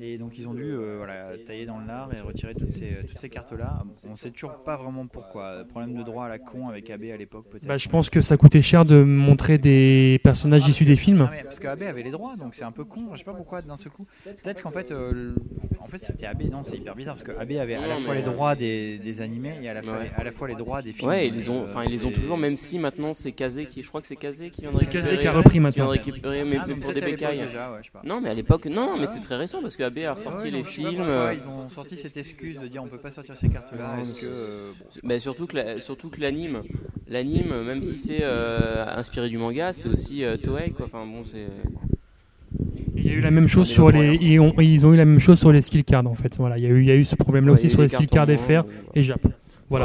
S5: Et donc ils ont dû euh, voilà, tailler dans le lard et retirer toutes ces, toutes ces cartes-là. On ne sait toujours pas vraiment pourquoi. Euh, Problème de droit à la con avec AB à l'époque peut-être.
S1: Bah, je pense que ça coûtait cher de montrer des personnages issus des films.
S5: Ah ouais, parce que AB avait les droits, donc c'est un peu con. Je sais pas pourquoi d'un seul coup. Peut-être qu'en fait, euh, le- en fait c'était AB. Non, c'est hyper bizarre parce que AB avait à la fois
S3: Non, mais- euh,
S5: les droits des, des animés et à la, fois,
S3: Ouais.
S5: à la fois les droits des films.
S3: Ouais, ils les ont,
S5: Euh,
S3: enfin, ils les ont
S5: c'est-
S3: toujours, même si maintenant c'est Kazé qui, je crois que c'est Kazé qui vient de
S1: C'est Kazé
S3: récupérer.
S1: qui a repris
S3: vient de
S1: maintenant.
S3: récupérer, mais
S5: Ah, mais
S3: pour
S5: peut-être
S3: des
S5: à l'époque
S3: bécailles.
S5: déjà, ouais, je sais pas.
S3: Non, mais à l'époque, non, mais
S5: Ah
S3: c'est
S5: ouais.
S3: très récent parce que AB a ressorti
S5: Ouais,
S3: les
S5: non, je sais pas
S3: films.
S5: pourquoi,
S3: euh,
S5: ils ont sorti cette excuse de dire on peut pas sortir ces cartes-là. Est-ce que euh, bon,
S3: bah, surtout que la- surtout que l'anime, l'anime, même si c'est euh, inspiré du manga, c'est aussi euh, Toei quoi. Enfin bon, c'est.
S1: Il y a eu la même chose sur les, et on- ils ont eu la même chose sur les skill cards en fait. Voilà, il y a eu, il y a eu ce problème-là aussi sur les skill cards FR et Jap.
S3: Voilà,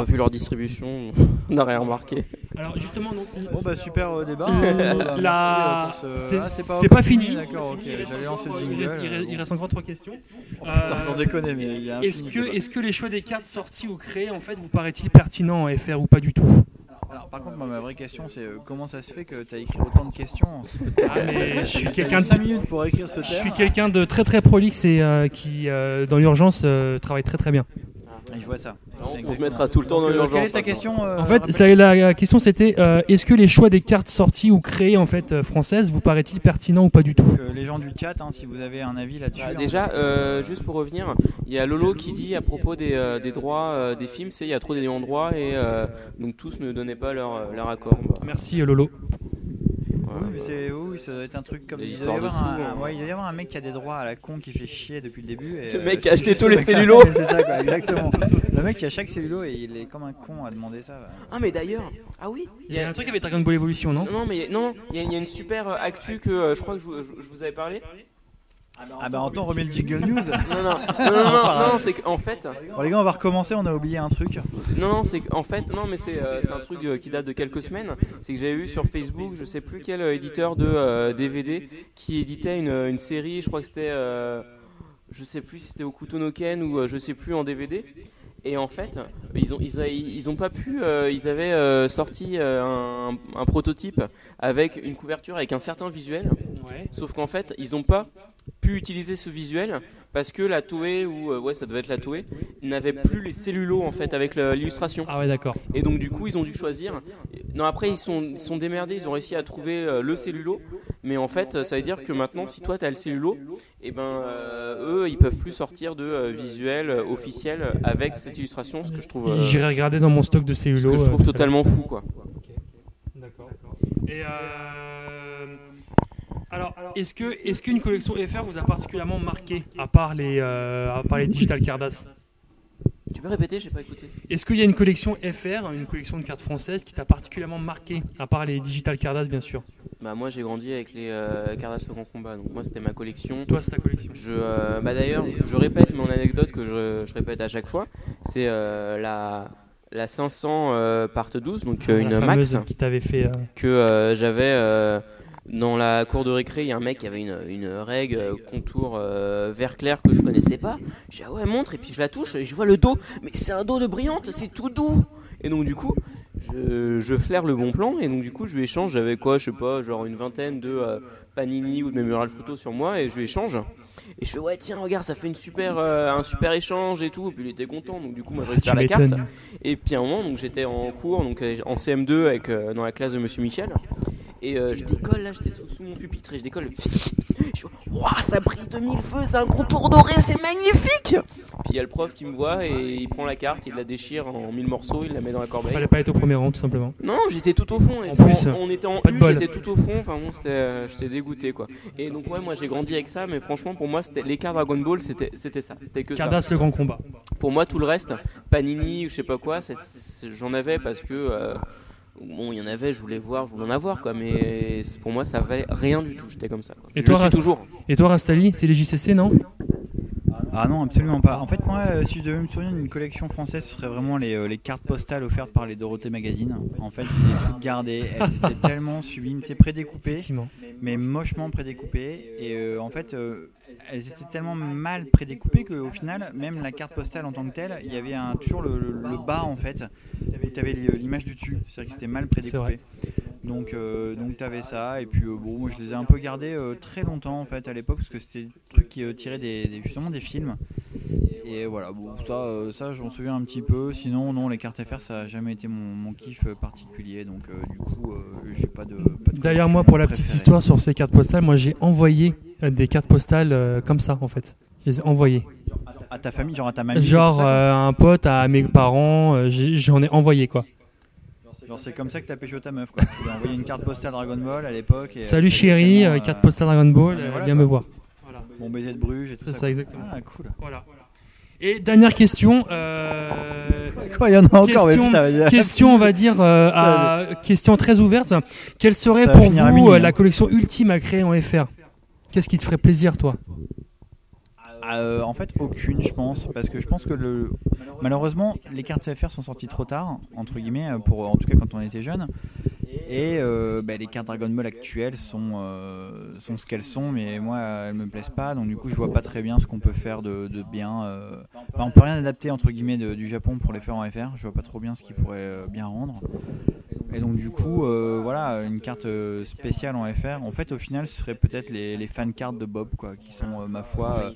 S1: Voilà.
S3: hein, vu leur distribution, on n'a rien remarqué.
S1: Alors justement,
S5: Bon bah super euh, débat.
S1: Euh,
S5: hein. Bon, bah,
S1: la-
S5: merci, euh, pour ce-
S1: c'est-
S5: Ah,
S1: c'est pas fini.
S5: D'accord, ok.
S1: Il reste
S5: J'allais lancer le
S1: encore- il
S5: jingle.
S1: reste- il reste- il
S5: euh,
S1: reste encore trois questions.
S5: bon. Oh, Putain,
S1: Euh,
S5: sans déconner, mais il y a
S1: Est-ce
S5: infini
S1: que,
S5: débat.
S1: est-ce que les choix des cartes sorties ou créées, en fait, vous paraît-il pertinent en FR ou pas du tout
S5: Alors, par contre, moi, ma vraie question, c'est euh, comment ça se fait que t'as écrit autant de questions hein en
S1: Ah, mais je suis quelqu'un de,
S5: 5 minutes pour écrire ce
S1: je suis
S5: thème.
S1: quelqu'un de très très prolixe et euh, qui, euh, dans l'urgence, euh, travaille très très bien.
S5: Ah, Je vois ça.
S3: on te mettra tout le temps dans
S5: Euh,
S3: l'urgence. hein.
S5: Quelle est ta
S3: maintenant.
S5: question euh,
S1: En fait,
S5: rappelle-
S1: ça- la question c'était euh, est-ce que les choix des cartes sorties ou créées, en fait, euh, françaises, vous paraît-il pertinent ou pas du tout
S5: Euh, les gens du chat, hein, si vous avez un avis là-dessus.
S3: Bah,
S5: hein,
S3: déjà,
S5: parce que,
S3: euh, juste pour revenir, il y a Lolo qui dit à propos des, euh, des droits euh, des films, c'est il y a trop d'éléments de droit et euh, donc tous ne donnaient pas leur, leur accord. Bah,
S1: Merci euh, Lolo.
S3: voilà.
S5: euh, Oui, mais c'est oui, oui, ça doit être un truc comme
S3: Les
S5: il doit y
S3: histoires de
S5: avoir un,
S3: sous,
S5: un-
S3: hein.
S5: ouais, il doit y avoir un mec qui a des droits à la con qui fait chier depuis le début. Et,
S3: Le
S5: euh,
S3: mec
S5: c'est-
S3: a acheté
S5: c'est-
S3: tous les
S5: c'est-
S3: cellulos.
S5: C'est ça, quoi, exactement. Le mec qui a chaque cellulo et il est comme un con à demander ça. bah.
S3: Ah mais d'ailleurs, ah oui,
S1: Il y a un truc avec Dragon Ball Evolution, non
S3: non, non, mais non, non, il y, a- il y a une super euh, actu que euh, je crois que je, vous- je- je vous avais parlé.
S5: Ah bah Anton remet le jingle news.
S3: Non, non, non, non, non, non, c'est qu'en fait,
S5: Bon les gars, on va recommencer, on a oublié un truc.
S3: c'est- non, non, c'est qu'en fait, non, mais c'est euh, c'est un truc euh, qui date de quelques semaines. C'est que j'avais vu sur Facebook, je sais plus quel euh, éditeur de euh, DVD qui éditait une, une série, je crois que c'était, euh, je sais plus si c'était au Kutonoken ou euh, je sais plus en DVD. Et en fait, ils ont, ils, a- ils ont pas pu, euh, ils avaient euh, sorti euh, un, un prototype avec une couverture avec un certain visuel. Sauf qu'en fait, ils n'ont pas pu utiliser ce visuel parce que la Toei ou euh, ouais, ça devait être la Toei n'avait plus les cellulos en fait avec le- l'illustration.
S1: Ah ouais, d'accord.
S3: Et donc du coup, ils ont dû choisir. Non, après ils sont ils sont démerdés, ils ont réussi à trouver euh, le cellulo, mais en fait, ça veut dire que maintenant si toi tu as le cellulo, et ben euh, eux, ils peuvent plus sortir de euh, visuel euh, officiel avec cette illustration, ce que je trouve euh,
S1: J'irai regarder dans mon stock de
S3: ce
S1: cellulo.
S3: que je
S1: euh,
S3: trouve
S1: tout à l'heure.
S3: totalement fou quoi.
S1: D'accord. Et euh, alors, est-ce que est-ce qu'une collection FR vous a particulièrement marqué à part les euh, à part les digital cardas
S3: Tu peux répéter, j'ai pas écouté.
S1: Est-ce qu'il y a une collection FR, une collection de cartes françaises qui t'a particulièrement marqué à part les digital cardas bien sûr
S3: Bah moi j'ai grandi avec les euh, Cardas Second Combat, donc moi c'était ma collection.
S1: Toi, c'est ta collection.
S3: Je, euh, bah d'ailleurs, je, je répète mon anecdote que je, je répète à chaque fois. C'est euh, la, la 500 euh, part 12, donc euh,
S1: La
S3: une
S1: fameuse
S3: max,
S1: qui t'avait fait. euh,
S3: que euh, j'avais euh, dans la cour de récré. Il y a un mec qui avait une, une règle euh, contour euh, vert clair que je connaissais pas. Je dis ah ouais, montre, et puis je la touche, et je vois le dos. Mais c'est un dos de brillante, c'est tout doux. Et donc du coup, je, je flaire le bon plan, et donc du coup, je lui échange. J'avais quoi, je sais pas, genre une vingtaine de euh, panini ou de mes murales photos sur moi, et je lui échange. Et je fais ouais tiens regarde ça fait une super euh, un super échange et tout et puis il était content donc du coup moi je récupère la carte
S1: m'étonnes.
S3: et puis à un moment donc j'étais en cours donc euh, en CM2 avec euh, dans la classe de Monsieur Michel et euh, je décolle là j'étais sous, sous mon pupitre et je décolle je fais, Ouah, ça brille de mille feux c'est un contour doré c'est magnifique puis il y a le prof qui me voit et il prend la carte il la déchire en mille morceaux il la met dans la corbeille
S1: Fallait pas être au premier rang tout simplement.
S3: non, j'étais tout au fond. On
S1: En
S3: était en,
S1: plus,
S3: on était en
S1: pas de
S3: U,
S1: bol.
S3: j'étais tout au fond. Enfin bon, c'était, euh, j'étais dégoûté quoi. Et donc ouais, moi j'ai grandi avec ça, mais franchement pour moi c'était l'écart Dragon Ball, c'était c'était ça, c'était que ça.
S1: Cardas, ce grand combat.
S3: Pour moi tout le reste, Panini ou je sais pas quoi, c'est- c'est- j'en avais parce que euh, bon il y en avait, je voulais voir, je voulais en avoir quoi. Mais c'est- pour moi ça valait rien du tout. J'étais comme ça. Quoi.
S1: Et
S3: je
S1: toi, Euh,
S3: le suis
S1: Rast-
S3: toujours.
S1: Et toi, Rastali, c'est les JCC, non
S5: Ah non, absolument pas. En fait, moi, euh, si je devais me souvenir d'une collection française, ce serait vraiment les, euh, les cartes postales offertes par les Dorothée Magazine. En fait, je les ai toutes gardées. Elles étaient tellement sublimes, c'était prédécoupées,
S1: Effectivement.
S5: mais mochement prédécoupées. Et euh, en fait, euh, elles étaient tellement mal prédécoupées qu'au final, même la carte postale en tant que telle, il y avait un, toujours le, le- le bas en fait, tu avais euh, l'image du dessus, c'est-à-dire que c'était mal prédécoupé. Donc, euh, donc tu avais ça, et puis euh, bon, moi je les ai un peu gardés euh, très longtemps en fait à l'époque, parce que c'était des trucs qui euh, tiraient des, des- justement des films. Et voilà, bon, ça, euh, ça je m'en souviens un petit peu. Sinon, non, les cartes FR, ça n'a jamais été mon, mon kiff euh, particulier, donc euh, du coup, euh, j'ai pas de. pas de
S1: D'ailleurs, moi,
S5: collection
S1: pour la petite
S5: préférée.
S1: histoire sur ces cartes postales, moi, j'ai envoyé euh, des cartes postales euh, comme ça, en fait. Je les ai envoyées.
S5: À ta famille, genre à ta mamie. et tout
S1: Genre,
S5: ça,
S1: euh, un pote à mes parents, euh, j'ai- j'en ai envoyé, quoi.
S5: Genre c'est comme ça que t'as pécho ta meuf quoi. Tu lui as envoyé une carte postale Dragon Ball à l'époque. et, euh,
S1: Salut
S5: ça
S1: chérie,
S5: directement,
S1: euh,
S5: euh,
S1: carte postale Dragon Ball,
S5: et
S1: euh,
S5: voilà,
S1: viens
S5: quoi.
S1: me voir.
S5: Mon baiser de Bruges et tout
S1: C'est
S5: ça.
S1: ça,
S5: quoi.
S1: exactement.
S5: Ah cool.
S1: Voilà. Et dernière question. euh,
S5: Quoi, il y en a encore, mais
S1: question,
S5: putain, vas-y.
S1: question, on va dire, euh, à- question très ouverte. Quelle serait
S5: Ça va
S1: pour vous
S5: finir à minuit,
S1: euh,
S5: hein.
S1: la collection ultime à créer en FR Qu'est-ce qui te ferait plaisir, toi
S5: Euh, en fait, aucune, je pense, parce que je pense que le malheureusement les cartes CFR sont sorties trop tard, entre guillemets, pour en tout cas quand on était jeune. Et euh, bah, les cartes Dragon Ball actuelles sont euh, sont ce qu'elles sont, mais moi elles me plaisent pas, donc du coup je vois pas très bien ce qu'on peut faire de, de bien. euh, enfin, on peut rien adapter entre guillemets de- du Japon pour les faire en FR. Je vois pas trop bien ce qu'ils pourraient euh, bien rendre. Et donc du coup, euh, voilà, une carte euh, spéciale en FR. En fait, au final, ce serait peut-être les, les fan cards de Bob, quoi, qui sont euh, ma foi euh,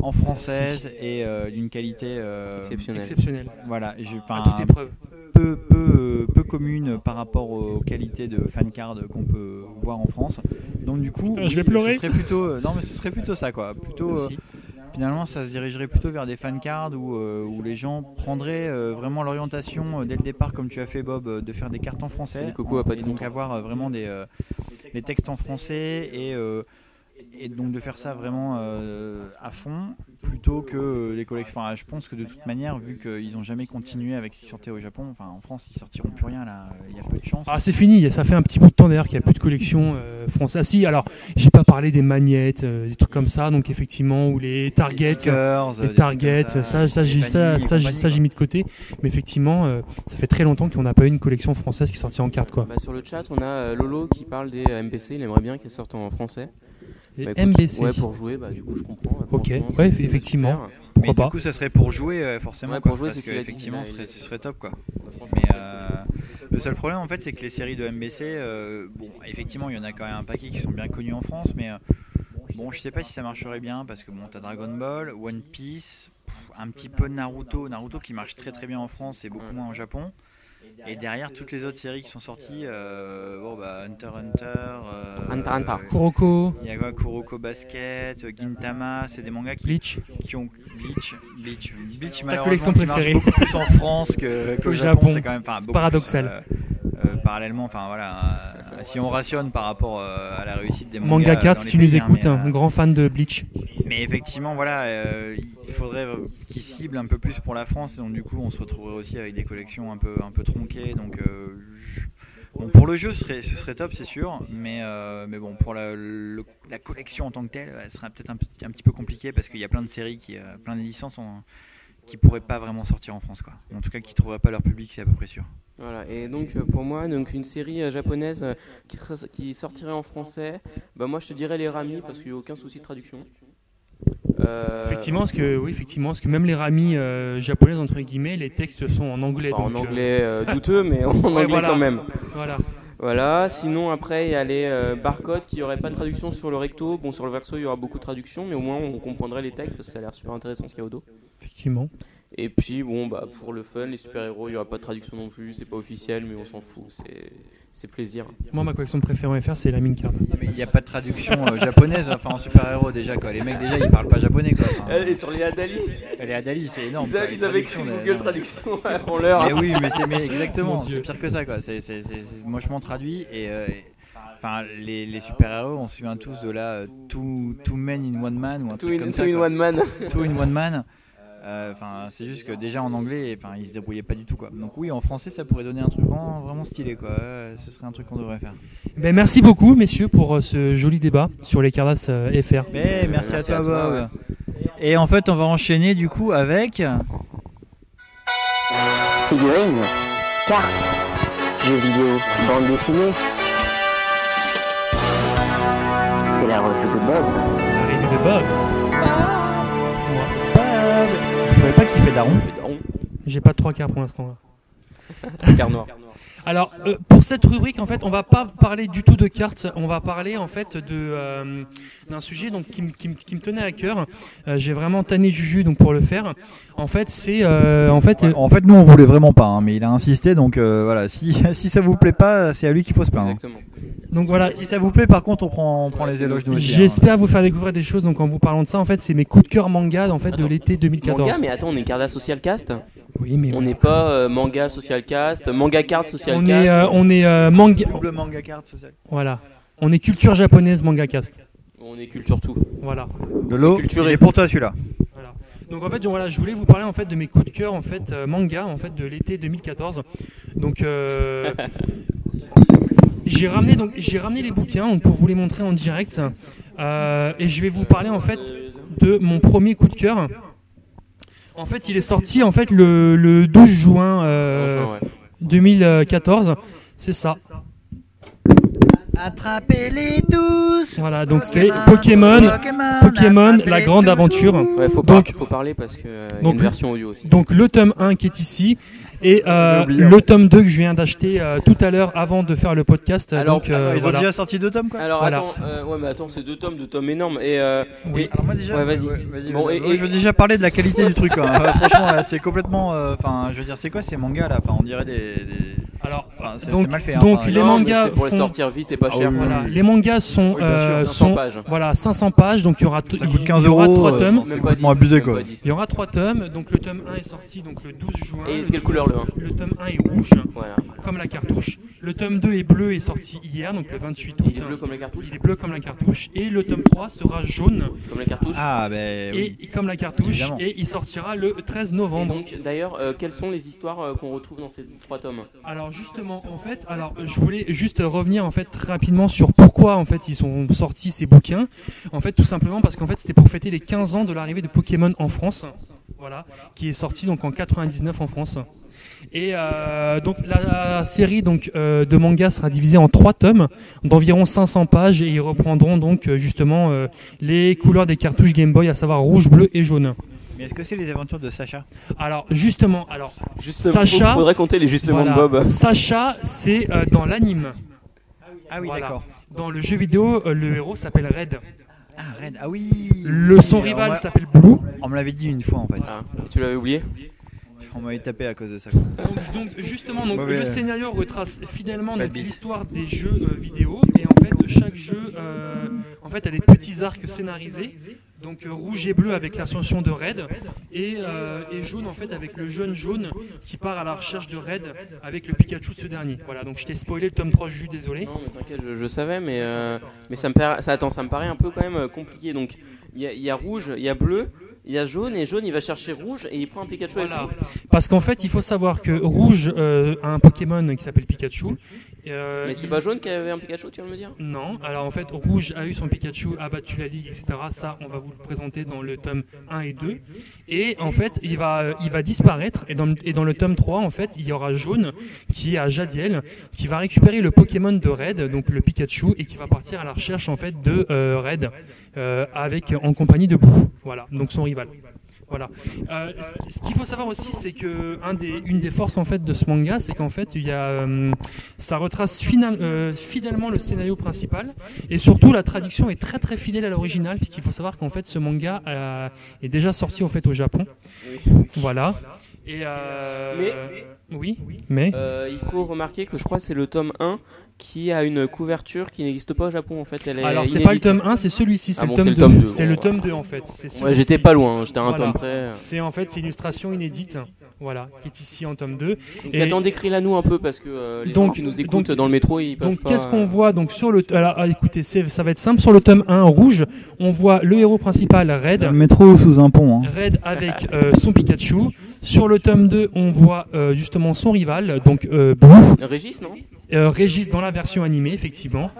S5: en française et euh, d'une qualité euh,
S3: Exceptionnel.
S1: Exceptionnel.
S5: Voilà, je, enfin,
S1: À toute épreuve.
S5: peu, peu, euh, peu commune par rapport aux qualités de fan card qu'on peut voir en France. Donc du coup,
S1: Putain, je vais
S5: oui,
S1: pleurer.
S5: Ce serait plutôt, euh, non mais ce serait plutôt ça, quoi. Plutôt, euh, finalement, ça se dirigerait plutôt vers des fan cards où, euh, où les gens prendraient euh, vraiment l'orientation euh, dès le départ, comme tu as fait Bob, euh, de faire des cartes en français.
S3: Salut, Coco, à pas de
S5: et donc
S3: compte.
S5: avoir euh, vraiment des, euh, des textes en français et, euh, et donc de faire ça vraiment euh, à fond plutôt que euh, les collections. Enfin, je pense que de toute manière, vu qu'ils n'ont jamais continué avec ce qui sortait au Japon, enfin en France, ils sortiront plus rien là. Il y a peu de chance.
S1: Ah, c'est fini, ça fait un petit bout de temps d'ailleurs qu'il n'y a plus de collection euh, française. Ah, si, alors, j'ai pas parlé des magnettes, euh, des trucs comme ça, donc effectivement, ou les
S5: Les
S1: targets. euh,
S5: stickers, des
S1: Les
S5: trucs
S1: targets,
S5: comme
S1: ça, ça,
S5: les
S1: j'ai ça,
S5: paniers
S1: ça,
S5: et
S1: j'ai-
S5: compagnie,
S1: ça, j'ai
S5: quoi.
S1: mis de côté. Mais effectivement, euh, ça fait très longtemps qu'on n'a pas eu une collection française qui est sortie en carte, quoi.
S3: Bah, sur le chat, on a euh, Lolo qui parle des euh, MPC. Il aimerait bien qu'elles sortent en français.
S1: Et
S3: Bah, écoute,
S1: MBC.
S3: Ouais, pour jouer, bah, du coup, je comprends.
S1: Ok,
S3: Franchement,
S1: ouais,
S3: c'est-
S1: effectivement.
S3: super.
S1: Pourquoi
S5: Mais
S1: pas
S5: Du coup, ça serait pour jouer euh, forcément.
S3: Ouais,
S5: quoi,
S3: pour jouer,
S5: parce
S3: c'est ce
S5: que,
S3: qu'il a dit.
S5: effectivement,
S3: Il
S5: ce
S3: a-
S5: serait, ce serait top quoi.
S3: Bah, franchement,
S5: Mais
S3: c'est-
S5: euh, le seul problème en fait, c'est que les séries de MBC, euh, bon, effectivement, il y en a quand même un paquet qui sont bien connus en France, mais euh, bon, je sais pas si ça marcherait bien parce que bon, t'as Dragon Ball, One Piece, pff, un petit peu Naruto, Naruto qui marche très très bien en France et beaucoup moins en Japon. Et derrière toutes les autres séries qui sont sorties, euh, bon bah Hunter x Hunter, euh,
S3: Hunter x Hunter.
S1: Kuroko,
S5: il y a quoi Kuroko Basket, euh, Gintama, c'est des mangas qui,
S1: Bleach.
S5: qui ont Bleach, Bleach, Bleach
S1: Ta
S5: malheureusement,
S1: collection
S5: qui marche
S1: préférée.
S5: beaucoup plus en France que qu'au
S1: Au
S5: Japon,
S1: Japon.
S5: c'est quand même enfin,
S1: C'est
S5: beaucoup
S1: paradoxal.
S5: plus, euh, euh, parallèlement, enfin voilà, euh, si on rationne par rapport euh, à la réussite des mangas.
S1: Manga
S5: euh,
S1: 4,
S5: dans
S1: si
S5: les
S1: tu
S5: pays,
S1: nous
S5: hein,
S1: écoutes,
S5: mais,
S1: un
S5: euh,
S1: grand fan de Bleach.
S5: mais effectivement, voilà, euh, il faudrait euh, qu'ils ciblent un peu plus pour la France, et donc du coup, on se retrouverait aussi avec des collections un peu, un peu tronquées. Donc, euh, je- bon, pour le jeu, ce serait, ce serait top, c'est sûr, mais, euh, mais bon, pour la, le- la collection en tant que telle, elle serait peut-être un, petit- un petit peu compliquée parce qu'il y a plein de séries, qui, euh, plein de licences en- qui pourraient pas vraiment sortir en France, quoi. En tout cas, qui trouveraient pas leur public, c'est à peu près sûr.
S3: Voilà, et donc euh, pour moi, donc une série euh, japonaise euh, qui, tra- qui sortirait en français, bah moi je te dirais les Ramis parce qu'il n'y a aucun souci de traduction. Euh,
S1: Effectivement, parce que, oui, effectivement, parce que même les ramis euh, japonaises, entre guillemets, les textes sont en anglais.
S3: bah, en
S1: donc, euh,
S3: anglais euh, douteux, mais en anglais
S1: voilà.
S3: quand même.
S1: voilà.
S3: Voilà, sinon après il y a les euh, barcodes qui n'auraient pas de traduction sur le recto. Bon, sur le verso il y aura beaucoup de traduction, mais au moins on comprendrait les textes parce que ça a l'air super intéressant ce qu'il y a au dos.
S1: Effectivement.
S3: Et puis bon, bah pour le fun, les super-héros, il n'y aura pas de traduction non plus, c'est pas officiel, mais on s'en fout, c'est- c'est plaisir.
S1: Moi, ma collection préférée en FR, c'est la Mincard.
S5: Il n'y a pas de traduction euh, japonaise, enfin en super-héros déjà, quoi. Les mecs, déjà, ils parlent pas japonais, quoi. Enfin,
S3: Eh, Et sur les Adali
S5: elle est à Dali, c'est énorme.
S3: Ils,
S5: quoi.
S3: a-
S5: Les
S3: ils avaient
S5: traductions,
S3: écrit
S5: mais-
S3: Google
S5: non.
S3: Traduction avant l'heure.
S5: Mais oui, mais c'est mais exactement,
S1: Mon Dieu.
S5: c'est pire que ça quoi. C'est c'est- c'est- c'est mochement traduit et euh, et- enfin les, les super héros, on se souvient tous de la two, two Men in One Man ou un
S3: Two
S5: truc
S3: in,
S5: comme
S3: two
S5: ça.
S3: in
S5: quoi.
S3: one man.
S5: Two in One Man. Euh, Enfin, c'est juste que déjà en anglais, enfin, ils se débrouillaient pas du tout quoi. Donc oui, en français, ça pourrait donner un truc vraiment, vraiment stylé quoi. Euh, ce serait un truc qu'on devrait faire.
S1: Ben, merci beaucoup, messieurs, pour euh, ce joli débat sur les Cardas euh, FR.
S5: Mais merci,
S3: merci
S5: à toi,
S3: à toi,
S5: Bob. Et en fait, on va enchaîner du coup avec.
S7: figurines, cartes, jeux vidéo, bande dessinée. C'est la revue de Bob.
S1: Allez, avait Bob.
S5: Pas- Je savais pas qui fait Daron.
S3: Fait daron,
S1: J'ai pas de 3 quarts pour l'instant. là.
S3: car noir.
S1: Alors, euh, pour cette rubrique, en fait, on va pas parler du tout de cartes. On va parler, en fait, de euh, d'un sujet donc qui, me- qui me- qui me tenait à cœur. Euh, J'ai vraiment tanné Juju donc pour le faire. En fait, c'est euh, en fait euh,
S5: En fait, nous, on voulait vraiment pas, hein, mais il a insisté, donc euh, voilà. Si, si ça vous plaît pas, c'est à lui qu'il faut se plaindre. hein.
S3: Exactement.
S1: donc voilà.
S5: Si ça vous plaît, par contre, on prend, on prend les éloges hein. de
S1: J'espère
S3: hein.
S1: vous faire découvrir des choses. Donc en vous parlant de ça, en fait, c'est mes coups de cœur manga en fait de
S3: Attends.
S1: l'été 2014.
S3: Manga, mais attends, on est Carda Social Cast
S1: Oui, mais
S3: On n'est pas euh, manga Social Cast, euh, manga card Social
S1: on
S3: Cast.
S1: est, euh, on est euh, manga.
S5: Double manga card social.
S1: Voilà. On est culture japonaise manga cast.
S3: On est culture tout.
S1: Voilà.
S5: Lolo,
S3: Culturé.
S5: il est pour toi celui-là.
S1: Donc en fait, je- voilà, je voulais vous parler en fait de mes coups de cœur en fait euh, manga en fait de l'été 2014. Donc euh, j'ai ramené donc j'ai ramené les bouquins donc, pour vous les montrer en direct Euh, et je vais vous parler en fait de mon premier coup de cœur. En fait, il est sorti en fait le, le 12 juin euh,
S3: Enfin, ouais.
S1: 2014. C'est ça.
S5: Attrapez les douces.
S1: Voilà, donc c'est Pokémon. Pokémon, la grande aventure.
S3: Ouais, faut,
S1: Donc-
S3: par- faut parler parce que euh, y a
S1: Donc-
S3: une version audio aussi.
S1: Donc le tome 1 qui est ici et euh, le tome 2 que je viens d'acheter euh, tout à l'heure avant de faire le podcast.
S3: Alors,
S1: donc, euh,
S5: Attends, ils ont
S1: voilà.
S5: déjà sorti deux tomes quoi.
S3: Alors
S1: Voilà.
S3: attends, euh, ouais mais attends, c'est deux tomes, deux tomes énormes et, euh,
S1: Oui.
S3: et-
S5: Alors moi déjà,
S3: Ouais, vas-y. Bon,
S5: vas-y.
S3: et-
S5: Ouais,
S3: et-
S5: je veux déjà parler de la qualité du truc. hein. Euh, franchement, là, c'est complètement. euh, Enfin, je veux dire, c'est quoi ces mangas là Enfin, on dirait des. des-
S1: Alors,
S5: Enfin, c'est
S1: Donc-
S5: c'est mal fait. hein.
S1: donc
S5: Enfin,
S1: les
S3: Non, mais
S1: mangas
S3: c'était pour les
S1: font-
S3: sortir vite et pas
S5: Ah
S3: cher.
S5: oui, oui,
S1: voilà,
S5: oui.
S1: les mangas sont
S5: Oui, bien sûr,
S1: euh,
S3: 500
S1: sont
S3: pages.
S1: voilà 500 pages donc il y aura t-
S5: Ça coûte
S1: il-
S5: 15
S1: il y aura
S5: euros,
S1: trois
S5: euh,
S1: tomes.
S5: c'est
S3: Même pas
S5: complètement
S3: 10,
S5: abusé,
S3: même
S5: quoi.
S3: pas 10.
S1: Il y aura trois tomes donc le tome 1 est sorti donc le 12 juin.
S3: Et de
S1: le,
S3: quelle couleur le 1
S1: le tome 1 est rouge
S3: Voilà.
S1: comme la cartouche. Le tome 2 est bleu et est sorti hier donc le 28 août.
S3: Il est bleu comme la cartouche
S1: Il est bleu comme la cartouche et le tome 3 sera jaune
S3: Comme la cartouche
S5: Ah
S3: Eh
S5: ben.
S1: et
S5: oui.
S1: comme la cartouche
S5: Évidemment.
S1: et il sortira le 13
S3: Et
S1: novembre.
S3: donc d'ailleurs, euh, quelles sont les histoires euh, qu'on retrouve dans ces trois tomes
S1: Alors justement, en fait, alors je voulais juste revenir en fait très rapidement sur pourquoi en fait ils sont sortis ces bouquins. En fait, tout simplement parce qu'en fait c'était pour fêter les 15 ans de l'arrivée de Pokémon en France. Voilà, qui est sorti donc en 99 en France. Et euh, donc la série donc euh, de manga sera divisée en trois tomes d'environ 500 pages et ils reprendront donc euh, justement euh, les couleurs des cartouches Game Boy, à savoir rouge, bleu et jaune.
S5: Mais est-ce que c'est les aventures de Sacha
S1: Alors justement, alors
S3: Justement,
S1: Sacha-
S3: faudrait compter les justement
S1: voilà,
S3: de Bob.
S1: Sacha, c'est euh, dans l'anime.
S5: Ah oui,
S1: Voilà.
S5: d'accord.
S1: Dans le jeu vidéo, euh, le héros s'appelle Red.
S5: Ah, Red, ah oui.
S1: Le son
S5: Oui, on
S1: rival
S5: m'a-
S1: s'appelle Blue.
S5: On me l'avait dit une fois en fait.
S3: Ah, et tu l'avais oublié
S5: On m'avait tapé à cause de ça. quoi.
S1: Donc, donc, justement, donc,
S5: Mauvais.
S1: le scénario retrace finalement
S5: Bad
S1: donc,
S5: beat.
S1: l'histoire des jeux euh, vidéo et en fait chaque jeu, euh, en fait, a des petits arcs scénarisés. Donc euh, rouge et bleu avec l'ascension de Red et, euh, et jaune en fait avec le jeune jaune qui part à la recherche de Red avec le Pikachu de ce dernier. Voilà, donc je t'ai spoilé le tome 3, je suis désolé.
S3: Non, mais t'inquiète, je, je savais, mais, euh, mais ça, me para- ça, attends, ça me paraît un peu quand même euh, compliqué. Donc, il y a, il y a rouge, il y a bleu, il y a jaune, et jaune, il va chercher rouge, et il prend un Pikachu avec
S1: Voilà.
S3: lui.
S1: Parce qu'en fait, il faut savoir que rouge euh, a un Pokémon qui s'appelle Pikachu. Euh,
S3: Mais c'est
S1: il-
S3: pas jaune qui avait un Pikachu, tu viens de me dire
S1: Non, alors en fait, Rouge a eu son Pikachu, a battu la Ligue, etc. Ça, on va vous le présenter dans le tome 1 et 2. Et en fait, il va, euh, il va disparaître. Et dans, le- et dans le tome 3, en fait, il y aura Jaune, qui est à Jadiel, qui va récupérer le Pokémon de Red, donc le Pikachu, et qui va partir à la recherche, en fait, de euh, Red, euh, avec, en compagnie de Boo. Voilà, donc son rival. Voilà. Euh, ce- ce qu'il faut savoir aussi, c'est que un des, une des forces en fait de ce manga, c'est qu'en fait, il y a, euh, ça retrace final- euh, fidèlement le scénario principal, et surtout la traduction est très très fidèle à l'original, puisqu'il faut savoir qu'en fait, ce manga euh, est déjà sorti en fait au Japon. Voilà. Et euh, oui, mais
S3: Euh, Il faut remarquer que je crois que c'est le tome 1 qui a une couverture qui n'existe pas au Japon en fait. Elle est
S1: alors c'est
S3: inédite.
S1: pas le tome 1, c'est celui-ci, c'est
S3: Ah
S1: le
S3: bon,
S1: tome
S3: c'est le tome
S1: 2.
S3: deux.
S1: C'est le tome 2 en fait. c'est
S3: Ouais,
S1: celui-ci.
S3: j'étais pas loin, hein, j'étais à un
S1: Voilà.
S3: tome près.
S1: C'est en fait c'est illustration inédite, voilà, qui est ici en tome 2.
S3: Donc,
S1: Et-
S3: attends, décris-la nous un peu parce que euh, les gens
S1: Donc-
S3: qui nous écoutent
S1: donc-
S3: dans le métro, ils peuvent
S1: Donc
S3: pas.
S1: qu'est-ce qu'on voit donc sur le alors, ah, écoutez c'est- ça va être simple sur le tome 1 rouge on voit le héros principal
S5: Dans
S1: Red
S5: le métro ou sous un pont. Hein.
S1: Red avec euh, son Pikachu sur le tome 2 on voit euh, justement son rival donc euh, Blue
S3: Régis, non
S1: euh, Régis dans la version animée effectivement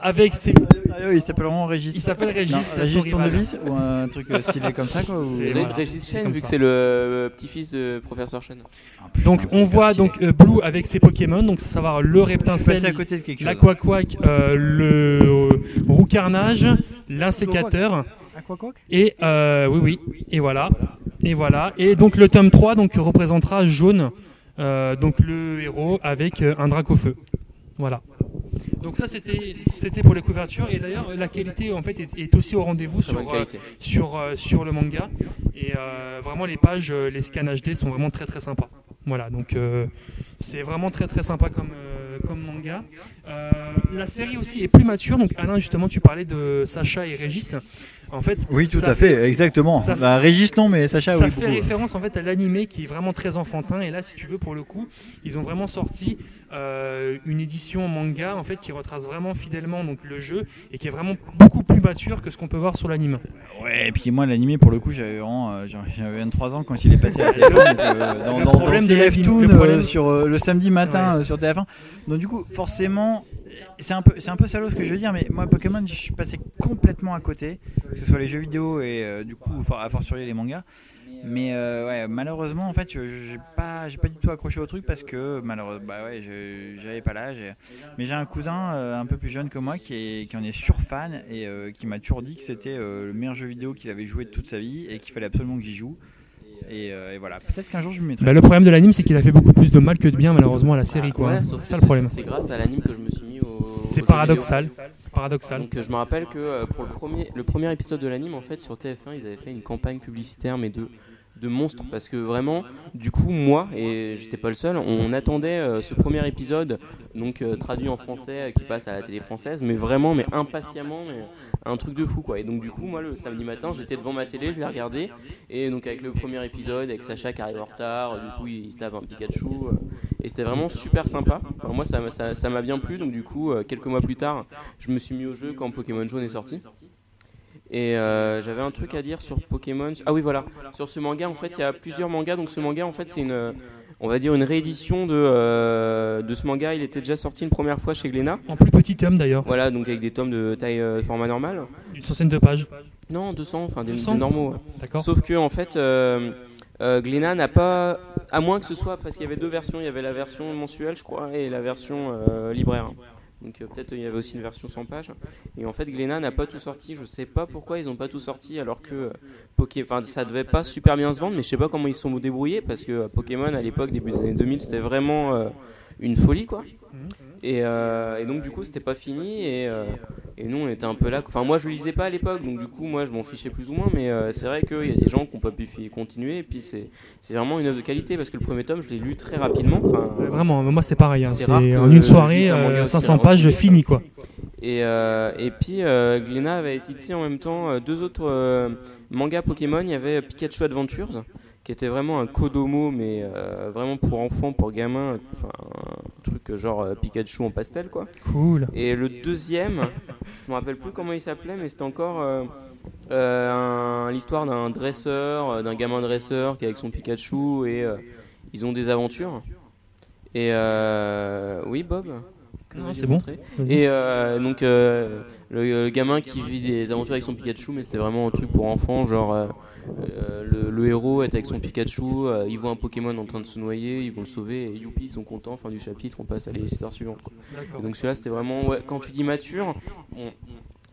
S1: avec ses
S5: Sérieux, Ah il s'appelle vraiment Régis.
S1: il s'appelle Régis
S5: Non,
S1: c'est son
S5: Régis
S1: rival.
S5: Tournevis ou un truc euh, stylé comme ça quoi ou-
S1: C'est-
S3: Ré-
S1: Et voilà,
S3: Régis
S1: c'est
S3: Chen,
S1: comme
S3: vu que
S1: ça.
S3: c'est le euh, petit-fils de Professeur Chen.
S5: Ah, putain,
S1: donc
S5: c'est
S1: on
S5: hyper
S1: voit
S5: stylé.
S1: donc euh, Blue avec ses Pokémon donc c'est savoir le
S5: Je suis passé à
S1: Reptincelle
S5: côté de quelque chose.
S1: l'Aquaquac euh, le euh, Roucarnage l'insécateur
S5: Aquacoque
S1: Et euh, oui, oui, et voilà, et voilà. Et donc le tome 3 donc représentera jaune, euh, donc le héros avec euh, un drac au feu. Voilà. Donc ça c'était c'était pour les couvertures et d'ailleurs la qualité en fait est, est aussi au rendez-vous
S3: Très
S1: sur
S3: bonne
S1: euh,
S3: qualité.
S1: sur euh, sur le manga et euh, vraiment les pages euh, les scans HD sont vraiment très très sympas. Voilà donc euh, c'est vraiment très très sympa comme euh, comme manga. Euh, la série aussi est plus mature donc Alain justement tu parlais de Sacha et Régis. En fait
S5: Oui, tout
S1: ça
S5: à fait, exactement.
S1: ça-
S5: Bah, Régis, non, mais Sacha,
S1: ça
S5: oui,
S1: fait
S5: beaucoup.
S1: référence en fait à l'animé qui est vraiment très enfantin et là si tu veux pour le coup ils ont vraiment sorti euh, une édition manga en fait qui retrace vraiment fidèlement donc le jeu et qui est vraiment beaucoup plus mature que ce qu'on peut voir sur l'anime.
S5: Ouais, et puis moi, l'animé, pour le coup, j'avais vraiment, euh, j'avais- j'avais 23 ans quand il est passé à TF1. donc, euh, dans
S1: Le
S5: dans, dans
S1: problème de
S5: TF Toon,
S1: l'anime, le
S5: euh,
S1: problème-
S5: sur, euh, le samedi matin
S1: Ouais.
S5: euh, sur TF1. Donc, du coup, forcément, c'est un, peu, c'est un peu salaud ce que je veux dire, mais moi, Pokémon, je suis passé complètement à côté, que ce soit les jeux vidéo et euh, du coup, for- à fortiori les mangas. Mais euh, ouais, malheureusement, en fait, je- j'ai pas, j'ai pas du tout accroché au truc parce que malheureusement, bah ouais, je- j'avais pas l'âge. et- Mais j'ai un cousin euh, un peu plus jeune que moi qui, est, qui en est surfan et euh, qui m'a toujours dit que c'était euh, le meilleur jeu vidéo qu'il avait joué de toute sa vie et qu'il fallait absolument que j'y joue. Et, euh, et voilà, peut-être qu'un jour je me mettrai.
S1: Bah, le problème de l'anime c'est qu'il a fait beaucoup plus de mal que de bien malheureusement à la série quoi.
S3: Ouais,
S1: hein.
S3: sauf que
S1: C'est ça le
S3: c'est-
S1: problème.
S3: C'est grâce à l'anime que je me suis mis au.
S1: C'est
S3: aux jeux
S1: paradoxal. C'est paradoxal.
S3: vidéo. Donc euh, je me rappelle que euh, pour le premier, le premier épisode de l'anime, en fait, sur TF1, ils avaient fait une campagne publicitaire, mais de de monstres parce que vraiment du coup moi et j'étais pas le seul on attendait euh, ce premier épisode donc euh, traduit en français euh, qui passe à la télé française mais vraiment mais impatiemment mais un truc de fou quoi et donc du coup moi le samedi matin j'étais devant ma télé je l'ai regardé et donc avec le premier épisode avec Sacha qui arrive en retard euh, du coup il se tape un Pikachu euh, et c'était vraiment super sympa. Enfin, moi, ça m'a ça- ça m'a bien plu, donc du coup, euh, quelques mois plus tard, je me suis mis au jeu quand Pokémon Jaune est sorti. Et euh, j'avais un truc à dire sur Pokémon. Ah oui, voilà. Sur ce manga, en fait, il y a plusieurs mangas. Donc ce manga, en fait, c'est une, on va dire une réédition de euh, de ce manga. Il était déjà sorti une première fois chez Glénat.
S1: En plus petit tome d'ailleurs,
S3: Voilà, donc avec des tomes de taille euh, format normal.
S1: une centaine de pages.
S3: Non, 200, enfin des,
S1: 200.
S3: des normaux. ouais.
S1: D'accord.
S3: Sauf que en fait, euh, euh, Glénat n'a pas, à moins que ce soit parce qu'il y avait deux versions, il y avait la version mensuelle, je crois, et la version euh, libraire. Donc euh, peut-être il y avait aussi une version sans page. Et en fait, Glénat n'a pas tout sorti. Je sais pas pourquoi ils ont pas tout sorti, alors que euh, Poké, enfin ça devait pas super bien se vendre, mais je sais pas comment ils se sont débrouillés parce que euh, Pokémon à l'époque début des années 2000 c'était vraiment euh, une folie quoi. Et, euh, et donc du coup c'était pas fini et, euh, et nous on était un peu là. Enfin moi je lisais pas à l'époque donc du coup moi je m'en fichais plus ou moins mais euh, c'est vrai qu'il y a des gens qui ont pas pu fi- continuer et puis c'est c'est vraiment une œuvre de qualité parce que le premier tome je l'ai lu très rapidement. Enfin,
S1: Ouais, Vraiment, moi c'est pareil. hein.
S3: C'est
S1: C'est
S3: rare que
S1: en
S3: je
S1: une
S3: lise
S1: soirée,
S3: un manga
S1: euh,
S3: aussi
S1: 500
S3: avancé.
S1: pages, fini quoi.
S3: Et, euh, et puis euh, Glénat avait édité en même temps euh, deux autres euh, mangas Pokémon. Il y avait Pikachu Adventures, qui était vraiment un Kodomo, mais euh, vraiment pour enfants, pour gamins, enfin un truc euh, genre euh, Pikachu en pastel quoi.
S1: Cool.
S3: Et le deuxième, je me rappelle plus comment il s'appelait, mais c'était encore euh, euh, un- l'histoire d'un dresseur, euh, d'un gamin dresseur qui est avec son Pikachu et euh, ils ont des aventures. Et euh, oui Bob. que
S1: Non,
S3: vous
S1: Ah, c'est
S3: avez
S1: bon.
S3: montré
S1: Vas-y.
S3: et euh, donc euh, le, le gamin qui vit des aventures avec son Pikachu, mais c'était vraiment un truc pour enfants, genre euh, euh, le, le héros est avec son Pikachu, euh, il voit un Pokémon en train de se noyer, ils vont le sauver, et youpi, ils sont contents, fin du chapitre, on passe à l'histoire suivante. quoi. Et Donc celui-là, c'était vraiment, ouais, quand tu dis mature, bon,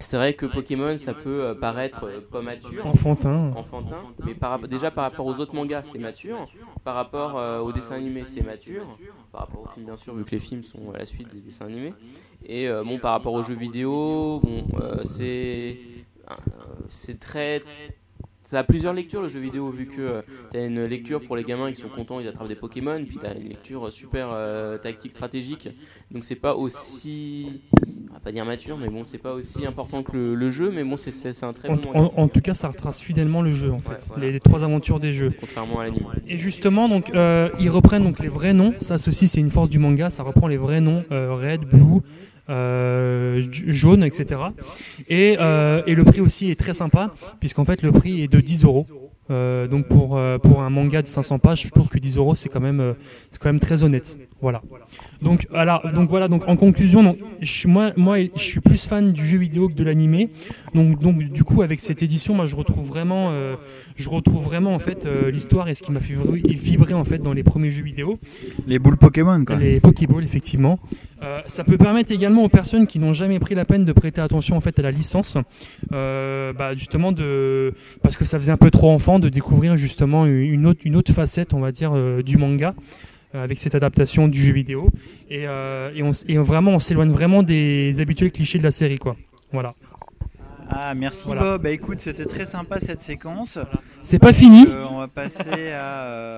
S3: c'est vrai que Pokémon, ça peut euh, paraître euh, pas mature,
S1: Enfantin.
S3: enfantin, mais par, rap- déjà par rapport aux autres mangas, c'est mature. Par rapport euh, aux dessins animés, c'est mature. Par rapport aux films, bien sûr, vu que les films sont à la suite des dessins animés. Et euh, bon, par rapport aux jeux vidéo, bon, euh, c'est euh, c'est très ça a plusieurs lectures le jeu vidéo vu que euh, t'as une lecture pour les gamins qui sont contents ils attrapent des Pokémon puis t'as une lecture euh, super euh, tactique stratégique donc c'est pas aussi on va pas dire mature mais bon c'est pas aussi important que le, le jeu mais bon c'est c'est c'est un très
S1: En,
S3: bon manga,
S1: en- en tout cas, ça retrace fidèlement le jeu en fait,
S3: Ouais, voilà.
S1: les, les trois aventures des jeux.
S3: contrairement à l'anime.
S1: Et justement, donc euh, ils reprennent donc les vrais noms. Ça, ceci, c'est une force du manga. Ça reprend les vrais noms euh, red, blue, euh, j- jaune, etc. Et, euh, et le prix aussi est très sympa puisqu'en fait le prix est de 10 euros. Euh, donc pour euh, pour un manga de 500 pages, je trouve que 10 euros c'est quand même euh, c'est quand même très honnête. Voilà. Donc alors donc voilà donc en conclusion donc, je, suis- moi moi je suis plus fan du jeu vidéo que de l'animé. Donc donc du coup avec cette édition moi je retrouve vraiment euh, je retrouve vraiment en fait euh, l'histoire et ce qui m'a fait vibrer- vibrer en fait dans les premiers jeux vidéo,
S5: Les boules Pokémon, quoi.
S1: les Pokéballs effectivement. Euh, ça peut permettre également aux personnes qui n'ont jamais pris la peine de prêter attention en fait à la licence, euh, bah, justement de parce que ça faisait un peu trop enfant de découvrir justement une autre une autre facette on va dire euh, du manga euh, avec cette adaptation du jeu vidéo et, euh, et, on, s- et vraiment on s'éloigne vraiment des habituels clichés de la série quoi. Voilà.
S5: Ah, merci
S1: Voilà.
S5: Bob. Bah, écoute, c'était très sympa cette séquence.
S1: C'est pas fini.
S5: Euh, on va passer à euh,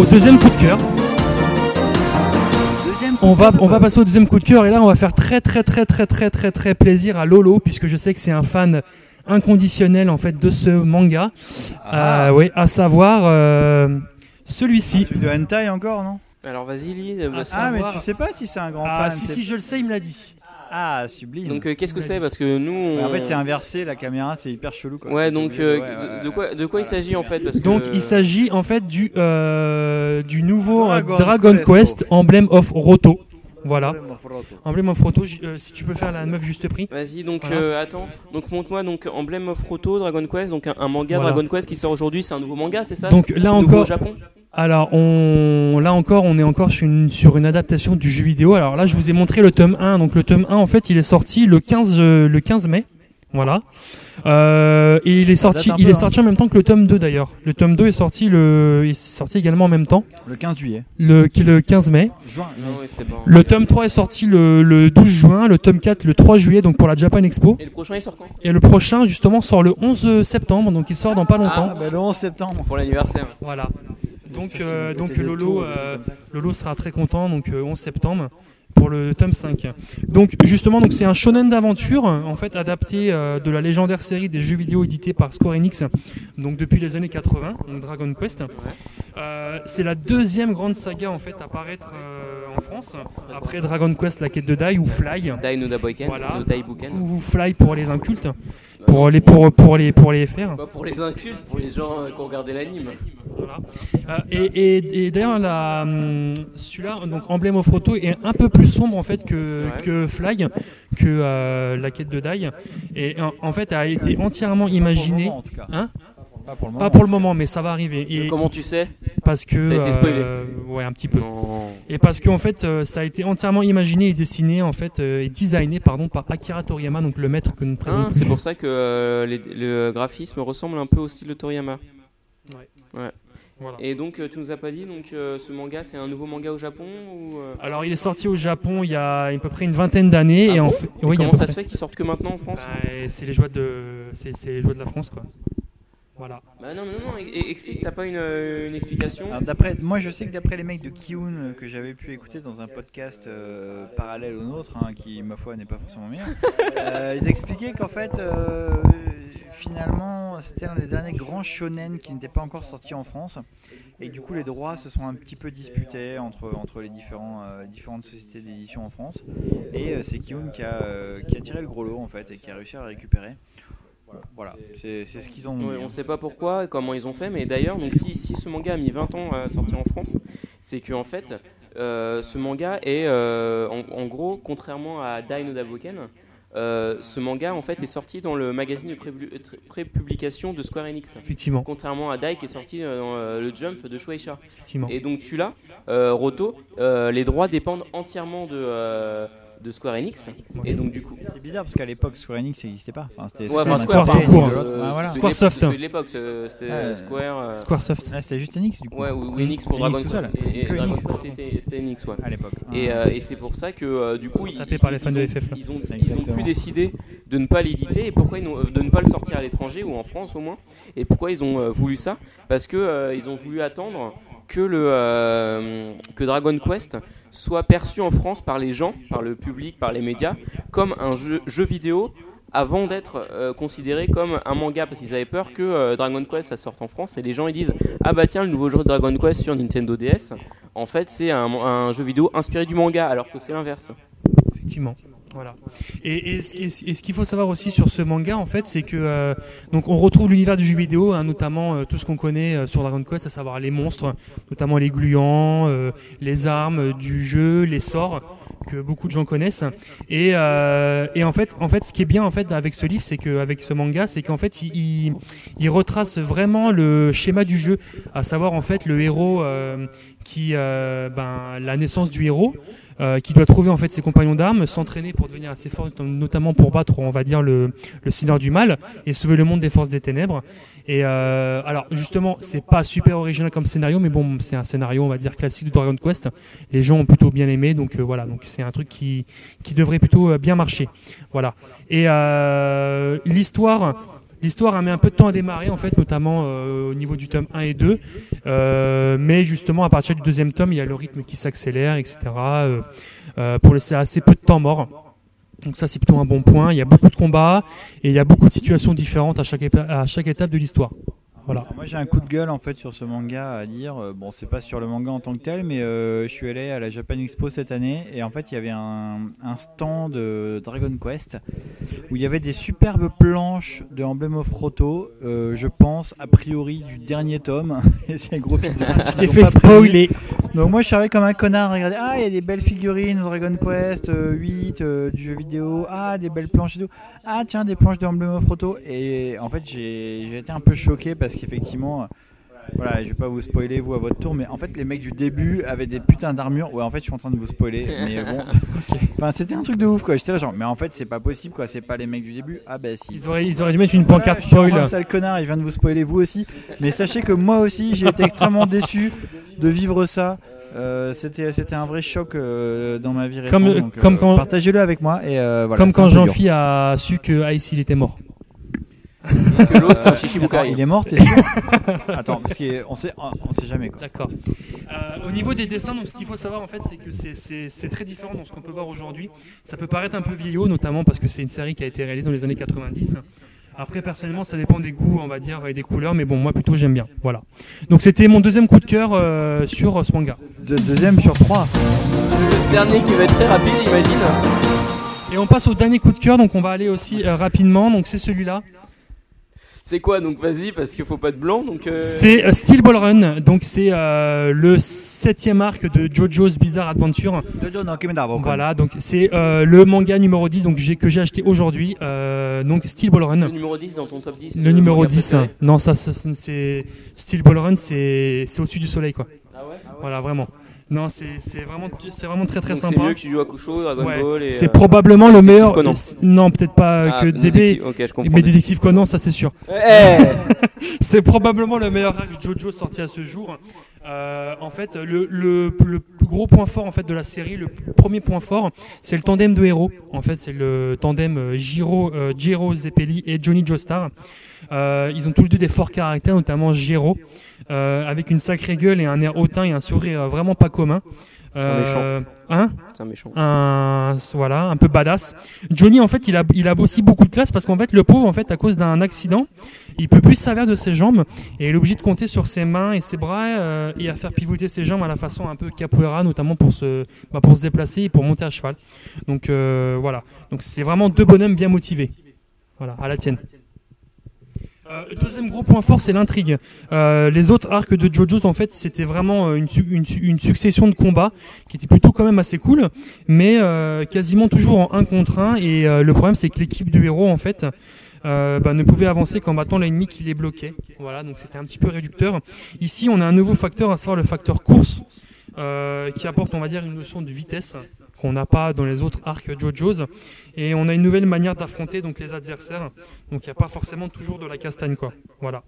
S1: Au deuxième coup de cœur,
S5: deuxième.
S1: on va on va passer au deuxième coup de cœur et là on va faire très très très très très très très plaisir à Lolo puisque je sais que c'est un fan inconditionnel en fait de ce manga.
S5: Ah. Ah,
S1: Euh, oui, à savoir euh, celui-ci.
S5: De hentai encore, non
S3: Alors vas-y, lis. euh,
S1: Ah,
S3: ça.
S5: Ah, mais
S1: savoir-
S5: tu sais pas si c'est un grand
S1: Ah
S5: fan.
S1: si
S5: c'est-
S1: si je le sais il me l'a dit.
S5: Ah, sublime.
S3: donc euh, qu'est-ce que c'est Parce que nous.
S5: Ouais, Bah, en
S3: on-
S5: fait, c'est inversé, la caméra, c'est hyper chelou. Quoi.
S3: Ouais,
S5: T'es
S3: donc
S5: obligé
S3: euh,
S5: ouais, ouais,
S3: de-
S5: ouais,
S3: de quoi,
S5: ouais.
S3: de quoi il
S5: Voilà.
S3: s'agit en fait Parce que-
S1: Donc il s'agit en fait du, euh, du nouveau euh,
S5: Dragon
S1: Dragon,
S5: Quest,
S1: Quest,
S5: oh.
S1: Emblem of Roto. Voilà. Emblem of Roto, j- euh, si tu peux faire la meuf juste prix.
S3: Vas-y, donc
S1: Voilà.
S3: euh, attends. Donc montre-moi donc Emblem of Roto, Dragon Quest, donc un, un manga
S1: Voilà.
S3: Dragon Quest qui sort aujourd'hui. C'est un nouveau manga, c'est ça
S1: Donc là
S3: Nouveau au
S1: encore,
S3: Japon.
S1: alors on, là encore, on est encore sur une, sur une adaptation du jeu vidéo. Alors là, je vous ai montré le tome 1. Donc le tome 1, en fait, il est sorti le 15, euh, le 15 mai. Voilà. Euh, et il est sorti,
S5: date un
S1: il
S5: peu,
S1: est
S5: hein.
S1: sorti en même temps que le tome 2 d'ailleurs. Le tome 2 est sorti le, est sorti également en même temps,
S5: Le 15 juillet.
S1: le, le 15 mai.
S5: Juin.
S3: Non, ouais, c'était pas.
S1: Le tome 3 est sorti le, le 12 juin, le tome 4 le 3 juillet, donc pour la Japan Expo.
S3: Et le prochain il sort quand
S1: Et le prochain, justement, sort le 11 septembre, donc il sort dans pas longtemps.
S5: Ah, bah, le 11 septembre.
S3: Pour l'anniversaire.
S1: Voilà. Donc, euh, donc Lolo, euh, Lolo sera très content, donc euh, 11 septembre pour le tome 5. Donc justement, donc c'est un shonen d'aventure, en fait adapté euh, de la légendaire série des jeux vidéo éditée par Square Enix, donc depuis les années 80, donc Dragon Quest. Euh, c'est la deuxième grande saga en fait à paraître euh, en France, après Dragon Quest, la quête de Dai ou Fly.
S3: Dai no Daibuken.
S1: Voilà.
S3: No Daibuken.
S1: Ou Fly pour les incultes, pour les pour pour les pour les faire.
S3: Pas pour les incultes, pour les gens euh, qui ont regardé l'anime.
S1: Voilà. Euh, et et, et d'ailleurs, la, hum, celui-là, donc Emblem of Roto, est un peu plus sombre en fait que, que Fly, que euh, la quête de Dai. Et en, en fait, a été entièrement imaginé.
S5: Pas pour le moment, en tout cas.
S1: Hein
S5: Pas pour le moment.
S1: Pas pour le moment, mais ça va arriver. Et
S3: Comment tu sais
S1: parce que.
S3: Ça a été spoilé.
S1: euh, ouais, un petit peu.
S3: Non.
S1: Et parce que en fait, euh, ça a été entièrement imaginé et dessiné en fait euh, et designé pardon par Akira Toriyama, donc le maître que nous
S3: Ah,
S1: présentons.
S3: c'est pour ça que euh, les- le graphisme ressemble un peu au style de Toriyama.
S1: Ouais.
S3: Ouais.
S1: Voilà.
S3: Et donc euh, tu nous as pas dit donc euh, ce manga c'est un nouveau manga au Japon ou euh,
S1: Alors, il est sorti au Japon il y a à peu près une vingtaine d'années.
S3: Ah
S1: et en
S3: bon
S1: fait, oui, il y a à
S3: comment
S1: peu
S3: ça
S1: près-
S3: se fait qu'ils sortent que maintenant en France
S1: Bah, et c'est les joies de c'est c'est les joies de la France quoi. Voilà.
S3: Bah non mais non, non, e- e- explique t'as pas une, euh, une explication
S5: Alors, d'après, moi, je sais que d'après les mecs de Kiun euh, que j'avais pu écouter dans un podcast euh, parallèle au nôtre, hein, qui ma foi n'est pas forcément mien, euh, ils expliquaient qu'en fait, euh, finalement, c'était l'un des derniers grands shonen qui n'était pas encore sorti en France, et que du coup, les droits se sont un petit peu disputés entre entre les différents euh, différentes sociétés d'édition en France, et euh, c'est Kiun qui a euh, qui a tiré le gros lot en fait et qui a réussi à le récupérer. Voilà, Voilà, c'est c'est ce qu'ils ont. hein.
S3: Ouais, on sait pas pourquoi, et comment ils ont fait, mais d'ailleurs, donc si, si ce manga a mis 20 ans à sortir en France, c'est que en fait, euh, ce manga est, euh, en, en gros, contrairement à Dai no Daboken, euh, ce manga en fait est sorti dans le magazine de pré- pré- pré-publication de Square Enix.
S1: Effectivement,
S3: Contrairement à Dai qui est sorti euh, dans euh, le Jump de Shueisha.
S1: effectivement.
S3: Et donc celui-là, euh, Roto, euh, les droits dépendent entièrement de, euh, de Square Enix. Et donc du coup,
S5: C'est bizarre parce qu'à l'époque Square Enix n'existait pas. Enfin, c'était c'était
S3: Ouais, enfin,
S5: un
S1: Square,
S5: cartel
S1: tout court.
S5: de l'autre.
S3: euh,
S5: Ouais, voilà.
S3: c'est-
S1: Square
S3: c'est-
S1: Soft.
S3: c'est de l'époque, c'est- c'était euh,
S5: Ouais.
S3: Square. euh,
S1: Squaresoft.
S5: Là, Ah, c'était juste Enix du coup.
S3: Ouais, ou, ou Enix pour
S5: Enix
S3: Dragon
S5: tout
S3: Quest.
S5: seul.
S3: Et, et
S5: Que
S3: Dragon
S5: Enix.
S3: Quest, c'était c'était Enix, ouais.
S5: À l'époque.
S3: Et,
S5: Ah.
S3: euh, et c'est pour ça que euh, du coup, ils,
S1: tapés par les fans
S3: ils
S1: de
S3: ont,
S1: FF.
S3: ils ont, ils ont
S5: Exactement.
S3: pu décider de ne pas l'éditer et pourquoi ils n'ont- euh, de ne pas le sortir à l'étranger ou en France au moins. Et pourquoi ils ont euh, voulu ça Parce que euh, ils ont voulu attendre que le euh, que Dragon Quest soit perçu en France par les gens, par le public, par les médias comme un jeu, jeu vidéo avant d'être euh, considéré comme un manga parce qu'ils avaient peur que euh, Dragon Quest ça sorte en France et les gens ils disent ah bah tiens le nouveau jeu de Dragon Quest sur Nintendo DS en fait c'est un, un jeu vidéo inspiré du manga alors que c'est l'inverse
S1: Effectivement. Voilà. Et, et ce qui- et ce et ce qu'il faut savoir aussi sur ce manga, en fait, c'est que euh, donc on retrouve l'univers du jeu vidéo, hein, notamment euh, tout ce qu'on connaît euh, sur Dragon Quest, à savoir les monstres, notamment les gluants, euh, les armes euh, du jeu, les sorts que beaucoup de gens connaissent. Et, euh, et en fait, en fait, ce qui est bien en fait avec ce livre, c'est que avec ce manga, c'est qu'en fait, il, il, il retrace vraiment le schéma du jeu, à savoir en fait le héros euh, qui, euh, ben, la naissance du héros euh, qui doit trouver en fait ses compagnons d'armes, s'entraîner pour devenir assez fort, notamment pour battre, on va dire, le, le Seigneur du Mal et sauver le monde des forces des ténèbres. Et euh, alors, justement, c'est pas super original comme scénario, mais bon, c'est un scénario, on va dire, classique de Dragon Quest. Les gens ont plutôt bien aimé, donc euh, voilà, donc c'est un truc qui, qui devrait plutôt euh, bien marcher. Voilà. Et euh, l'histoire. L'histoire a mis un peu de temps à démarrer, en fait, notamment euh, au niveau du tome 1 et 2. Euh, mais justement, à partir du deuxième tome, il y a le rythme qui s'accélère, etc. euh, euh, pour laisser assez peu de temps mort. Donc ça, c'est plutôt un bon point. Il y a beaucoup de combats et il y a beaucoup de situations différentes à chaque, épa- à chaque étape de l'histoire. Voilà.
S5: Moi j'ai un coup de gueule en fait sur ce manga à dire. Euh, Bon, c'est pas sur le manga en tant que tel, mais euh, je suis allé à la Japan Expo cette année et en fait il y avait un, un stand de Dragon Quest où il y avait des superbes planches de Emblem of Roto, euh, je pense a priori du dernier tome. Et c'est un gros fils de pute, ils
S1: T'es
S5: ont
S1: fait
S5: pas prévu.
S1: spoiler.
S5: Donc moi je suis arrivé comme un connard, regardez, ah il y a des belles figurines Dragon Quest euh, 8 euh, du jeu vidéo, ah des belles planches et tout, ah tiens des planches de Emblem of Roto et en fait j'ai j'ai été un peu choqué parce qu'effectivement euh, voilà, je vais pas vous spoiler vous à votre tour mais en fait les mecs du début avaient des putains d'armures. Ouais, en fait je suis en train de vous spoiler mais bon. Enfin, c'était un truc de ouf quoi. J'étais là genre mais en fait c'est pas possible quoi, c'est pas les mecs du début. Ah bah si.
S1: Ils auraient, ils auraient dû mettre une pancarte spoil.
S5: Le sale connard, il vient de vous spoiler vous aussi. Mais sachez que moi aussi, j'ai été extrêmement déçu de vivre ça. Euh, c'était c'était un vrai choc euh, dans ma vie récente.
S1: Comme-
S5: donc, euh,
S1: comme quand-
S5: partagez-le avec moi et euh, voilà,
S1: Comme
S5: c'était un
S1: quand
S5: peu dur.
S1: Jean-Phi a su que Ice, il était mort.
S3: Et que l'os, c'est un chichibukari.
S5: il est mort. t'es sûr Attends, parce qu'on sait on sait jamais quoi.
S1: D'accord. Euh, au niveau des dessins, donc, ce qu'il faut savoir en fait, c'est que c'est- c'est c'est très différent dans ce qu'on peut voir aujourd'hui. Ça peut paraître un peu vieillot, notamment parce que c'est une série qui a été réalisée dans les années 90. Après, personnellement, ça dépend des goûts, on va dire, et des couleurs, mais bon, moi plutôt j'aime bien. Voilà. Donc c'était mon deuxième coup de cœur euh, sur euh, ce manga.
S5: De- deuxième sur trois.
S3: Le dernier qui va être très rapide, j'imagine.
S1: Et on passe au dernier coup de cœur, donc on va aller aussi euh, rapidement. Donc c'est celui-là.
S3: C'est quoi donc Vas-y, parce qu'il faut pas de blanc. Donc, euh,
S1: C'est euh, Steel Ball Run, donc c'est euh, le septième arc de JoJo's Bizarre Adventure.
S5: Jojo no Kimeda, bon,
S1: Voilà, donc c'est euh, le manga numéro 10 donc j'ai- que j'ai acheté aujourd'hui, euh, donc Steel Ball Run.
S3: le numéro 10 dans ton top euh, 10.
S1: Le
S3: de
S1: numéro
S3: manga
S1: 10,
S3: préféré.
S1: hein. non, ça, ça, ça, c'est Steel Ball Run, c'est c'est au-dessus du soleil, quoi.
S3: Ah
S1: Voilà, vraiment. Non, c'est c'est vraiment, c'est vraiment très très
S3: Donc C'est
S1: sympa.
S3: mieux que Yu Hakusho, Dragon
S1: Ouais.
S3: Ball. et,
S1: C'est
S3: euh,
S1: probablement le meilleur.
S3: Conan.
S1: Non, peut-être pas
S3: ah,
S1: que
S3: non,
S1: DB,
S3: détective- Ok, je comprends.
S1: mais Détective Conan, ça c'est sûr.
S3: Eh
S1: C'est probablement le meilleur arc JoJo sorti à ce jour. Euh, en fait, le, le, le plus gros point fort en fait de la série, le p- premier point fort, c'est le tandem de héros. En fait, c'est le tandem euh, Giro, euh, Giro Zeppeli et Johnny Joestar. Euh, ils ont tous les deux des forts caractères, notamment Giro, euh, avec une sacrée gueule et un air hautain et un sourire euh, vraiment pas commun. Euh, hein
S3: C'est un méchant.
S1: un voilà un peu badass. Johnny en fait il a il a aussi beaucoup de classe parce qu'en fait le pauvre en fait à cause d'un accident il peut plus se servir de ses jambes et il est obligé de compter sur ses mains et ses bras euh, et à faire pivoter ses jambes à la façon un peu capoeira notamment pour se bah, pour se déplacer et pour monter à cheval. Donc euh, voilà donc c'est vraiment deux bonhommes bien motivés. Voilà à la tienne. Euh, deuxième gros point fort, c'est l'intrigue. Euh, les autres arcs de JoJo's, en fait, c'était vraiment euh, une, su- une su- une succession de combats qui était plutôt quand même assez cool, mais euh, quasiment toujours en 1 contre 1. Et euh, le problème, c'est que l'équipe du héros, en fait, euh, bah, ne pouvait avancer qu'en battant l'ennemi qui les bloquait. Voilà, donc c'était un petit peu réducteur. Ici, on a un nouveau facteur, à savoir le facteur course, euh, qui apporte, on va dire, une notion de vitesse qu'on n'a pas dans les autres arcs JoJo's. Et on a une nouvelle manière d'affronter donc les adversaires. Donc il n'y a pas forcément toujours de la castagne, quoi. Voilà.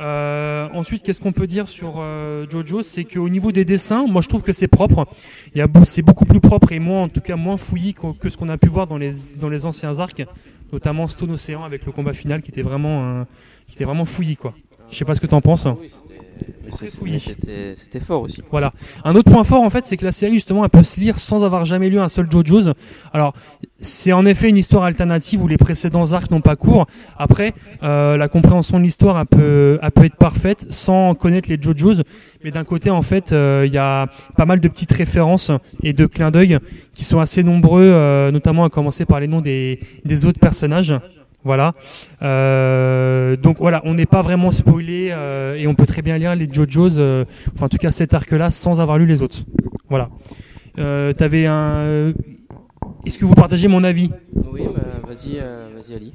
S1: Euh, ensuite, qu'est-ce qu'on peut dire sur euh, Jojo C'est qu'au niveau des dessins, moi je trouve que c'est propre. hein. Il y a beau- c'est beaucoup plus propre et moins, en tout cas, moins fouillis qu'au- que, ce qu'on a pu voir dans les dans les anciens arcs, notamment Stone Ocean avec le combat final qui était vraiment un- qui était vraiment fouillis, quoi. Je sais pas ce que t'en penses. hein.
S3: Oui, c'était- mais
S1: Très
S3: c'est-
S1: fouillis.
S3: mais c'était c'était fort aussi.
S1: Voilà. Un autre point fort, en fait, c'est que la série, justement, elle peut se lire sans avoir jamais lu un seul JoJo's. Alors, c'est en effet une histoire alternative où les précédents arcs n'ont pas cours. Après, euh, la compréhension de l'histoire, elle peut, elle peut être parfaite sans connaître les JoJo's. Mais d'un côté, en fait, euh, il y a pas mal de petites références et de clins d'œil qui sont assez nombreux, euh, notamment à commencer par les noms des, des autres personnages. Voilà. Euh, donc voilà, on n'est pas vraiment spoilé euh, et on peut très bien lire les JoJo's euh, enfin en tout cas cet arc-là, sans avoir lu les autres. Voilà. Euh, T'avais un. Est-ce que vous partagez mon avis
S3: Oui, bah, vas-y, euh, vas-y Ali.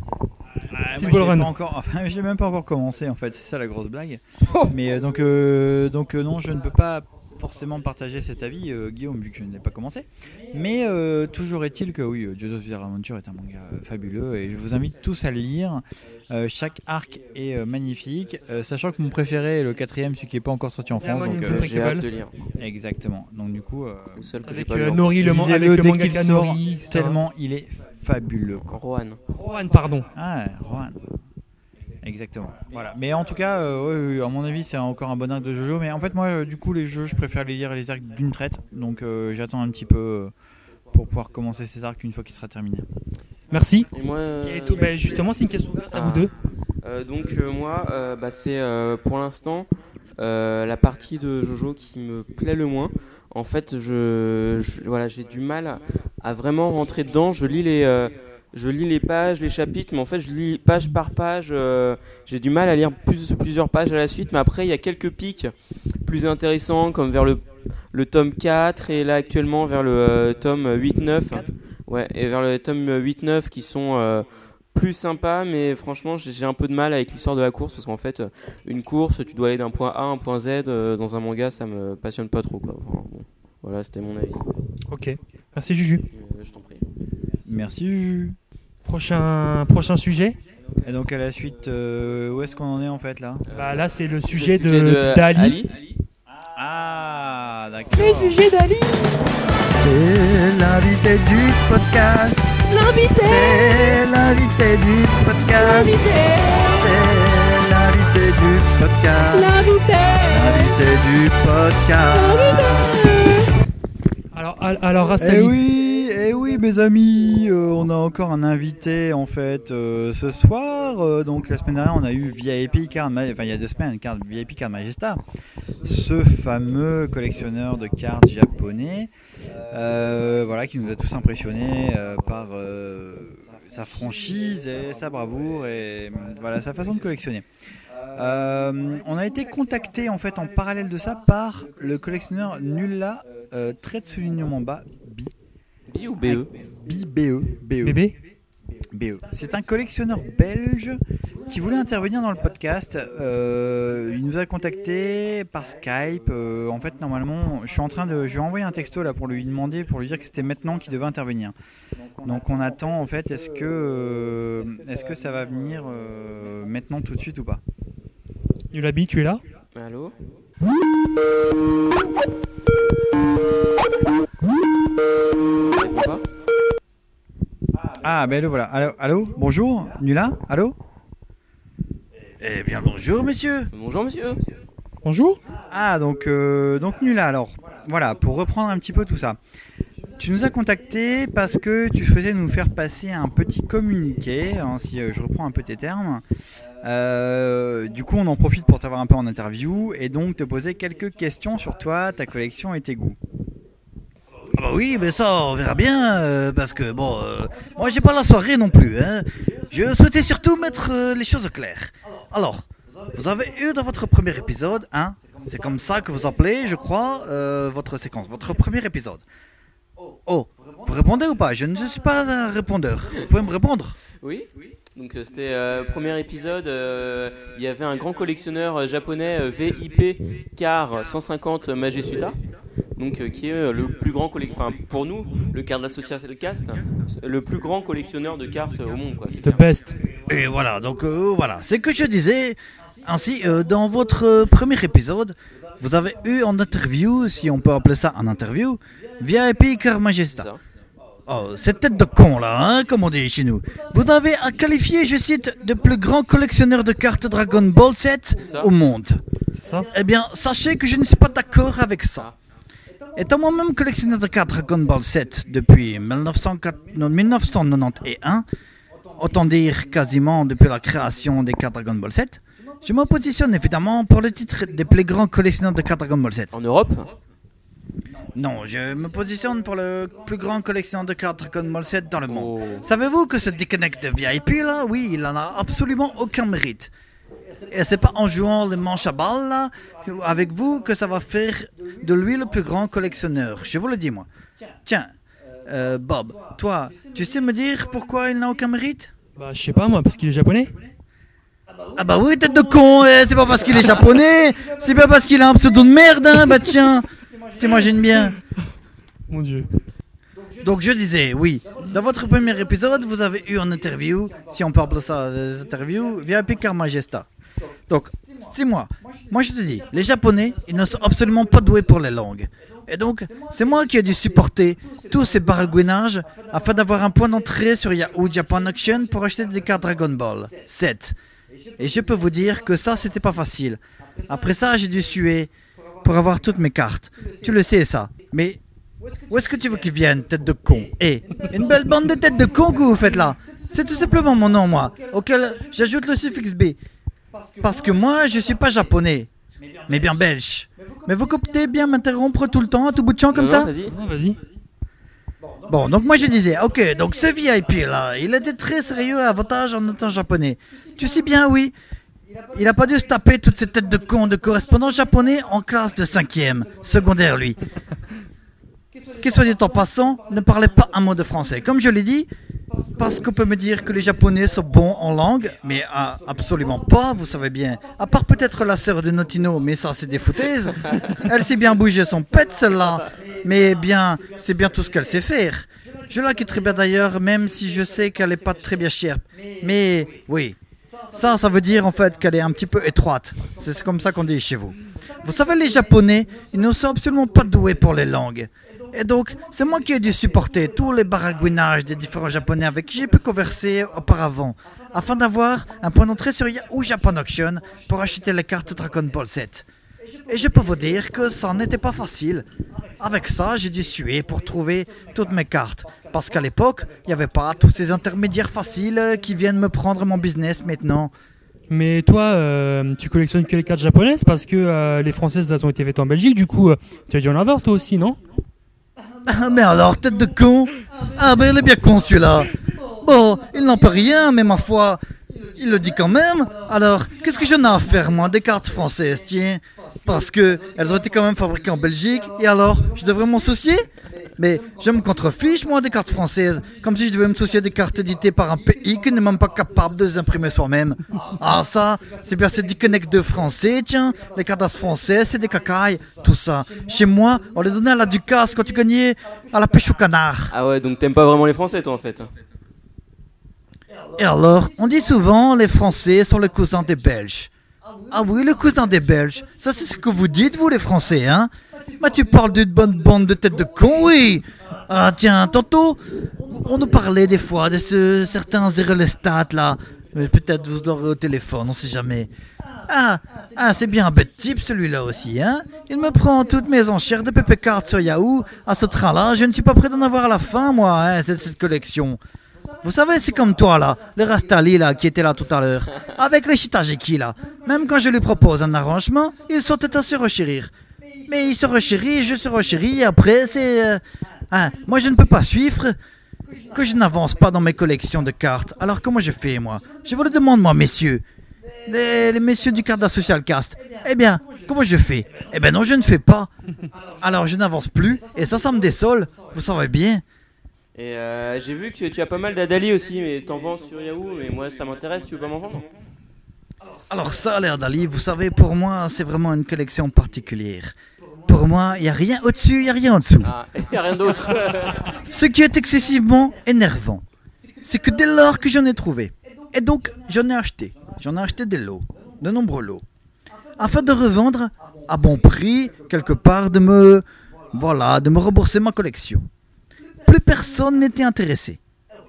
S5: Ah,
S1: Steve
S5: moi, je l'ai
S1: Ballrun.
S5: pas encore, enfin, je l'ai même pas encore commencé en fait, c'est ça la grosse blague.
S3: Oh.
S5: Mais euh, donc, euh, donc euh, non, je ne peux pas forcément partager cet avis, euh, Guillaume, vu que je n'ai pas commencé. Mais euh, toujours est-il que oui, euh, Joseph Bizarre-Aventure est un manga euh, fabuleux et je vous invite tous à le lire. Euh, chaque arc est euh, magnifique, Euh, sachant que mon préféré est le quatrième, celui qui n'est pas encore sorti en France.
S1: Diamond
S5: Donc,
S1: in
S5: euh,
S1: the
S3: J'ai hâte de lire.
S5: exactement. Donc du coup, euh,
S3: Le seul que Ah, j'ai
S1: Avec
S3: pas
S1: euh,
S3: lu. encore.
S1: Nori, le, man-
S5: lisez-le
S1: avec le
S5: dès
S1: manga
S5: qu'il sort,
S1: Nori, etc.
S5: tellement il est fabuleux. quoi.
S3: Rohan.
S1: Rohan, pardon.
S5: Ah, Rohan. Exactement. Voilà. Mais en tout cas, euh, ouais, ouais, à mon avis, c'est encore un bon arc de Jojo. Mais en fait, moi, euh, du coup, les jeux, je préfère les lire les arcs d'une traite. Donc, euh, j'attends un petit peu euh, pour pouvoir commencer ces arcs une fois qu'il sera terminé.
S1: Merci.
S3: Et moi. euh,
S1: Et tout- bah, justement, c'est une question ouverte à
S3: Ah.
S1: vous deux.
S3: Euh, donc euh, moi, euh, bah, c'est euh, pour l'instant euh, la partie de Jojo qui me plaît le moins. En fait, je, je- voilà, j'ai du mal à, à vraiment rentrer dedans. Je lis les euh, je lis les pages, les chapitres, mais en fait, je lis page par page. euh, j'ai du mal à lire plus- plusieurs pages à la suite, mais après, il y a quelques pics plus intéressants, comme vers le, le tome 4 et là actuellement vers le euh, tome 8-9. Ouais, et vers le tome 8-9 qui sont euh, plus sympas, mais franchement, j'ai j'ai un peu de mal avec l'histoire de la course parce qu'en fait, euh, une course, tu dois aller d'un point A à un point Z euh, dans un manga, ça me passionne pas trop. Quoi. Enfin, bon. Voilà, c'était mon avis.
S1: Ok. Merci Juju.
S3: Je, je t'en prie.
S5: Merci, Juju.
S1: Prochain, prochain sujet.
S5: Et donc, à la suite, euh, où est-ce qu'on en est en fait là
S1: Bah, là, c'est le
S3: Euh, Le
S1: sujet, de d'Ali.
S3: Ali.
S5: Ah, d'accord. Le sujet d'Ali C'est l'invité du podcast. L'invité C'est l'invité du podcast. L'invité C'est l'invité du podcast. L'invité L'invité du podcast.
S1: Alors, al- alors Rastali.
S5: Eh oui, eh oui, mes amis, euh, on a encore un invité en fait euh, ce soir. Euh, donc la semaine dernière, on a eu VIP Card, Ma- enfin il y a deux semaines, card, VIP Card Magista, ce fameux collectionneur de cartes japonais, euh, voilà, qui nous a tous impressionnés euh, par euh, sa franchise et sa bravoure et euh, voilà sa façon de collectionner. Euh, on a été contacté en fait en parallèle de ça par le collectionneur Nulla euh, trait de soulignement en bas Bi
S3: B E ou BE
S5: BBE. BE.
S1: Bébé.
S5: BE. E, C'est un collectionneur belge qui voulait intervenir dans le podcast. Euh, il nous a contacté par Skype. Euh, en fait, normalement, je suis en train de, je lui ai envoyé un texto là pour lui demander, pour lui dire que c'était maintenant qu'il devait intervenir. Donc on attend en fait, est-ce que, euh, est-ce que ça va venir euh, maintenant tout de suite ou pas
S1: Yulabi, tu es là
S3: Allô Il répond pas
S5: Ah ben le voilà. Allô, allô bonjour, Nula, allô. Eh bien bonjour monsieur.
S3: Bonjour monsieur
S1: Bonjour.
S5: Ah, donc, euh, donc nul alors. Voilà, pour reprendre un petit peu tout ça. Tu nous as contacté parce que tu souhaitais nous faire passer un petit communiqué, hein, si euh, je reprends un peu tes termes. Euh, du coup, on en profite pour t'avoir un peu en interview et donc te poser quelques questions sur toi, ta collection et tes goûts.
S9: Ah bah oui, mais ça, on verra bien, euh, parce que bon, euh, moi j'ai pas la soirée non plus. Hein. Je souhaitais surtout mettre euh, les choses au clair. Alors, vous avez eu dans votre premier épisode, hein, c'est comme ça que vous appelez, je crois, euh, votre séquence, votre premier épisode. Oh, vous répondez ou pas Je ne suis pas un répondeur. Vous pouvez me répondre
S3: Oui, donc euh, c'était euh, premier épisode. euh, Il y avait un grand collectionneur euh, japonais euh, VIP Car 150 Majesuta, donc euh, qui est euh, le plus grand collec- enfin pour nous le car de l'association Cast, le plus grand collectionneur de cartes euh, au monde quoi. c'est
S1: The
S3: clair.
S1: best.
S9: Et voilà, donc euh, voilà, c'est que je disais. Ainsi, euh, dans votre euh, premier épisode, vous avez eu en interview, si on peut appeler ça un interview, VIP Car
S3: C'est
S9: Magista.
S3: ça.
S9: Oh, cette tête de con là, hein, comme on dit chez nous. Vous avez à qualifier, je cite, de plus grand collectionneur de cartes Dragon Ball Z
S3: ça.
S9: au monde.
S1: C'est ça
S9: Eh bien, sachez que je ne suis pas d'accord avec ça.
S3: Ah.
S9: Étant moi-même collectionneur de cartes Dragon Ball 7 depuis 1904 non, 1991, autant dire quasiment depuis la création des cartes Dragon Ball 7, je me positionne évidemment pour le titre des plus grands collectionneurs de cartes Dragon Ball 7.
S3: En Europe,
S9: Non, je me positionne pour le plus grand collectionneur de cartes Dragon Ball 7 dans le monde.
S3: Oh.
S9: Savez-vous que ce déconnect de VIP là, oui, il en a absolument aucun mérite. Et c'est pas en jouant les manches à balles là, avec vous que ça va faire de lui le plus grand collectionneur. Je vous le dis moi. Tiens, euh, Bob, toi, tu sais me dire pourquoi il n'a aucun mérite
S1: Bah, je sais pas moi, parce qu'il est japonais.
S9: Ah bah oui, tête de con, eh, c'est pas parce qu'il est japonais, c'est pas parce qu'il a un pseudo de merde, hein, bah tiens.
S5: T'imagines bien
S10: Mon Dieu.
S5: Donc je disais, oui, dans votre premier épisode, vous avez eu une interview, si on peut appeler ça des interviews, via Picard Majesta. Donc, c'est moi. Moi, je te dis, les Japonais, ils ne sont absolument pas doués pour les langues. Et donc, c'est moi qui ai dû supporter tous ces baragouinages afin d'avoir un point d'entrée sur Yahoo Japan Action pour acheter des cartes Dragon Ball 7. Et je peux vous dire que ça, c'était pas facile. Après ça, j'ai dû suer pour avoir toutes mes cartes. Tu le sais, ça. Mais où est-ce que tu veux qu'ils viennent, tête de con Eh, une belle bande de têtes de con que vous faites là C'est tout simplement mon nom, moi, auquel j'ajoute le suffixe B. Parce que moi, je suis pas japonais, mais bien belge. Mais vous comptez bien m'interrompre tout le temps, à tout bout de champ comme
S3: Non,
S5: ça
S3: non, vas-y.
S1: Non, vas-y.
S5: Bon, donc moi je disais, ok, donc ce VIP là, il était très sérieux à avantage en étant japonais. Tu sais bien, oui, il a pas dû se taper toutes ces têtes de con de correspondants japonais en classe de 5ème, secondaire lui. Qui soit dit en passant, ne parlait pas un mot de français. Comme je l'ai dit, parce qu'on peut me dire que les japonais sont bons en langue, mais ah, absolument pas, vous savez bien. À part peut-être la sœur de Notino, mais ça c'est des foutaises. Elle sait bien bouger son pet, celle-là. Mais bien, c'est bien tout ce qu'elle sait faire. Je la quitterai bien d'ailleurs, même si je sais qu'elle n'est pas très bien chère. Mais oui, ça, ça veut dire en fait qu'elle est un petit peu étroite. C'est comme ça qu'on dit chez vous. Vous savez, les Japonais, ils ne sont absolument pas doués pour les langues. Et donc, c'est moi qui ai dû supporter tous les baragouinages des différents Japonais avec qui j'ai pu converser auparavant, afin d'avoir un point d'entrée sur Yahoo Japan Auction pour acheter la carte Dragon Ball 7. Et je peux vous dire que ça n'était pas facile. Avec ça, j'ai dû suer pour trouver toutes mes cartes. Parce qu'à l'époque, il n'y avait pas tous ces intermédiaires faciles euh, qui viennent me prendre mon business maintenant.
S1: Mais toi, euh, tu collectionnes que les cartes japonaises parce que euh, les françaises elles ont été faites en Belgique. Du coup, euh, tu as dû en avoir toi aussi, non
S5: Ah mais alors, tête de con Ah ben il est bien con celui-là Bon, il n'en peut rien, mais ma foi, il le dit quand même. Alors, qu'est-ce que j'en ai à faire, moi, des cartes françaises, tiens Parce que elles ont été quand même fabriquées en Belgique, et alors, je devrais m'en soucier Mais je me contrefiche, moi, des cartes françaises, comme si je devais me soucier des cartes éditées par un pays qui n'est même pas capable de les imprimer soi-même. Ah ça, c'est bien ces connect de français, tiens, les cartes françaises, c'est des cacailles, tout ça. Chez moi, on les donnait à la Ducasse quand tu gagnais à la pêche au canard.
S3: Ah ouais, donc t'aimes pas vraiment les Français, toi, en fait.
S5: Et alors, on dit souvent les Français sont les cousins des Belges. Ah oui, le cousin des Belges. Ça, c'est ce que vous dites, vous, les Français, hein Bah, tu parles d'une bonne bande de têtes de con, oui Ah, tiens, tantôt, on nous parlait des fois de ce, certains Erlestat, là. Mais peut-être vous l'aurez au téléphone, on sait jamais. Ah, ah c'est bien un bête type, celui-là aussi, hein Il me prend toutes mes enchères de PP Card sur Yahoo. À ce train-là, je ne suis pas prêt d'en avoir à la fin, moi, hein, de cette collection. Vous savez, c'est comme toi là, le Rastali là qui était là tout à l'heure, avec les Shitajiki là. Même quand je lui propose un arrangement, il s'entête à se rechérir. Mais il se rechérit, je se rechéris, et après c'est. euh, hein, moi je ne peux pas suivre que je n'avance pas dans mes collections de cartes. Alors comment je fais moi Je vous le demande moi, messieurs. Les, les messieurs du Carda Social Cast. Eh bien, comment je fais Eh bien non, je ne fais pas. Alors je n'avance plus, et ça, ça me désole, vous savez bien.
S3: Et euh, j'ai vu que tu as pas mal d'Adali aussi, mais t'en vends sur Yahoo, mais moi ça m'intéresse, tu veux pas m'en vendre
S5: Alors ça, l'air d'Ali, vous savez, pour moi, c'est vraiment une collection particulière. Pour moi, il n'y a rien au-dessus, il n'y a rien en dessous.
S3: Ah, y a rien d'autre.
S5: Ce qui est excessivement énervant, c'est que dès lors que j'en ai trouvé, et donc j'en ai acheté, j'en ai acheté des lots, de nombreux lots, afin de revendre à bon prix, quelque part, de me, voilà, de me rembourser ma collection. Plus personne n'était intéressé.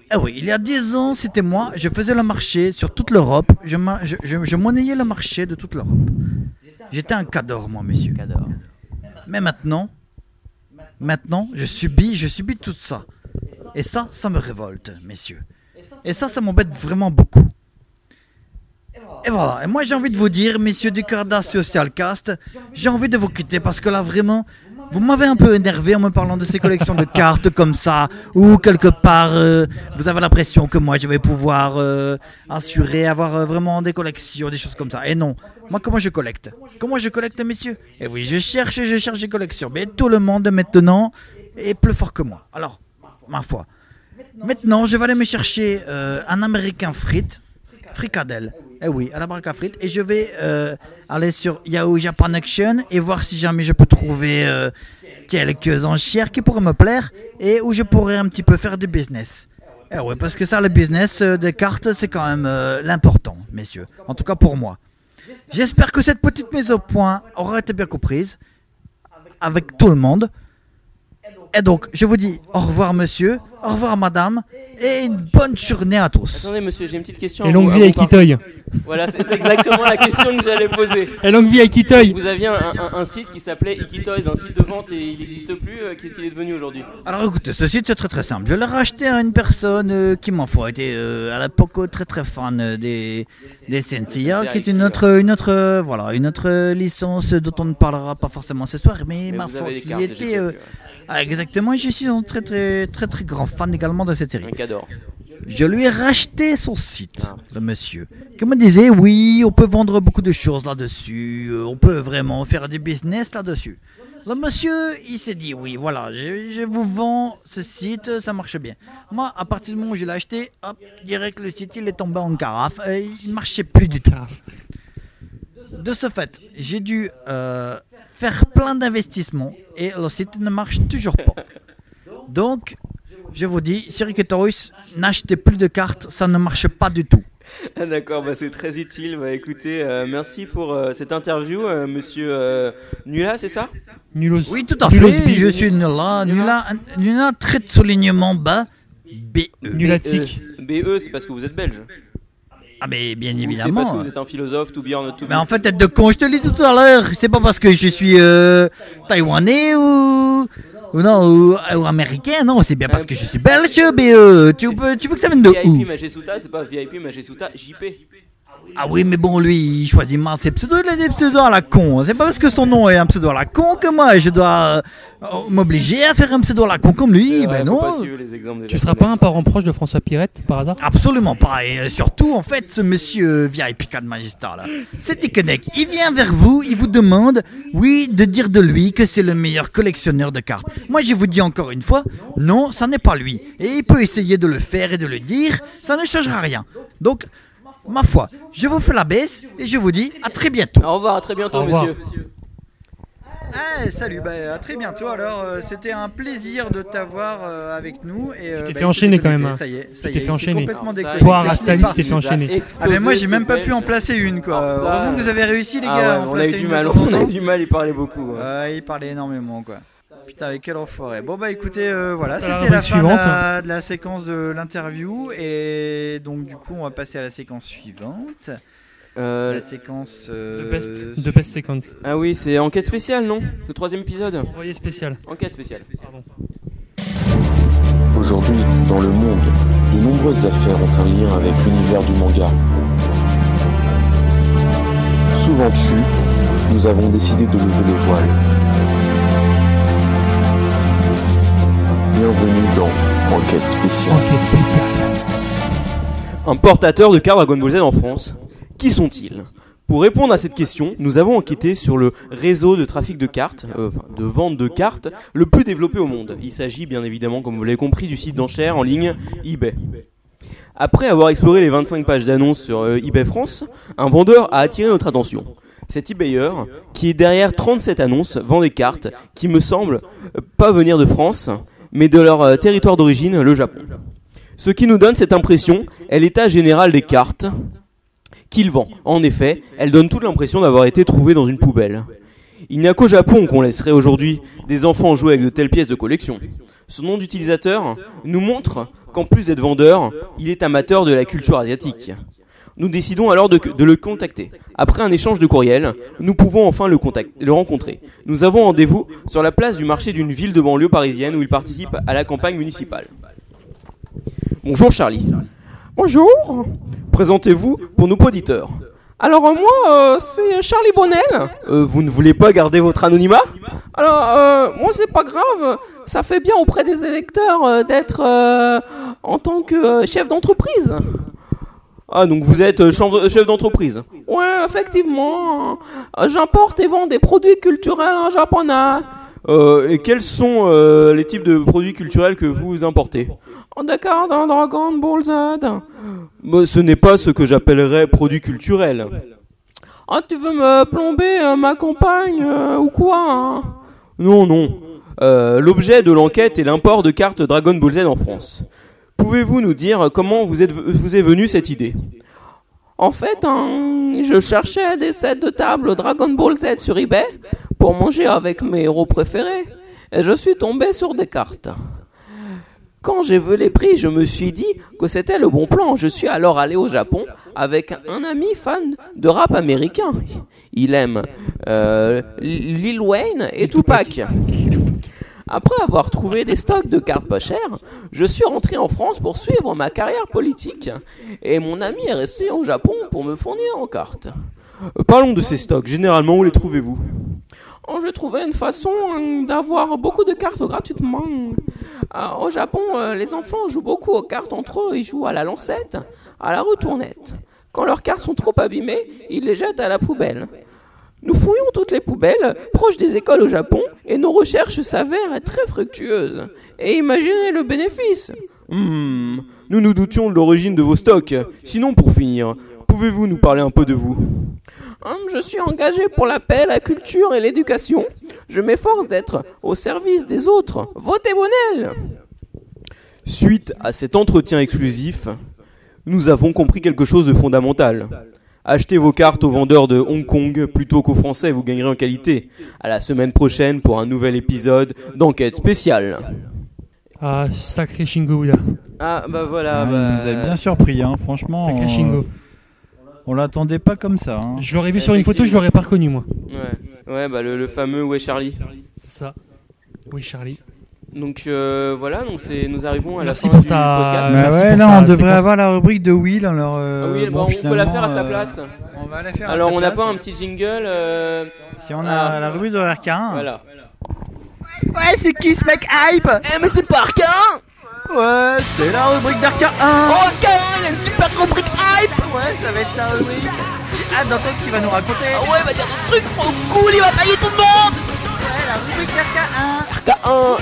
S5: Ah oui, il y a 10 ans, c'était moi, je faisais le marché sur toute l'Europe, je, ma- je- je- je monnayais le marché de toute l'Europe. J'étais un cador, moi, monsieur.
S3: J'adore.
S5: Mais maintenant, maintenant, je subis, je subis tout ça. Et ça, ça me révolte, messieurs. Et ça, ça m'embête vraiment beaucoup. Et voilà, et moi j'ai envie de vous dire, messieurs du Carda Social Cast, j'ai envie de vous quitter parce que là vraiment, vous m'avez un peu énervé en me parlant de ces collections de cartes comme ça, ou quelque part, euh, vous avez l'impression que moi je vais pouvoir euh, assurer, avoir euh, vraiment des collections, des choses comme ça. Et non, moi comment je collecte Comment je collecte, messieurs Et oui, je cherche, je cherche des collections, mais tout le monde maintenant est plus fort que moi. Alors, ma foi. Maintenant, je vais aller me chercher euh, un américain frite, fricadelle. Eh oui, à la barque à frites. Et je vais euh, aller sur Yahoo Japan Action et voir si jamais je peux trouver euh, quelques enchères qui pourraient me plaire et où je pourrais un petit peu faire du business. Eh ouais, parce que ça, le business euh, des cartes, c'est quand même euh, l'important, messieurs. En tout cas pour moi. J'espère que cette petite mise au point aura été bien comprise avec tout le monde. Et donc, je vous dis au revoir, monsieur, au revoir, madame, et une bonne journée à tous.
S3: Attendez, monsieur, j'ai une petite question.
S1: Et
S3: à
S1: longue
S5: ah
S3: vous- à
S1: vie à
S3: vous par-
S1: Quitoy.
S3: Voilà, c'est c'est exactement la question que j'allais poser.
S1: Et longue vie à Quitoy.
S3: Vous aviez un, un- un site qui s'appelait Ikitoys, un site de vente et il n'existe plus. euh, Qu'est-ce qu'il est devenu aujourd'hui
S5: Alors écoutez, ce site c'est très très simple. Je l'ai racheté à une personne euh, qui m'en faut, était euh, à l'époque euh, très très fan euh, des, des Sensia, qui est une autre, une autre, euh, voilà, une autre euh, licence dont on ne parlera pas forcément ce soir, mais,
S3: Mais
S5: ma
S3: vous
S5: foi,
S3: avez des
S5: qui
S3: cartes, je
S5: était...
S3: sais
S5: euh,
S3: plus, ouais.
S5: ah, exactement, je suis un très très très très grand fan également de cette série.
S3: Un cador.
S5: Je lui ai racheté son site, le monsieur, qui me disait oui, on peut vendre beaucoup de choses là-dessus, euh, on peut vraiment faire du business là-dessus. Le monsieur, il s'est dit oui, voilà, je, je vous vends ce site, ça marche bien. Moi, à partir du moment où je l'ai acheté, hop, direct le site, il est tombé en carafe, et il ne marchait plus du tout. De ce fait, j'ai dû euh, faire plein d'investissements et le site ne marche toujours pas. Donc, je vous dis, Siricatorus, n'achetez plus de cartes, ça ne marche pas du tout.
S3: Ah, D'accord, bah, c'est très utile. Bah, écoutez, euh, merci pour euh, cette interview, euh, monsieur euh, Nula, c'est ça
S1: Nulos.
S5: Oui, tout à
S1: Nulos
S5: fait,
S1: bi-
S5: je suis hein. Nula, Nula, Nula, trait de soulignement bas, E. BE.
S1: Nulatic.
S3: Euh, BE, c'est parce que vous êtes belge.
S5: Ah, mais bien
S3: Ou C'est parce que
S5: évidemment.
S3: vous êtes un philosophe, tout bien, tout
S5: Mais en fait, être de con, je te l'ai dit tout à l'heure, c'est pas parce que je suis euh, taïwanais ou. Ou non, ou, ou américain, non, c'est bien parce que je suis belge, BE. Tu veux, tu veux que ça vienne de où
S3: VIP Majesuta, c'est pas VIP Majesuta, JP.
S5: Ah oui, mais bon, lui, il choisit mal ses pseudos, il a des pseudos à la con. hein. C'est pas parce que son nom est un pseudo à la con que moi, je dois euh, m'obliger à faire un pseudo à la con comme lui.
S3: C'est vrai,
S5: Ben
S3: Euh, faut
S5: non,
S3: pas suivre les exemples des
S1: Tu seras
S3: Japonais.
S1: pas un parent proche de François Pirette par hasard
S5: absolument pas. Et euh, surtout, en fait, ce monsieur VIP 4 Magista, là, c'est Tikenek. Il vient vers vous, il vous demande, oui, de dire de lui que c'est le meilleur collectionneur de cartes. Moi, je vous dis encore une fois, non, ça n'est pas lui. Et il peut essayer de le faire et de le dire, ça ne changera rien. Donc, ma foi, je vous fais la baisse et je vous dis à très bientôt.
S3: Au revoir, à très bientôt,
S1: Au revoir.
S3: monsieur.
S5: Ah, salut, bah, à très bientôt alors. euh, C'était un plaisir de t'avoir euh, avec nous. Et, euh,
S1: t'es
S5: bah,
S1: fait
S5: il s'est
S1: enchaîner quand
S5: déconnecté,
S1: même, hein.
S5: Ça y est,
S1: t'es
S5: ça y est,
S1: fait
S5: il s'est
S1: enchaîner.
S5: complètement
S3: Alors ça,
S5: déconnecté.
S1: Toi,
S5: C'est
S1: Rastali,
S5: parti.
S1: tu t'es fait enchaîner.
S5: Ah, mais moi j'ai même pas pu en placer une quoi.
S3: Alors ça, ah
S5: Heureusement que vous avez réussi les gars. à en
S3: on a eu
S5: placer
S3: du
S5: une
S3: mal,
S5: de temps en
S3: on a eu
S5: temps.
S3: du mal, il parlait beaucoup. hein. ouais.
S5: Ouais, il parlait énormément quoi. Putain, avec quel enfoiré. Bon bah écoutez, euh, voilà,
S1: Ça va,
S5: c'était la
S1: rubrique
S5: fin de
S1: suivante.
S5: la, de la séquence de l'interview et donc du coup on va passer à la séquence suivante.
S3: Euh,
S5: La séquence.
S1: De
S5: euh,
S1: best, de best sequence.
S3: ah oui, c'est enquête spéciale, non Le troisième épisode
S1: Envoyé spécial.
S3: Enquête spéciale.
S1: Pardon.
S11: Aujourd'hui, dans le monde, de nombreuses affaires ont un lien avec l'univers du manga. Souvent dessus, nous avons décidé de lever les voiles. Bienvenue dans Enquête spéciale.
S1: Enquête spéciale.
S3: Importateurs de cartes Dragon Ball Z en France, qui sont-ils Pour répondre à cette question, nous avons enquêté sur le réseau de trafic de cartes, euh, enfin, de vente de cartes, le plus développé au monde. Il s'agit bien évidemment, comme vous l'avez compris, du site d'enchères en ligne eBay. Après avoir exploré les 25 pages d'annonces sur euh, eBay France, un vendeur a attiré notre attention. Cet eBayeur, qui est derrière 37 annonces, vend des cartes qui me semblent euh, pas venir de France, mais de leur euh, territoire d'origine, le Japon. Ce qui nous donne cette impression est l'état général des cartes qu'il vend. En effet, elles donnent toute l'impression d'avoir été trouvées dans une poubelle. Il n'y a qu'au Japon qu'on laisserait aujourd'hui des enfants jouer avec de telles pièces de collection. Son nom d'utilisateur nous montre qu'en plus d'être vendeur, il est amateur de la culture asiatique. Nous décidons alors de, de le contacter. Après un échange de courriel, nous pouvons enfin le, contact- le rencontrer. Nous avons rendez-vous sur la place du marché d'une ville de banlieue parisienne où il participe à la campagne municipale. Bonjour Charlie. Bonjour. Présentez-vous pour nos auditeurs. Alors euh, moi, euh, c'est Charlie Bonnel. Euh, vous ne voulez pas garder votre anonymat Alors euh, moi, c'est pas grave. Ça fait bien auprès des électeurs euh, d'être euh, en tant que euh, chef d'entreprise. Ah donc vous êtes euh, chambre- euh, chef d'entreprise Ouais, effectivement. J'importe et vends des produits culturels en japonais. et quels sont euh, les types de produits culturels que vous importez D'accord, dans Dragon Ball Z. ce n'est pas ce que j'appellerais produit culturel. Ah, tu veux me plomber euh, ma compagne euh, ou quoi hein Non, non. Euh, L'objet de l'enquête est l'import de cartes Dragon Ball Z en France. Pouvez-vous nous dire comment vous, êtes, vous est venue cette idée
S12: En fait, hein, je cherchais des sets de table Dragon Ball Z sur eBay pour manger avec mes héros préférés et je suis tombé sur des cartes. Quand j'ai vu les prix, je me suis dit que c'était le bon plan. Je suis alors allé au Japon avec un ami fan de rap américain. Il aime euh, Lil Wayne et Tupac. Après avoir trouvé des stocks de cartes pas chères, je suis rentré en France pour suivre ma carrière politique. Et mon ami est resté au Japon pour me fournir en cartes.
S3: Euh, Parlons de ces stocks. Généralement, où les trouvez-vous
S12: Oh, J'ai trouvé une façon hein, d'avoir beaucoup de cartes gratuitement. Euh, au Japon, euh, les enfants jouent beaucoup aux cartes entre eux. Ils jouent à la lancette, à la retournette. Quand leurs cartes sont trop abîmées, ils les jettent à la poubelle. Nous fouillons toutes les poubelles proches des écoles au Japon et nos recherches s'avèrent très fructueuses. Et imaginez le bénéfice
S3: Hmm, Nous nous doutions de l'origine de vos stocks. Sinon, pour finir, pouvez-vous nous parler un peu de vous
S12: Hein, je suis engagé pour la paix, la culture et l'éducation. Je m'efforce d'être au service des autres. Votez Bonnel
S3: Suite à cet entretien exclusif, nous avons compris quelque chose de fondamental. Achetez vos cartes aux vendeurs de Hong Kong plutôt qu'aux Français, vous gagnerez en qualité. À la semaine prochaine pour un nouvel épisode d'enquête spéciale.
S1: Ah, sacré Shingo, là.
S3: Ah bah voilà.
S5: Ouais,
S3: bah,
S5: il nous a bien surpris, hein, franchement.
S1: Sacré
S5: euh,
S1: Shingo.
S5: On l'attendait pas comme ça. hein.
S1: Je l'aurais vu sur une photo, je l'aurais pas reconnu, moi.
S3: Ouais, ouais bah le, le fameux Ouais Charlie.
S1: C'est ça. Oui, Charlie.
S3: Donc euh, voilà, donc c'est nous arrivons à
S1: Merci
S3: la fin
S1: pour
S3: du
S1: ta-
S3: podcast.
S1: Ah,
S5: Bah
S1: merci
S5: ouais,
S1: pour
S5: là,
S1: ta
S5: on devrait
S1: séquence.
S5: avoir la rubrique de Will. Alors,
S3: Ah
S5: euh,
S3: oui,
S5: bon,
S3: bah, on peut la
S5: finalement,
S3: faire à sa
S5: euh,
S3: place.
S5: On va la faire. à
S3: Alors
S5: sa
S3: on n'a
S5: place.
S3: pas un petit jingle. euh,
S5: Si on a
S3: Ah.
S5: la rubrique de RK1. hein.
S3: Voilà.
S9: Ouais, c'est qui ce mec hype
S12: Eh mais c'est pas Arcain
S9: Ouais, c'est la rubrique d'Arca 1
S12: Oh Arcain, il a une super rubrique hype
S9: Ouais, ça va être la rubrique J'ai
S5: Ah,
S9: hâte d'entendre ce qu'il va nous raconter
S12: Ah ouais, il va dire des trucs trop cool, il va tailler tout le monde Bah,
S9: Ouais, la rubrique d'Arca 1
S12: Arcain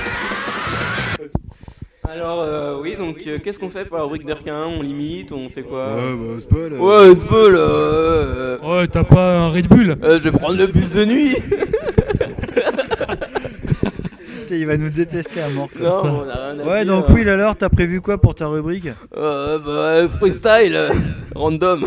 S3: Alors euh, oui, donc euh, qu'est-ce qu'on fait pour la rubrique d'Erkin On limite, on fait
S13: Ah,
S3: quoi
S5: Euh,
S6: bah, c'est pas là.
S3: Ouais, c'est beau, là, euh,
S1: Oh, t'as pas un Red Bull
S3: euh, je vais prendre le bus de nuit.
S5: Putain, Il va nous détester à mort.
S3: non, on a rien à
S5: Ouais,
S3: dire.
S5: donc Will, alors, t'as prévu quoi pour ta rubrique
S3: Euh, bah, freestyle, euh, random.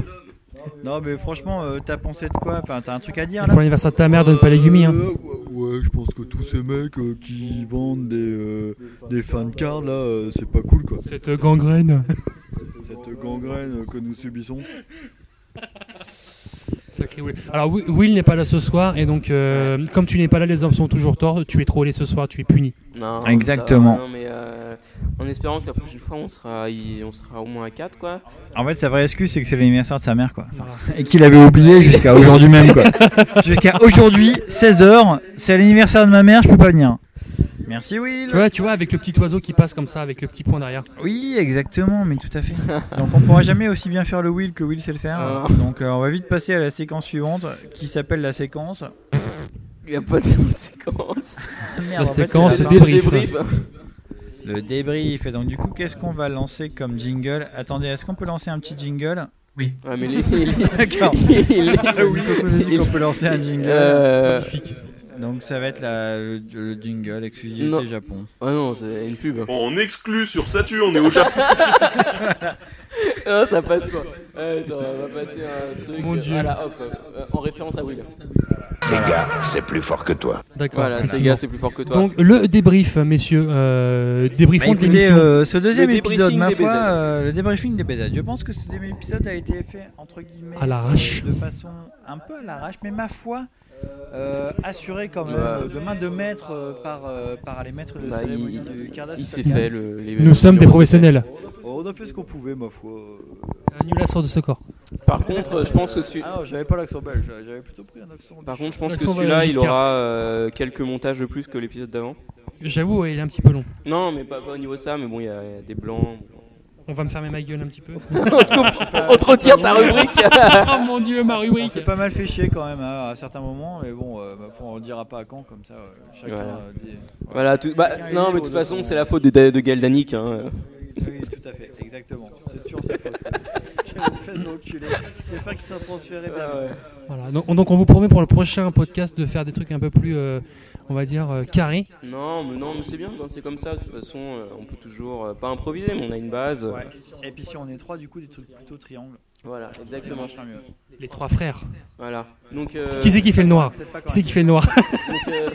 S5: Non, mais franchement, euh, t'as pensé de quoi Enfin, t'as un truc à dire là
S1: Pour l'anniversaire de ta mère, donne pas les gummies, hein.
S13: Euh, ouais, ouais, je pense que tous ces mecs euh, qui vendent des, euh, des fan cards, là, euh, c'est pas cool, quoi.
S1: Cette gangrène.
S13: Cette gangrène euh, que nous subissons.
S1: Sacré Will. Alors, Wi- Will n'est pas là ce soir, et donc, euh, comme tu n'es pas là, les hommes sont toujours torts. Tu es trollé ce soir, tu es puni.
S3: Non,
S5: Exactement.
S3: ça va, non, mais euh, en espérant que la prochaine fois on sera, y- on sera au moins à 4 quoi.
S5: En fait, sa vraie excuse, c'est que c'est l'anniversaire de sa mère, quoi. Enfin, et qu'il avait oublié jusqu'à aujourd'hui même, quoi. jusqu'à aujourd'hui, 16h, c'est l'anniversaire de ma mère, je peux pas venir. Merci, Will.
S1: Tu vois, tu vois, avec le petit oiseau qui passe comme ça, avec le petit point derrière.
S5: Oui, exactement, mais tout à fait. Donc, on pourra jamais aussi bien faire le Will que Will sait le faire.
S3: Ah.
S5: Donc, euh, on va vite passer à la séquence suivante, qui s'appelle la séquence. Ah,
S3: Il n'y a pas de conséquences.
S5: Merde, en fait,
S1: séquence
S5: c'est la-
S1: dé- débrief.
S5: Le débrief. Et donc, du coup, qu'est-ce qu'on va lancer comme jingle Attendez, est-ce qu'on peut lancer un petit jingle
S3: Ouais, Ah, mais les- les-
S5: D'accord.
S3: les-
S5: oui, on peut lancer un jingle.
S3: Euh,
S5: Donc ça va être la, le, le jingle exclusivité
S3: Non.
S5: Japon.
S3: Ah non, c'est une pub.
S1: Oh.
S6: On exclut sur Saturne et au Japon.
S3: Non, Ah, ça passe pas. Euh, Attends, on va passer à un truc.
S1: Mon Dieu.
S3: Voilà, hop, euh, en référence à Will.
S1: D'accord.
S3: Voilà,
S1: Merci.
S3: ces gars, c'est plus fort que toi.
S1: Donc, le débrief, messieurs. Euh,
S5: Bah,
S1: débriefons de
S5: écoutez,
S1: l'émission.
S5: euh, ce deuxième
S3: Le
S5: épisode,
S3: débriefing
S5: ma
S3: des
S5: foi,
S3: BZ.
S5: euh, le débriefing des BZ. Je pense que ce deuxième épisode a été fait entre guillemets
S1: À l'arrache.
S5: euh, de façon un peu à l'arrache, mais ma foi. euh, assuré quand même euh, de main de maître euh, par, euh, par les maîtres de
S3: Bah,
S5: cérémonie
S3: il-
S5: du Cardass Oh,
S3: il s'est
S5: Podcast.
S3: fait le. les-
S1: Nous sommes des
S3: le-
S1: professionnels.
S13: on a fait ce qu'on pouvait, ma foi.
S1: Annulation de ce corps.
S3: Par contre, je pense que celui-
S13: Ah non, j'avais pas l'accent belge, j'avais plutôt pris un accent.
S3: Par contre, je pense que
S1: L'accent
S3: celui-là, il
S1: Giscard.
S3: aura euh, quelques montages de plus que l'épisode d'avant.
S1: J'avoue, ouais, il est un petit peu long.
S3: Non, mais pas, pas au niveau de ça, mais bon, il y, a il y a des blancs.
S1: On va me fermer ma gueule un petit peu.
S3: On te retire ta rubrique
S1: oh mon dieu, ma
S5: On
S1: rubrique.
S5: s'est pas mal fait chier quand même hein, à certains moments, mais bon, euh, bah, faut- on le dira pas à quand comme ça. euh, chacun,
S3: Voilà.
S5: euh, dit-
S3: Voilà, tout- bah,
S5: Chacun est
S3: non,
S5: libre
S3: mais de toute
S5: de
S3: façon,
S5: son-
S3: c'est la faute de, de Galdanik. Hein.
S5: Oui, tout à fait,
S4: Exactement. C'est toujours sa faute. Quelle espèce d'enculé. C'est pas qu'ils s'en transférés vers
S1: Voilà, donc, donc on vous promet pour le prochain podcast de faire des trucs un peu plus, euh, on va dire, euh, carrés.
S3: Non, mais non, mais c'est bien, c'est comme ça. De toute façon, euh, on peut toujours euh, pas improviser, mais on a une base.
S5: Ouais. Et puis si on est trois, du coup, des trucs plutôt triangles.
S3: Voilà, exactement.
S1: Les trois frères.
S3: Voilà. Donc, euh,
S1: Qui c'est qui fait le noir
S3: Peut-être pas
S1: Qui c'est qui fait le noir
S3: Donc,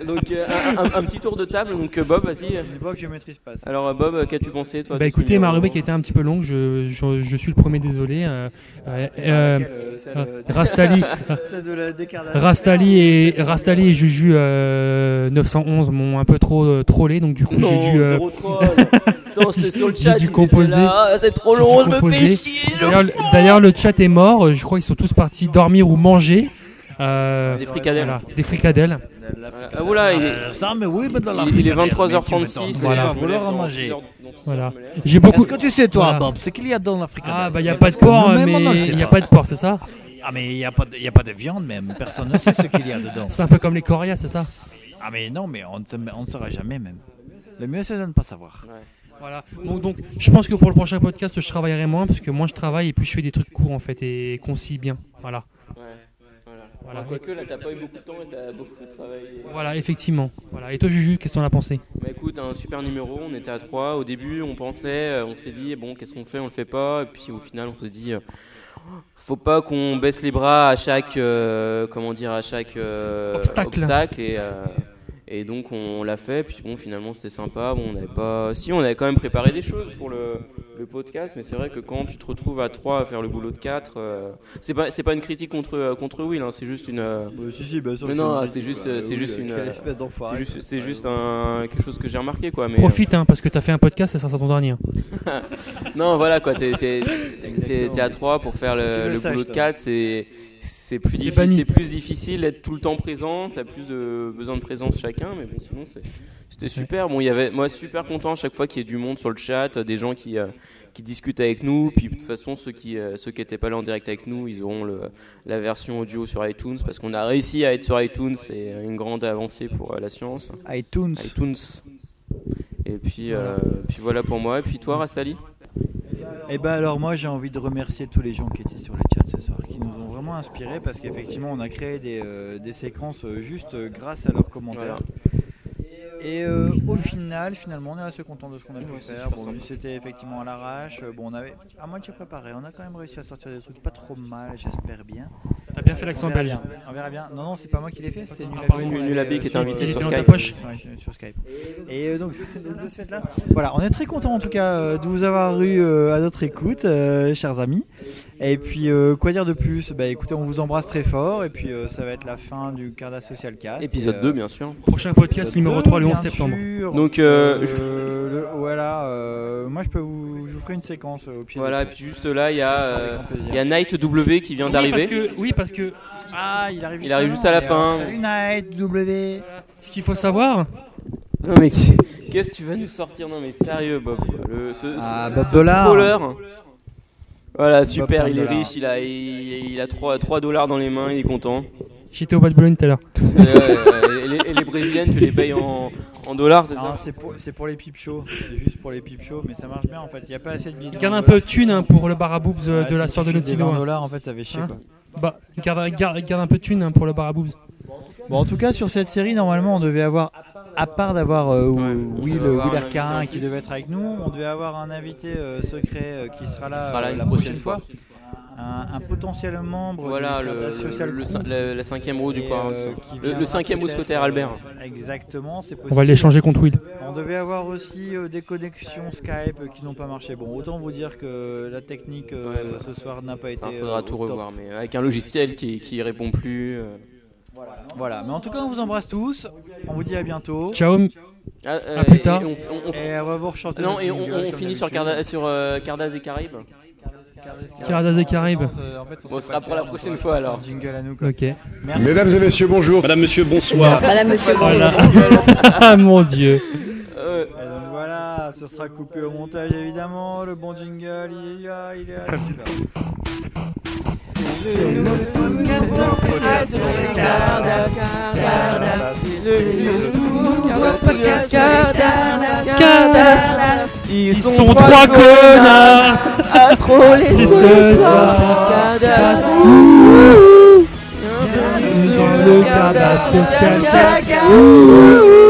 S3: euh, donc, euh, un, un- un petit tour de table. Donc euh, Bob, vas-y.
S5: Une voix que je maîtrise pas.
S3: Alors euh, Bob, euh, qu'as-tu pensé toi
S1: Bah
S3: de hein. ce
S1: écoutez,
S3: numéro
S1: ma rubrique était un petit peu longue, je, je, je suis le premier désolé. Euh, euh, euh,
S5: Laquelle, euh, celle,
S1: euh,
S5: euh,
S1: Rastali,
S5: celle de la décardage.
S1: Rastali et Rastali et Juju euh, 911 m'ont un peu trop euh, trollé, donc du coup
S3: Non,
S1: j'ai dû. euh,
S3: zéro troll. Attends, c'est sur le
S1: j'ai
S3: chat, ils
S1: dû
S3: étaient
S1: composer.
S3: là,
S12: euh,
S3: Ah, c'est trop
S1: j'ai dû
S3: long, je me fais
S1: composer.
S3: chier, je
S1: D'ailleurs, le- D'ailleurs, le chat est mort. euh, Je crois qu'ils sont tous partis dormir ou manger. Euh,
S3: Des fricadelles.
S1: voilà, des fricadelles.
S3: Ah voilà, il est,
S9: Ça, mais oui, mais dans la
S3: il- il est
S9: fricadelle, mais tu
S3: 23h36.
S9: m'étonnes,
S1: Voilà.
S9: Tu vas vouloir en manger.
S1: Voilà. J'ai beaucoup.
S9: Est-ce que tu sais, toi, Eh
S1: Voilà.
S9: Bob, ce qu'il y a dans la fricadelle
S1: Ah bah il y a pas de porc,
S9: Nous-mêmes, on ne le
S1: mais
S9: sait
S1: il y a pas de porc, c'est ça
S9: Ah, mais il n'y a, pas de- il y a pas de viande, même. Personne ne sait ce qu'il y a dedans.
S1: C'est un peu comme les corias, c'est ça
S9: Ah, mais non, mais on ne se- on ne saura jamais, même. Le mieux, c'est de ne pas savoir.
S1: Voilà. Bon, donc, je pense que pour le prochain podcast, je travaillerai moins parce que moins je travaille et plus je fais des trucs courts en fait et concis bien. Voilà.
S3: Voilà. Quoique là, t'as pas eu beaucoup de temps et t'as beaucoup travaillé.
S1: Voilà, effectivement. Voilà. Et toi, Juju, qu'est-ce que t'en as pensé
S3: Bah écoute, un super numéro, on était à 3. Au début, on pensait, euh, on s'est dit, bon, qu'est-ce qu'on fait, on le fait pas. Et puis au final, on s'est dit, euh, faut pas qu'on baisse les bras à chaque, euh, comment dire, à chaque euh,
S1: Obstacle.
S3: et, euh, et donc, on, on l'a fait. Puis bon, finalement, c'était sympa. Bon, on n'avait pas. Si, on avait quand même préparé des choses pour le, le podcast, mais c'est vrai que quand tu te retrouves à 3 à faire le boulot de 4, c'est pas, c'est pas une critique contre, euh, contre Will, hein, c'est juste une. euh,
S13: si, si, bien sûr
S3: mais
S13: que
S3: non,
S13: c'est une
S3: ah, c'est
S13: critique,
S3: juste,
S13: bah,
S3: euh, c'est
S13: oui,
S3: juste
S13: quelle
S3: une.
S13: espèce d'enfoiré,
S3: c'est juste, c'est juste un, quelque chose que j'ai remarqué, quoi. Mais,
S1: Profite, hein, parce que t'as fait un podcast et ça sera ton dernier.
S3: non, voilà quoi, t'es t'es- t'es- t'es à 3 pour faire
S5: Tu
S3: le,
S5: le
S3: le
S5: saches,
S3: boulot de
S5: toi.
S3: 4, c'est c'est plus, diffi-
S1: banni.
S3: c'est plus difficile d'être tout le temps présent, t'as plus de besoin de présence chacun, mais bon, sinon c'est- c'était super. Bon, il y avait, moi, super content à chaque fois qu'il y ait du monde sur le chat, des gens qui, euh, qui discutent avec nous, puis de toute façon, ceux qui euh, ceux qui n'étaient pas là en direct avec nous, ils auront le, la version audio sur iTunes, parce qu'on a réussi à être sur iTunes, c'est une grande avancée pour euh, la science.
S5: iTunes.
S3: iTunes. Et puis, euh, puis voilà pour moi. Et puis toi, Rastali
S5: Et ben alors moi j'ai envie de remercier tous les gens qui étaient sur le chat ce soir, qui nous ont vraiment inspirés parce qu'effectivement on a créé des, euh, des séquences euh, juste euh, grâce à leurs commentaires. Et euh, au final, finalement, on est assez content de ce qu'on a pu faire. Bon, c'était effectivement à l'arrache. Euh, Bon, on avait à moitié préparé. On a quand même réussi à sortir des trucs pas trop mal, j'espère bien.
S1: T'as bien fait l'accent
S5: On verra
S1: belge.
S5: bien, On verra bien. Non, non, c'est pas moi qui l'ai fait. C'était
S3: Ah,
S5: Nulabi.
S1: pardon.
S5: On
S3: Nulabi
S5: avait,
S3: qui
S5: euh,
S3: était invité
S5: il
S3: sur
S5: était dans
S3: Skype.
S5: ta poche. Ouais, sur Skype. Et euh, donc, donc, de ce fait-là, voilà, on est très content en tout cas euh, de vous avoir eu euh, à notre écoute, euh, chers amis. Et puis, euh, quoi dire de plus Bah écoutez, on vous embrasse très fort. Et puis, euh, ça va être la fin du Carda Social Cast. Euh,
S3: Épisode 2, bien sûr.
S1: Prochain podcast numéro 3 le 11 septembre.
S3: Donc, euh, je-
S5: le- voilà, euh, moi je peux vous, je vous ferai une séquence euh, au pied.
S3: Voilà, et
S5: du-
S3: puis juste là, il y, a,
S5: Ça sera avec
S3: euh,
S5: grand plaisir.
S3: il y a Night W qui vient
S1: Oui, parce
S3: d'arriver.
S1: que, oui, parce que
S5: Ah, il arrive,
S3: Il arrive juste à la
S5: mais,
S3: fin.
S5: euh, Salut Night W.
S1: ce qu'il faut savoir,
S3: Non, mais qu'est-ce que tu vas nous sortir Non, mais sérieux, Bob. Le, ce, ce-
S5: Ah,
S3: ce-
S5: Bob
S3: ce
S5: Dollar.
S3: troller. Voilà, super, il est
S5: Dollar.
S3: riche, il a, il, il a 3, dollars dans les mains, il est content.
S1: j'étais au Bad Boulogne tout à l'heure.
S3: Euh, et, les, et les brésiliennes, tu les payes en, en dollars, c'est
S5: Non,
S3: ça
S5: c'est pour, c'est pour les pipe shows. C'est juste pour les pipe shows, mais ça marche bien en fait. Il n'y a pas assez de billets.
S1: Garde un peu de thunes hein, pour le bar à boobs euh,
S5: Ouais,
S1: de
S5: si
S1: la
S5: tu
S1: sœur de
S5: fais des
S1: Notino.
S5: 20
S1: hein.
S5: dollars, en fait, ça fait chier,
S1: Hein
S5: quoi.
S1: Bah, garde, garde- garde un peu de thunes hein, pour le bar à boobs.
S5: Bon, en tout cas, sur cette série, normalement, on devait avoir, à part d'avoir euh, Will,
S3: devait
S5: Will
S3: avoir un invité
S5: Arcarin
S3: en
S5: qui
S3: plus.
S5: devait être avec nous, on devait avoir un invité euh, secret euh, qui sera là,
S3: Ce sera là
S5: euh,
S3: une
S5: la
S3: prochaine
S5: fois. Un, un potentiel membre
S3: Voilà,
S5: du
S3: le,
S5: Cardass
S3: le,
S5: Social
S3: le-
S5: Crew,
S3: le- la cinquième roue du
S5: et,
S3: coin.
S5: euh, qui
S3: le,
S5: viendra
S3: le cinquième
S5: peut-être,
S3: mousquetaire Albert.
S5: euh, Exactement, c'est possible.
S1: On va l'échanger contre Will.
S5: On devait avoir aussi euh, des connexions Skype euh, qui n'ont pas marché. Bon, autant vous dire que la technique euh,
S3: Ouais, bah.
S5: ce soir n'a pas été.
S3: Enfin,
S5: euh,
S3: faudra
S5: au
S3: tout
S5: top.
S3: revoir, mais avec un logiciel qui, qui répond plus. euh.
S5: Voilà, mais en tout cas, on vous embrasse tous. On vous dit à bientôt.
S1: Ciao, m-
S3: Ah, euh,
S1: À plus
S3: et-
S1: tard.
S3: et on f- on- on f-
S5: Et on va vous rechanter.
S3: Non,
S5: notre
S3: et on,
S5: jingle,
S3: on
S5: comme
S3: finit sur,
S5: d'habitude.
S3: Carda- sur euh, Cardaz et Caraïbes.
S1: Cardas et Caraïbes.
S5: Euh, en fait, on
S3: Bon,
S5: sait
S3: ce
S5: pas
S3: sera pour
S5: faire,
S3: la
S5: on
S3: prochaine
S5: pourra
S3: fois,
S5: faire son
S3: alors.
S5: Jingle à nous. quoi.
S1: Ok.
S5: Merci.
S11: Mesdames et messieurs, bonjour. Madame, monsieur, bonsoir.
S4: Madame, monsieur,
S1: Voilà. Ah, Mon dieu.
S3: Euh,
S5: Et donc voilà, ce sera coupé au montage évidemment. Le bon jingle, il est là, il est là. il est là.
S3: Cardas,
S1: Ah,
S3: ils
S1: Ils sont trois connards
S5: à troller
S1: Qui
S5: ce
S1: se
S5: soir.
S1: soir.
S5: Cardass.
S1: Bienvenue dans le cadre social.
S5: Ouh, ouh, ouh.